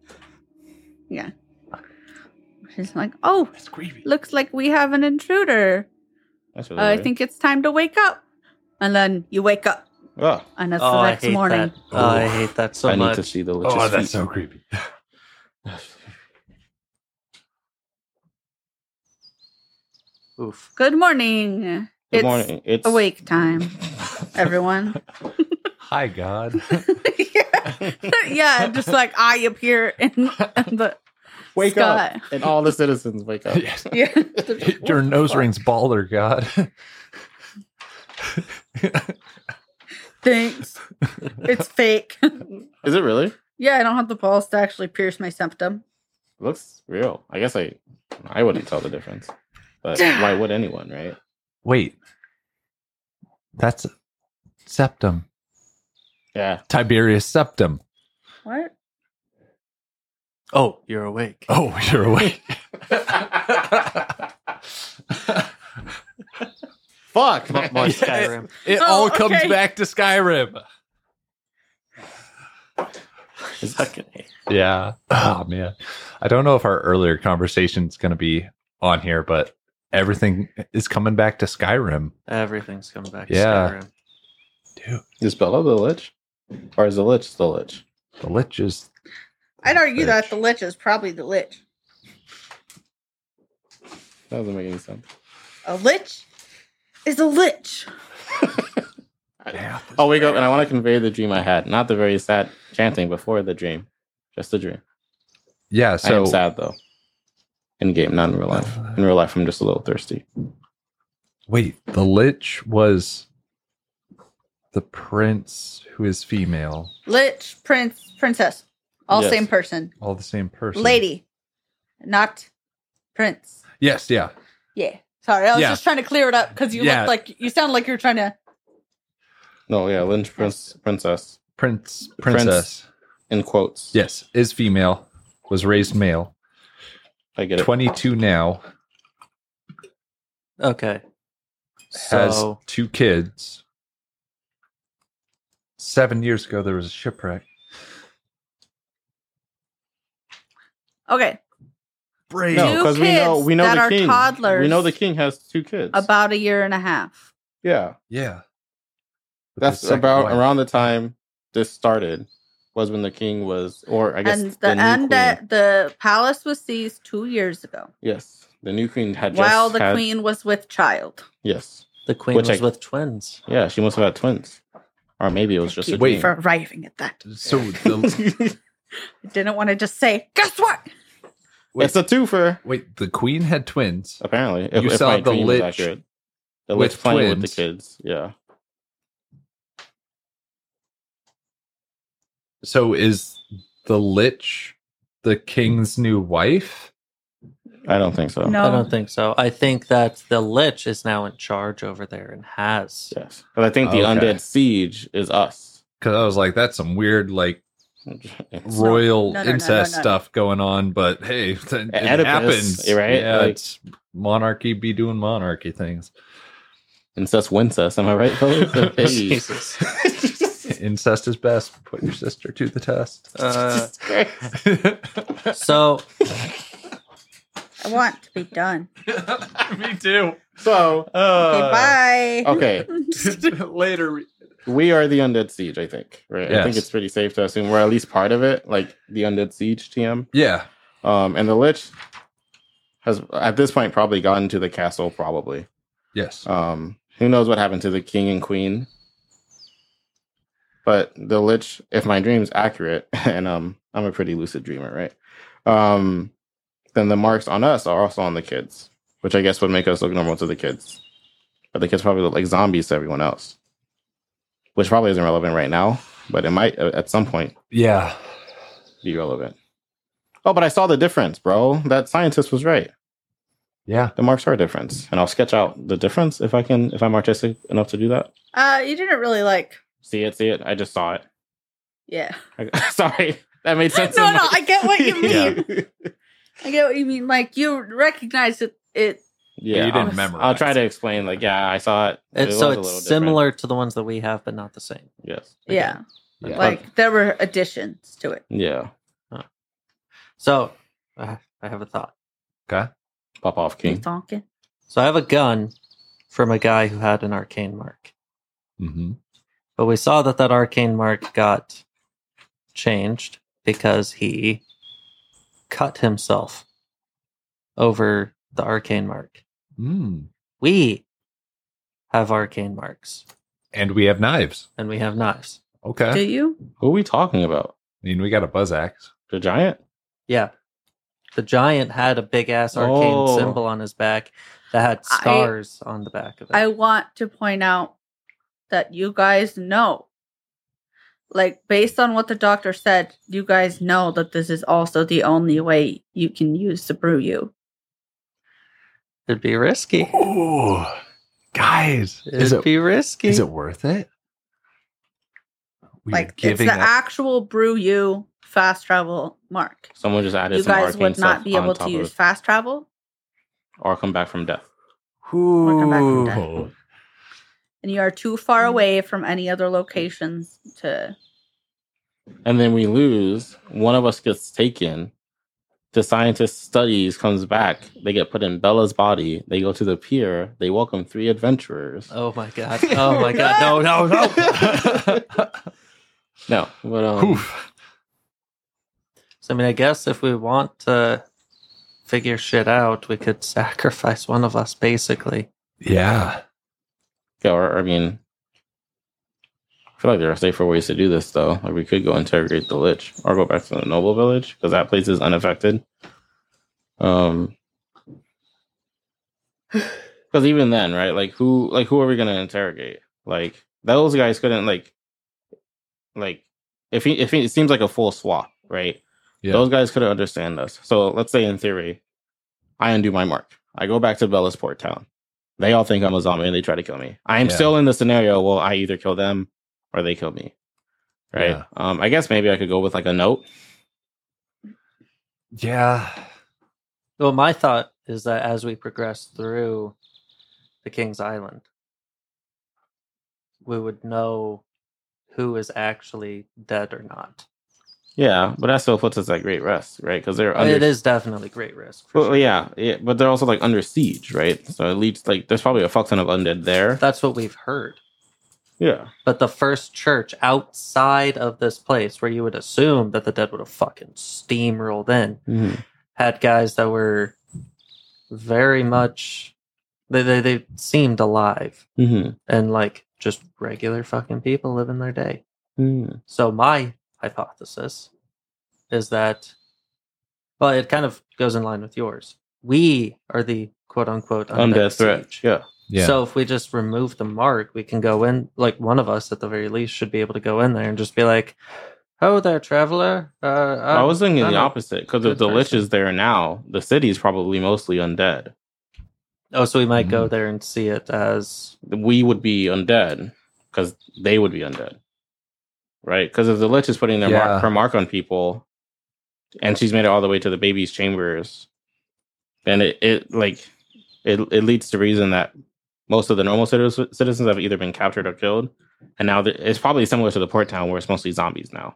[SPEAKER 5] She's like, oh,
[SPEAKER 6] That's creepy.
[SPEAKER 5] looks like we have an intruder.
[SPEAKER 3] That's really
[SPEAKER 5] Uh, I
[SPEAKER 3] weird.
[SPEAKER 5] think it's time to wake up. And then you wake up,
[SPEAKER 3] Oh,
[SPEAKER 5] and it's
[SPEAKER 2] oh,
[SPEAKER 5] the
[SPEAKER 2] I
[SPEAKER 5] next
[SPEAKER 2] hate
[SPEAKER 5] morning.
[SPEAKER 2] that. Oh, I
[SPEAKER 4] Ooh.
[SPEAKER 2] hate that so
[SPEAKER 3] I
[SPEAKER 2] much.
[SPEAKER 3] need to see the lich's
[SPEAKER 4] oh,
[SPEAKER 3] feet.
[SPEAKER 4] that's so creepy.
[SPEAKER 2] Oof.
[SPEAKER 5] Good morning.
[SPEAKER 3] Good
[SPEAKER 5] it's oh,
[SPEAKER 3] morning. It's
[SPEAKER 5] awake time, everyone.
[SPEAKER 4] Hi, God.
[SPEAKER 5] yeah. yeah, just like I appear in, in the
[SPEAKER 3] Wake
[SPEAKER 5] sky.
[SPEAKER 3] up. And all the citizens wake up.
[SPEAKER 4] Yes.
[SPEAKER 5] Yeah,
[SPEAKER 4] Your nose rings baller, God.
[SPEAKER 5] Thanks. It's fake.
[SPEAKER 3] Is it really?
[SPEAKER 5] yeah, I don't have the balls to actually pierce my septum.
[SPEAKER 3] looks real. I guess I I wouldn't tell the difference. But why would anyone, right?
[SPEAKER 4] Wait. That's septum.
[SPEAKER 3] Yeah.
[SPEAKER 4] Tiberius septum.
[SPEAKER 5] What?
[SPEAKER 2] Oh, you're awake.
[SPEAKER 4] Oh, you're awake.
[SPEAKER 3] Fuck.
[SPEAKER 2] Come on, boy, Skyrim.
[SPEAKER 4] It
[SPEAKER 5] Oh,
[SPEAKER 4] all
[SPEAKER 5] okay.
[SPEAKER 4] comes back to Skyrim. Yeah. Oh man. I don't know if our earlier conversation's gonna be on here, but everything is coming back to Skyrim.
[SPEAKER 2] Everything's coming back. to
[SPEAKER 4] Yeah.
[SPEAKER 2] Skyrim.
[SPEAKER 3] Is Bella the Lich? Or is the Lich the Lich?
[SPEAKER 4] The Lich is
[SPEAKER 5] I'd argue that
[SPEAKER 4] Lich.
[SPEAKER 5] the lich is probably the lich.
[SPEAKER 3] That doesn't make any sense.
[SPEAKER 5] A lich is a lich.
[SPEAKER 3] I'll wake up Oh, and I want to convey the dream I had. Not the very sad chanting before the dream. Just the dream.
[SPEAKER 4] Yeah,
[SPEAKER 3] I am
[SPEAKER 4] so
[SPEAKER 3] sad though. In game, not in real life. In real life, I'm just a little thirsty.
[SPEAKER 4] wait, the Lich was the prince who is female,
[SPEAKER 5] Lich, prince, princess. All
[SPEAKER 3] Yes.
[SPEAKER 5] same person.
[SPEAKER 4] all the same person.
[SPEAKER 5] Lady. Not prince.
[SPEAKER 4] Yes, yeah.
[SPEAKER 5] Yeah. Sorry, I was
[SPEAKER 4] Yeah.
[SPEAKER 5] just trying to clear it up because you
[SPEAKER 4] Yeah.
[SPEAKER 5] look like you sound like you're trying to
[SPEAKER 3] No, yeah, Lynch Prince Princess.
[SPEAKER 4] Prince
[SPEAKER 3] Prince.
[SPEAKER 4] princess.
[SPEAKER 3] In quotes.
[SPEAKER 4] Yes, is female, was raised male.
[SPEAKER 3] I get it.
[SPEAKER 4] 22 now,
[SPEAKER 2] Okay.
[SPEAKER 4] has
[SPEAKER 2] So
[SPEAKER 4] two kids. 7 years ago there was a shipwreck.
[SPEAKER 5] Okay.
[SPEAKER 4] Brave.
[SPEAKER 3] No,
[SPEAKER 5] Two
[SPEAKER 3] because we know
[SPEAKER 5] kids
[SPEAKER 3] we know
[SPEAKER 5] that
[SPEAKER 3] the
[SPEAKER 5] are
[SPEAKER 3] king.
[SPEAKER 5] toddlers.
[SPEAKER 3] We know the king has two kids.
[SPEAKER 5] About a year and a half.
[SPEAKER 3] yeah,
[SPEAKER 4] Yeah. With
[SPEAKER 3] that's
[SPEAKER 4] his second
[SPEAKER 3] about
[SPEAKER 4] wife.
[SPEAKER 3] around the time this started was when the king was, or I guess
[SPEAKER 5] And
[SPEAKER 3] the
[SPEAKER 5] the
[SPEAKER 3] new
[SPEAKER 5] end
[SPEAKER 3] queen.
[SPEAKER 5] that the palace was seized two years ago.
[SPEAKER 3] Yes, the new queen had
[SPEAKER 5] while
[SPEAKER 3] just
[SPEAKER 5] the
[SPEAKER 3] had-
[SPEAKER 5] queen was with child.
[SPEAKER 3] Yes,
[SPEAKER 2] the queen
[SPEAKER 3] which
[SPEAKER 2] was
[SPEAKER 3] I-
[SPEAKER 2] with twins.
[SPEAKER 3] yeah, she must have had twins, or maybe it was just a
[SPEAKER 4] Wait.
[SPEAKER 3] dream.
[SPEAKER 5] For arriving at that.
[SPEAKER 4] So the,
[SPEAKER 5] I didn't want to just say, guess what?
[SPEAKER 4] wait,
[SPEAKER 3] It's a twofer,
[SPEAKER 4] wait, the queen had twins.
[SPEAKER 3] apparently. If,
[SPEAKER 4] You
[SPEAKER 3] if
[SPEAKER 4] saw
[SPEAKER 3] my
[SPEAKER 4] the
[SPEAKER 3] dream is
[SPEAKER 4] lich.
[SPEAKER 3] accurate, It likes
[SPEAKER 4] With
[SPEAKER 3] playing with the
[SPEAKER 4] twins.
[SPEAKER 3] kids. Yeah.
[SPEAKER 4] So is the Lich the king's new wife?
[SPEAKER 3] I don't think so.
[SPEAKER 5] No.
[SPEAKER 2] I don't think so. I think that the Lich is now in charge over there and has.
[SPEAKER 3] Yes. But I think the
[SPEAKER 4] Oh, Okay.
[SPEAKER 3] undead siege is us.
[SPEAKER 4] Because I was like, that's some weird like
[SPEAKER 3] It's-
[SPEAKER 4] royal
[SPEAKER 5] no, no, no,
[SPEAKER 4] incest
[SPEAKER 5] no, no.
[SPEAKER 4] stuff going on, but hey, it, it
[SPEAKER 3] Oedipus,
[SPEAKER 4] happens,
[SPEAKER 3] right?
[SPEAKER 4] Yeah,
[SPEAKER 3] Like-
[SPEAKER 4] it's monarchy be doing monarchy things.
[SPEAKER 3] Incest wins us. Am I right, fellas? Hey.
[SPEAKER 2] Jesus.
[SPEAKER 4] Incest is best. Put your sister to the test.
[SPEAKER 2] Uh, so
[SPEAKER 5] I want to be done.
[SPEAKER 4] Me too.
[SPEAKER 3] so, Uh,
[SPEAKER 5] okay, bye.
[SPEAKER 3] okay.
[SPEAKER 4] Later.
[SPEAKER 3] We are the Undead Siege, I think. Right. I think
[SPEAKER 4] Yes.
[SPEAKER 3] it's pretty safe to assume we're at least part of it, like the Undead Siege TM.
[SPEAKER 4] Yeah.
[SPEAKER 3] Um, and the Lich has at this point probably gotten to the castle, probably.
[SPEAKER 4] Yes.
[SPEAKER 3] Um, who knows what happened to the king and queen? But the Lich, if my dream's accurate, and um, I'm a pretty lucid dreamer, right? Um, then the marks on us are also on the kids, which I guess would make us look normal to the kids. But the kids probably look like zombies to everyone else, which probably isn't relevant right now, but it might uh, at some point
[SPEAKER 4] yeah.
[SPEAKER 3] be relevant. Oh, but I saw the difference, bro. That scientist was right.
[SPEAKER 4] Yeah.
[SPEAKER 3] The marks are different, and I'll sketch out the difference if I can, if I'm artistic enough to do that.
[SPEAKER 5] Uh, you didn't really like.
[SPEAKER 3] See it, see it. I just saw it.
[SPEAKER 5] Yeah,
[SPEAKER 3] I- Sorry, that made sense.
[SPEAKER 5] No,
[SPEAKER 3] in
[SPEAKER 5] no,
[SPEAKER 3] my-
[SPEAKER 5] I get what you mean.
[SPEAKER 3] yeah,
[SPEAKER 5] I get what you mean. Like you recognize it. It.
[SPEAKER 3] Yeah,
[SPEAKER 4] you
[SPEAKER 3] I'll,
[SPEAKER 4] didn't memorize.
[SPEAKER 3] I'll try to explain. Like, yeah, I saw it.
[SPEAKER 2] it's
[SPEAKER 3] It
[SPEAKER 2] so
[SPEAKER 3] was a little
[SPEAKER 2] it's similar to the ones that we have, but not the same.
[SPEAKER 3] different. Yes.
[SPEAKER 5] Yeah,
[SPEAKER 3] Yeah.
[SPEAKER 5] like there were additions to it.
[SPEAKER 3] yeah.
[SPEAKER 2] So uh, I have a thought.
[SPEAKER 4] Okay.
[SPEAKER 3] Pop off,
[SPEAKER 5] You
[SPEAKER 3] King.
[SPEAKER 5] Thonkin.
[SPEAKER 2] So I have a gun from a guy who had an arcane mark,
[SPEAKER 4] Mm-hmm.
[SPEAKER 2] but we saw that that arcane mark got changed because he cut himself over the arcane mark.
[SPEAKER 4] Mm.
[SPEAKER 2] We have arcane marks,
[SPEAKER 4] And we have knives.
[SPEAKER 2] and we have knives.
[SPEAKER 4] Okay.
[SPEAKER 1] Do you?
[SPEAKER 3] Who are we talking about?
[SPEAKER 4] I mean, we got a buzz axe.
[SPEAKER 3] The giant?
[SPEAKER 2] Yeah. The giant had a big ass arcane
[SPEAKER 3] Oh.
[SPEAKER 2] symbol on his back that had
[SPEAKER 5] I-
[SPEAKER 2] stars on the back of it.
[SPEAKER 5] I want to point out that you guys know. Like based on what the doctor said, you guys know that this is also the only way you can use the brew you.
[SPEAKER 2] It'd be risky.
[SPEAKER 4] Ooh, guys,
[SPEAKER 2] It'd be risky.
[SPEAKER 4] worth it? We
[SPEAKER 5] like it's the actual brew you fast travel mark.
[SPEAKER 3] Someone just added
[SPEAKER 5] you
[SPEAKER 3] some
[SPEAKER 5] guys
[SPEAKER 3] arcane
[SPEAKER 5] would not
[SPEAKER 3] stuff
[SPEAKER 5] be
[SPEAKER 3] on
[SPEAKER 5] able
[SPEAKER 3] top
[SPEAKER 5] to
[SPEAKER 3] of
[SPEAKER 5] use
[SPEAKER 3] it.
[SPEAKER 5] fast travel
[SPEAKER 3] or come back from death.
[SPEAKER 5] or come back from death.
[SPEAKER 4] Ooh.
[SPEAKER 5] And you are too far away from any other locations to
[SPEAKER 3] And then we lose. One of us gets taken. The scientist studies, comes back. They get put in Bella's body. They go to the pier. They welcome three adventurers.
[SPEAKER 2] Oh my god. Oh my god. No, no, no.
[SPEAKER 3] No, but um,
[SPEAKER 4] Oof.
[SPEAKER 2] So I mean I guess if we want to figure shit out, we could sacrifice one of us basically.
[SPEAKER 4] Yeah.
[SPEAKER 3] or I mean, I feel like there are safer ways to do this though. Like we could go interrogate the lich or go back to the noble village because that place is unaffected. Um, because even then, right? Like who, like who are we gonna interrogate? Like those guys couldn't like, like if he, if he, it seems like a full swap, right?
[SPEAKER 4] Yeah.
[SPEAKER 3] Those guys couldn't understand us. So let's say in theory, I undo my mark. I go back to Bellasport town. They all think I'm a zombie and they try to kill me. I am
[SPEAKER 4] Yeah.
[SPEAKER 3] still in the scenario where I either kill them or they kill me. Right.
[SPEAKER 4] Yeah.
[SPEAKER 3] Um, I guess maybe I could go with like a note.
[SPEAKER 4] yeah.
[SPEAKER 2] Well, my thought is that as we progress through the King's Island, we would know who is actually dead or not.
[SPEAKER 3] Yeah, but that still puts us at great rest, right? Because they're under
[SPEAKER 2] It is definitely great risk. for
[SPEAKER 3] Well,
[SPEAKER 2] sure.
[SPEAKER 3] yeah, yeah, but they're also like under siege, right? So it leads like there's probably a fuck ton of undead there.
[SPEAKER 2] That's what we've heard.
[SPEAKER 3] yeah.
[SPEAKER 2] But the first church outside of this place, where you would assume that the dead would have fucking steamrolled in, had guys that were very much they they, they seemed alive
[SPEAKER 3] Mm-hmm.
[SPEAKER 2] and like just regular fucking people living their day.
[SPEAKER 3] hmm
[SPEAKER 2] So my hypothesis is that, well, it kind of goes in line with yours. We are the quote unquote
[SPEAKER 3] Undead threat.
[SPEAKER 2] siege.
[SPEAKER 3] Yeah.
[SPEAKER 4] Yeah.
[SPEAKER 2] So if we just remove the mark, we can go in. Like one of us, at the very least, should be able to go in there and just be like, "Oh, there, traveler." Uh,
[SPEAKER 3] I was thinking
[SPEAKER 2] I'm
[SPEAKER 3] the
[SPEAKER 2] a
[SPEAKER 3] opposite because
[SPEAKER 2] good
[SPEAKER 3] if the lich
[SPEAKER 2] person.
[SPEAKER 3] is there now, the city's probably mostly undead.
[SPEAKER 2] Oh, so we might go there and see it as
[SPEAKER 3] We would be undead because they would be undead, right? Because if the lich is putting their
[SPEAKER 4] Yeah.
[SPEAKER 3] mark, her mark on people, and she's made it all the way to the baby's chambers, then it, it like it it leads to reason that most of the normal citi- citizens have either been captured or killed, and now the, it's probably similar to the port town where it's mostly zombies now.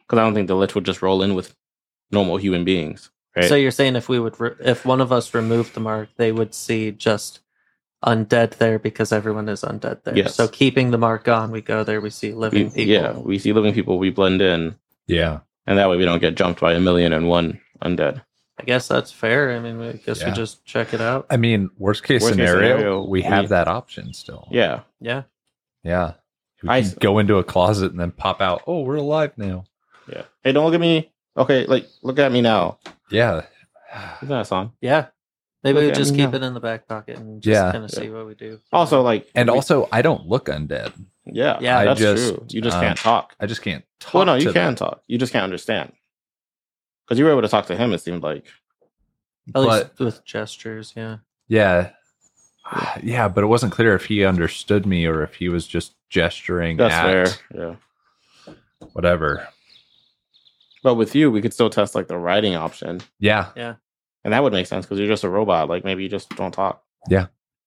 [SPEAKER 3] Because I don't think the lich would just roll in with normal human beings, right?
[SPEAKER 2] So you're saying if we would, re- if one of us removed the mark, they would see just undead there because everyone is undead there.
[SPEAKER 3] Yes.
[SPEAKER 2] So keeping the mark on, we go there, we see living
[SPEAKER 3] We-
[SPEAKER 2] people.
[SPEAKER 3] Yeah, we see living people, we blend in,
[SPEAKER 4] yeah.
[SPEAKER 3] and that way we don't get jumped by a million and one undead.
[SPEAKER 2] I guess that's fair. I mean, I guess
[SPEAKER 4] Yeah.
[SPEAKER 2] we just check it out.
[SPEAKER 4] I mean, worst case,
[SPEAKER 3] Worst case
[SPEAKER 4] scenario,
[SPEAKER 3] scenario,
[SPEAKER 4] we have
[SPEAKER 3] we-
[SPEAKER 4] that option still.
[SPEAKER 3] Yeah,
[SPEAKER 2] Yeah.
[SPEAKER 4] Yeah. We
[SPEAKER 3] I
[SPEAKER 4] can
[SPEAKER 3] s-
[SPEAKER 4] go into a closet and then pop out. Oh, we're alive now.
[SPEAKER 3] yeah. Hey, don't look at me. Okay, like look at me now.
[SPEAKER 4] Yeah.
[SPEAKER 3] Isn't that a song?
[SPEAKER 2] Yeah. Maybe
[SPEAKER 3] Okay,
[SPEAKER 2] we just keep
[SPEAKER 3] yeah.
[SPEAKER 2] it in the back pocket and just
[SPEAKER 4] Yeah.
[SPEAKER 2] kind of see what we do.
[SPEAKER 3] Also, like,
[SPEAKER 4] And
[SPEAKER 3] we-
[SPEAKER 4] also, I don't look undead.
[SPEAKER 3] yeah,
[SPEAKER 2] Yeah.
[SPEAKER 4] I
[SPEAKER 3] that's
[SPEAKER 4] just,
[SPEAKER 3] true. You just
[SPEAKER 4] um,
[SPEAKER 3] can't talk.
[SPEAKER 4] I just can't talk.
[SPEAKER 3] Well, no, you
[SPEAKER 4] to
[SPEAKER 3] can
[SPEAKER 4] them.
[SPEAKER 3] talk. You just can't understand. Because you were able to talk to him, it seemed like.
[SPEAKER 2] At least
[SPEAKER 4] But-
[SPEAKER 2] with gestures. Yeah.
[SPEAKER 4] Yeah. Yeah, but it wasn't clear if he understood me or if he was just gesturing
[SPEAKER 3] That's
[SPEAKER 4] at
[SPEAKER 3] fair. Yeah.
[SPEAKER 4] whatever.
[SPEAKER 3] But with you, we could still test like the writing option,
[SPEAKER 4] Yeah.
[SPEAKER 3] and that would make sense because you're just a robot. Like maybe you just don't talk.
[SPEAKER 2] Yeah.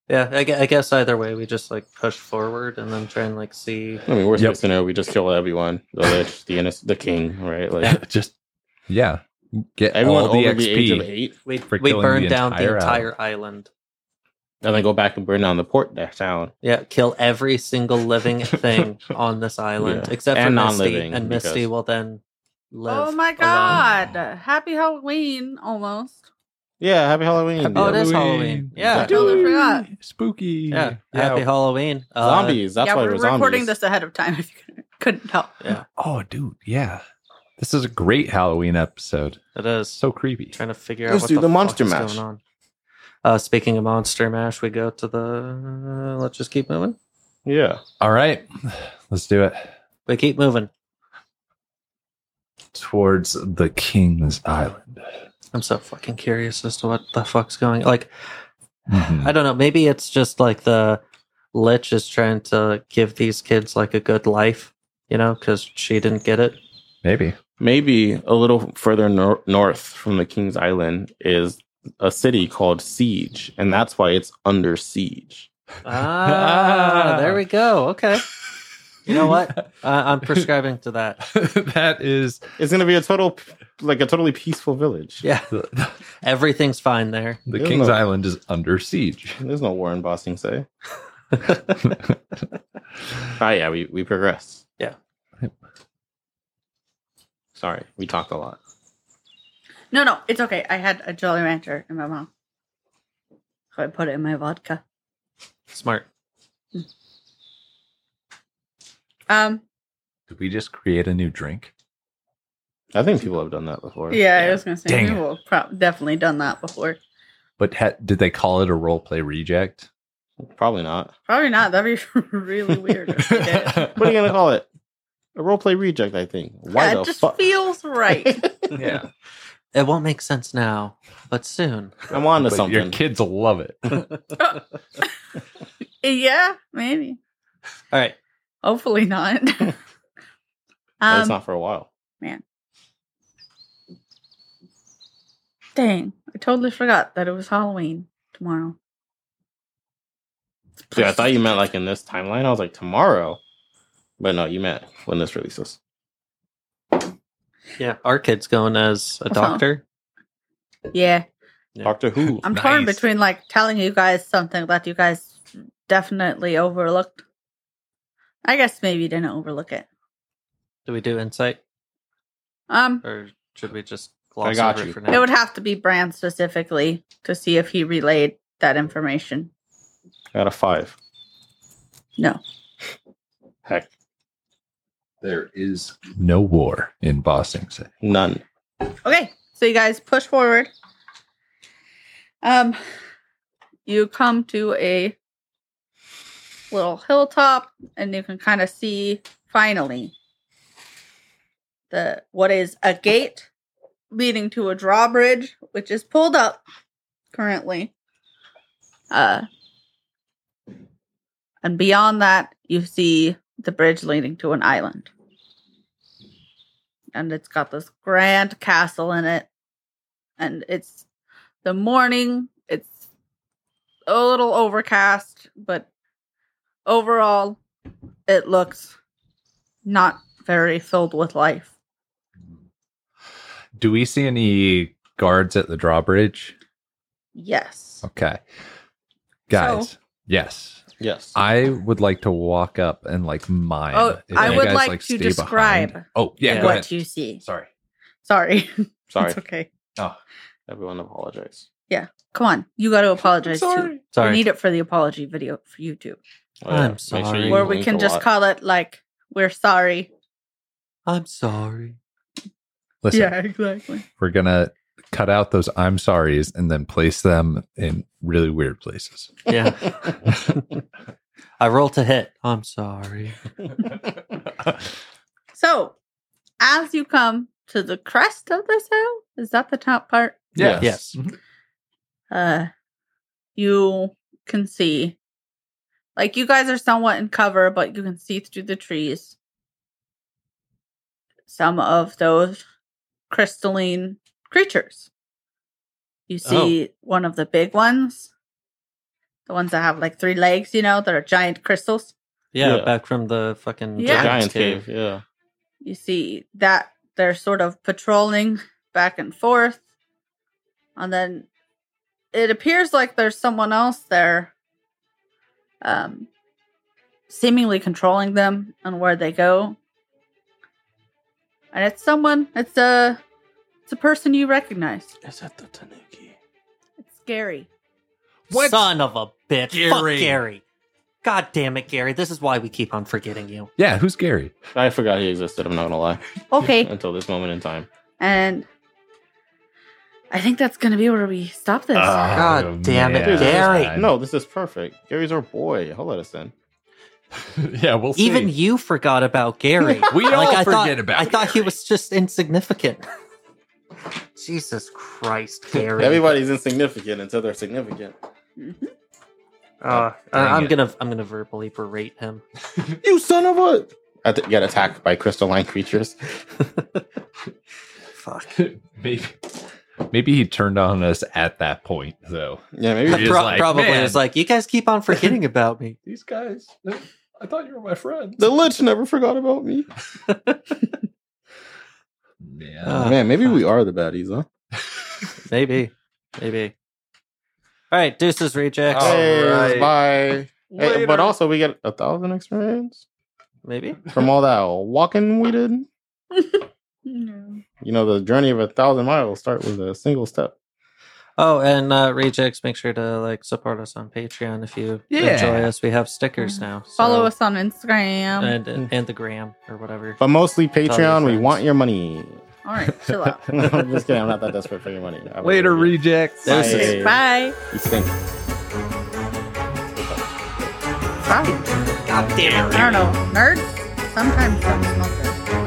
[SPEAKER 2] I, gue- I guess either way, we just like push forward and then try and like see.
[SPEAKER 3] I mean, worst
[SPEAKER 4] Yep.
[SPEAKER 3] case scenario, we just kill everyone, the lich, the innocent, the king, right? Like
[SPEAKER 4] just yeah. Get
[SPEAKER 3] everyone
[SPEAKER 4] all the
[SPEAKER 3] over the age of
[SPEAKER 4] XP.
[SPEAKER 3] eight.
[SPEAKER 2] We,
[SPEAKER 4] For
[SPEAKER 2] we
[SPEAKER 4] killing
[SPEAKER 2] burn
[SPEAKER 4] the
[SPEAKER 2] down
[SPEAKER 4] entire
[SPEAKER 2] the entire island.
[SPEAKER 3] and then go back and burn down the port there town.
[SPEAKER 2] Yeah, kill every single living thing on this island
[SPEAKER 3] Yeah.
[SPEAKER 2] except for
[SPEAKER 3] And
[SPEAKER 2] Misty,
[SPEAKER 3] non-living,
[SPEAKER 2] and Misty
[SPEAKER 3] because-
[SPEAKER 2] will then live.
[SPEAKER 5] Oh my
[SPEAKER 2] alone.
[SPEAKER 5] god! Happy Halloween almost.
[SPEAKER 3] Yeah, happy Halloween.
[SPEAKER 4] Happy
[SPEAKER 2] Oh, it is
[SPEAKER 4] Halloween.
[SPEAKER 2] Halloween. Yeah,
[SPEAKER 5] I totally forgot.
[SPEAKER 4] Spooky.
[SPEAKER 2] yeah. Happy Halloween, Uh,
[SPEAKER 3] zombies. That's
[SPEAKER 5] yeah,
[SPEAKER 3] why
[SPEAKER 5] we're
[SPEAKER 3] we're
[SPEAKER 5] recording
[SPEAKER 3] zombies.
[SPEAKER 5] this ahead of time. If you couldn't tell,
[SPEAKER 2] Yeah,
[SPEAKER 4] Oh, dude, yeah. This is a great Halloween episode.
[SPEAKER 2] it is.
[SPEAKER 4] So creepy.
[SPEAKER 2] trying to figure
[SPEAKER 3] Let's
[SPEAKER 2] out what
[SPEAKER 3] do
[SPEAKER 2] the,
[SPEAKER 3] the
[SPEAKER 2] fuck
[SPEAKER 3] Monster
[SPEAKER 2] is
[SPEAKER 3] Mash.
[SPEAKER 2] going on. Uh, speaking of monster mash, we go to the. let's just keep moving.
[SPEAKER 3] Yeah.
[SPEAKER 4] All right, let's do it
[SPEAKER 2] We keep moving.
[SPEAKER 4] towards the King's Island.
[SPEAKER 2] I'm so fucking curious as to what the fuck's going. Like,
[SPEAKER 4] Mhm.
[SPEAKER 2] I don't know. Maybe it's just like the lich is trying to give these kids like a good life, you know, because she didn't get it.
[SPEAKER 4] Maybe.
[SPEAKER 3] Maybe a little further nor- north from the King's Island is a city called Siege, and that's why it's under siege.
[SPEAKER 2] Ah, there we go. Okay. You know what? I I'm prescribing to that.
[SPEAKER 4] that is
[SPEAKER 3] It's going to be a total, like a totally peaceful village.
[SPEAKER 2] Yeah.
[SPEAKER 4] the,
[SPEAKER 2] Everything's fine there.
[SPEAKER 4] the
[SPEAKER 3] Isn't
[SPEAKER 4] King's
[SPEAKER 3] it?
[SPEAKER 4] Island is under siege.
[SPEAKER 3] There's no war in Bossing say. Ah, yeah, we, we progress.
[SPEAKER 2] Yeah.
[SPEAKER 4] Yep.
[SPEAKER 3] Sorry, we talked a lot.
[SPEAKER 5] no, no, it's okay. I had a Jolly Rancher in my mouth, so I put it in my vodka.
[SPEAKER 2] Smart.
[SPEAKER 5] Um,
[SPEAKER 4] Did we just create a new drink?
[SPEAKER 3] I think people have done that before.
[SPEAKER 5] yeah, I was gonna say
[SPEAKER 4] Dang it.
[SPEAKER 5] we will pro- definitely done that before.
[SPEAKER 4] But ha- did they call it a role play reject?
[SPEAKER 3] Probably not.
[SPEAKER 5] Probably not. That'd be really weird. If we did.
[SPEAKER 3] What are you going to call it? A roleplay reject, I think. Why
[SPEAKER 5] yeah,
[SPEAKER 3] the
[SPEAKER 5] it just
[SPEAKER 3] fuck?
[SPEAKER 5] feels right.
[SPEAKER 4] yeah,
[SPEAKER 2] It won't make sense now, but soon.
[SPEAKER 3] I'm on to
[SPEAKER 4] But your
[SPEAKER 3] something.
[SPEAKER 4] kids will love it.
[SPEAKER 5] yeah, maybe.
[SPEAKER 2] All right.
[SPEAKER 5] Hopefully not.
[SPEAKER 3] Well,
[SPEAKER 5] um,
[SPEAKER 3] it's not for a while.
[SPEAKER 5] dang, I totally forgot that it was Halloween tomorrow.
[SPEAKER 3] Dude, I thought you meant like in this timeline. I was like tomorrow, but no, you meant when this releases.
[SPEAKER 2] Yeah. Our kid's going as a
[SPEAKER 5] Uh-huh.
[SPEAKER 2] doctor.
[SPEAKER 5] Yeah,
[SPEAKER 2] Yeah.
[SPEAKER 3] Doctor Who.
[SPEAKER 5] I'm torn
[SPEAKER 4] Nice.
[SPEAKER 5] between like telling you guys something that you guys definitely overlooked. I guess maybe you didn't overlook it.
[SPEAKER 2] Do we do insight
[SPEAKER 5] Um,
[SPEAKER 2] or should we just gloss
[SPEAKER 3] I got
[SPEAKER 2] over
[SPEAKER 3] you.
[SPEAKER 2] it for now?
[SPEAKER 5] it would have to be Brand specifically to see if he relayed that information.
[SPEAKER 3] Out of five.
[SPEAKER 5] No.
[SPEAKER 3] Heck,
[SPEAKER 4] There is no war in Bossing Say.
[SPEAKER 3] none.
[SPEAKER 5] Okay, so you guys push forward. Um, you come to a little hilltop, and you can kind of see finally the what is a gate leading to a drawbridge, which is pulled up currently. Uh, and beyond that, you see the bridge leading to an island, and it's got this grand castle in it, and it's the morning. It's a little overcast, but overall, it looks not very filled with life.
[SPEAKER 4] Do we see any guards at the drawbridge?
[SPEAKER 5] Yes.
[SPEAKER 4] Okay. Guys, yes.
[SPEAKER 3] Yes.
[SPEAKER 4] I would like to walk up and like mime.
[SPEAKER 5] Oh,
[SPEAKER 4] If
[SPEAKER 5] I
[SPEAKER 4] you
[SPEAKER 5] would
[SPEAKER 4] guys,
[SPEAKER 5] like to
[SPEAKER 4] stay
[SPEAKER 5] describe
[SPEAKER 4] behind- Oh, yeah,
[SPEAKER 2] Yeah.
[SPEAKER 4] go
[SPEAKER 5] what
[SPEAKER 4] ahead.
[SPEAKER 5] you see.
[SPEAKER 4] Sorry.
[SPEAKER 5] Sorry.
[SPEAKER 3] Sorry.
[SPEAKER 5] It's okay.
[SPEAKER 3] Everyone apologize.
[SPEAKER 5] Come on. You got to apologize too.
[SPEAKER 2] Sorry.
[SPEAKER 5] We need it for the apology video for YouTube
[SPEAKER 3] Oh, yeah.
[SPEAKER 2] I'm
[SPEAKER 3] Make sure
[SPEAKER 2] sorry.
[SPEAKER 3] you
[SPEAKER 5] where we
[SPEAKER 3] link
[SPEAKER 5] can
[SPEAKER 3] a
[SPEAKER 5] just
[SPEAKER 3] lot.
[SPEAKER 5] call it like we're sorry.
[SPEAKER 2] I'm sorry.
[SPEAKER 4] Listen,
[SPEAKER 5] exactly.
[SPEAKER 4] we're gonna cut out those I'm sorries and then place them in really weird places.
[SPEAKER 2] Yeah. I roll to hit. I'm sorry.
[SPEAKER 5] So, as you come to the crest of this hill, is that the top part?
[SPEAKER 3] Yes.
[SPEAKER 2] Yes.
[SPEAKER 4] Mm-hmm.
[SPEAKER 5] uh you can see like you guys are somewhat in cover but you can see through the trees some of those crystalline creatures you see one of the big ones the ones that have like three legs you know that are giant crystals
[SPEAKER 2] Yeah,
[SPEAKER 3] Yeah.
[SPEAKER 2] back from the fucking
[SPEAKER 5] Yeah.
[SPEAKER 3] Giant cave. Yeah.
[SPEAKER 5] you see that they're sort of patrolling back and forth and then it appears like there's someone else there um seemingly controlling them and where they go and it's someone it's a it's a person you recognize
[SPEAKER 6] Is that the Tanuki?
[SPEAKER 5] it's scary
[SPEAKER 4] What?
[SPEAKER 2] Son of a bitch.
[SPEAKER 4] Gary.
[SPEAKER 2] Fuck Gary. God damn it, Gary. This is why we keep on forgetting you.
[SPEAKER 4] Yeah, who's Gary?
[SPEAKER 3] I forgot he existed. I'm not gonna lie.
[SPEAKER 5] okay
[SPEAKER 3] Until this moment in time.
[SPEAKER 5] and i think that's gonna be where we stop this
[SPEAKER 4] Uh, Ah, oh,
[SPEAKER 2] God damn it,
[SPEAKER 3] Dude, this is-
[SPEAKER 2] Gary.
[SPEAKER 3] No, this is perfect. Gary's our boy. He'll let us in.
[SPEAKER 4] yeah, we'll see.
[SPEAKER 2] Even you forgot about Gary.
[SPEAKER 4] We all
[SPEAKER 2] I
[SPEAKER 4] forget
[SPEAKER 2] thought,
[SPEAKER 4] about
[SPEAKER 2] I thought he
[SPEAKER 4] Gary.
[SPEAKER 2] was just insignificant. Jesus Christ, Gary.
[SPEAKER 3] Everybody's insignificant until they're significant.
[SPEAKER 5] Mhm.
[SPEAKER 2] Uh,
[SPEAKER 4] Oh, Dang
[SPEAKER 2] I'm
[SPEAKER 4] it.
[SPEAKER 2] gonna I'm gonna verbally berate him.
[SPEAKER 3] You son of a! I th- get attacked by crystalline creatures.
[SPEAKER 2] Fuck.
[SPEAKER 4] maybe, maybe he turned on us at that point, though.
[SPEAKER 3] Yeah, maybe
[SPEAKER 4] You're
[SPEAKER 2] Pro-
[SPEAKER 4] just like,
[SPEAKER 2] probably
[SPEAKER 4] "Man."
[SPEAKER 2] was like, you guys keep on forgetting about me.
[SPEAKER 4] These guys, I thought you were my friend.
[SPEAKER 3] the lich never forgot about me.
[SPEAKER 4] Man.
[SPEAKER 2] Uh,
[SPEAKER 3] Man, maybe we are the baddies, huh?
[SPEAKER 2] Maybe, maybe. All right, deuces rejects.
[SPEAKER 4] Oh. Alright.
[SPEAKER 3] bye. Hey, but
[SPEAKER 4] Later.
[SPEAKER 3] also, we get a thousand experience
[SPEAKER 2] Maybe.
[SPEAKER 3] from all that walking we did.
[SPEAKER 5] No.
[SPEAKER 3] You know, the journey of a thousand miles start with a single step.
[SPEAKER 2] Oh, and uh, rejects. Make sure to like support us on Patreon if you
[SPEAKER 4] Yeah.
[SPEAKER 2] enjoy us. We have stickers now. so-
[SPEAKER 5] Mm.
[SPEAKER 2] Uh,
[SPEAKER 5] follow us on instagram
[SPEAKER 2] and and the gram or whatever.
[SPEAKER 3] But mostly Patreon. We
[SPEAKER 2] friends.
[SPEAKER 3] want your money.
[SPEAKER 5] all right chill out
[SPEAKER 3] I'm just kidding. I'm not that desperate for your money. I would-
[SPEAKER 4] Later, rejects.
[SPEAKER 3] This is-
[SPEAKER 5] Okay, bye
[SPEAKER 3] You stink.
[SPEAKER 5] Fine. God damn it. I don't know. Nerds? Sometimes I'm not good.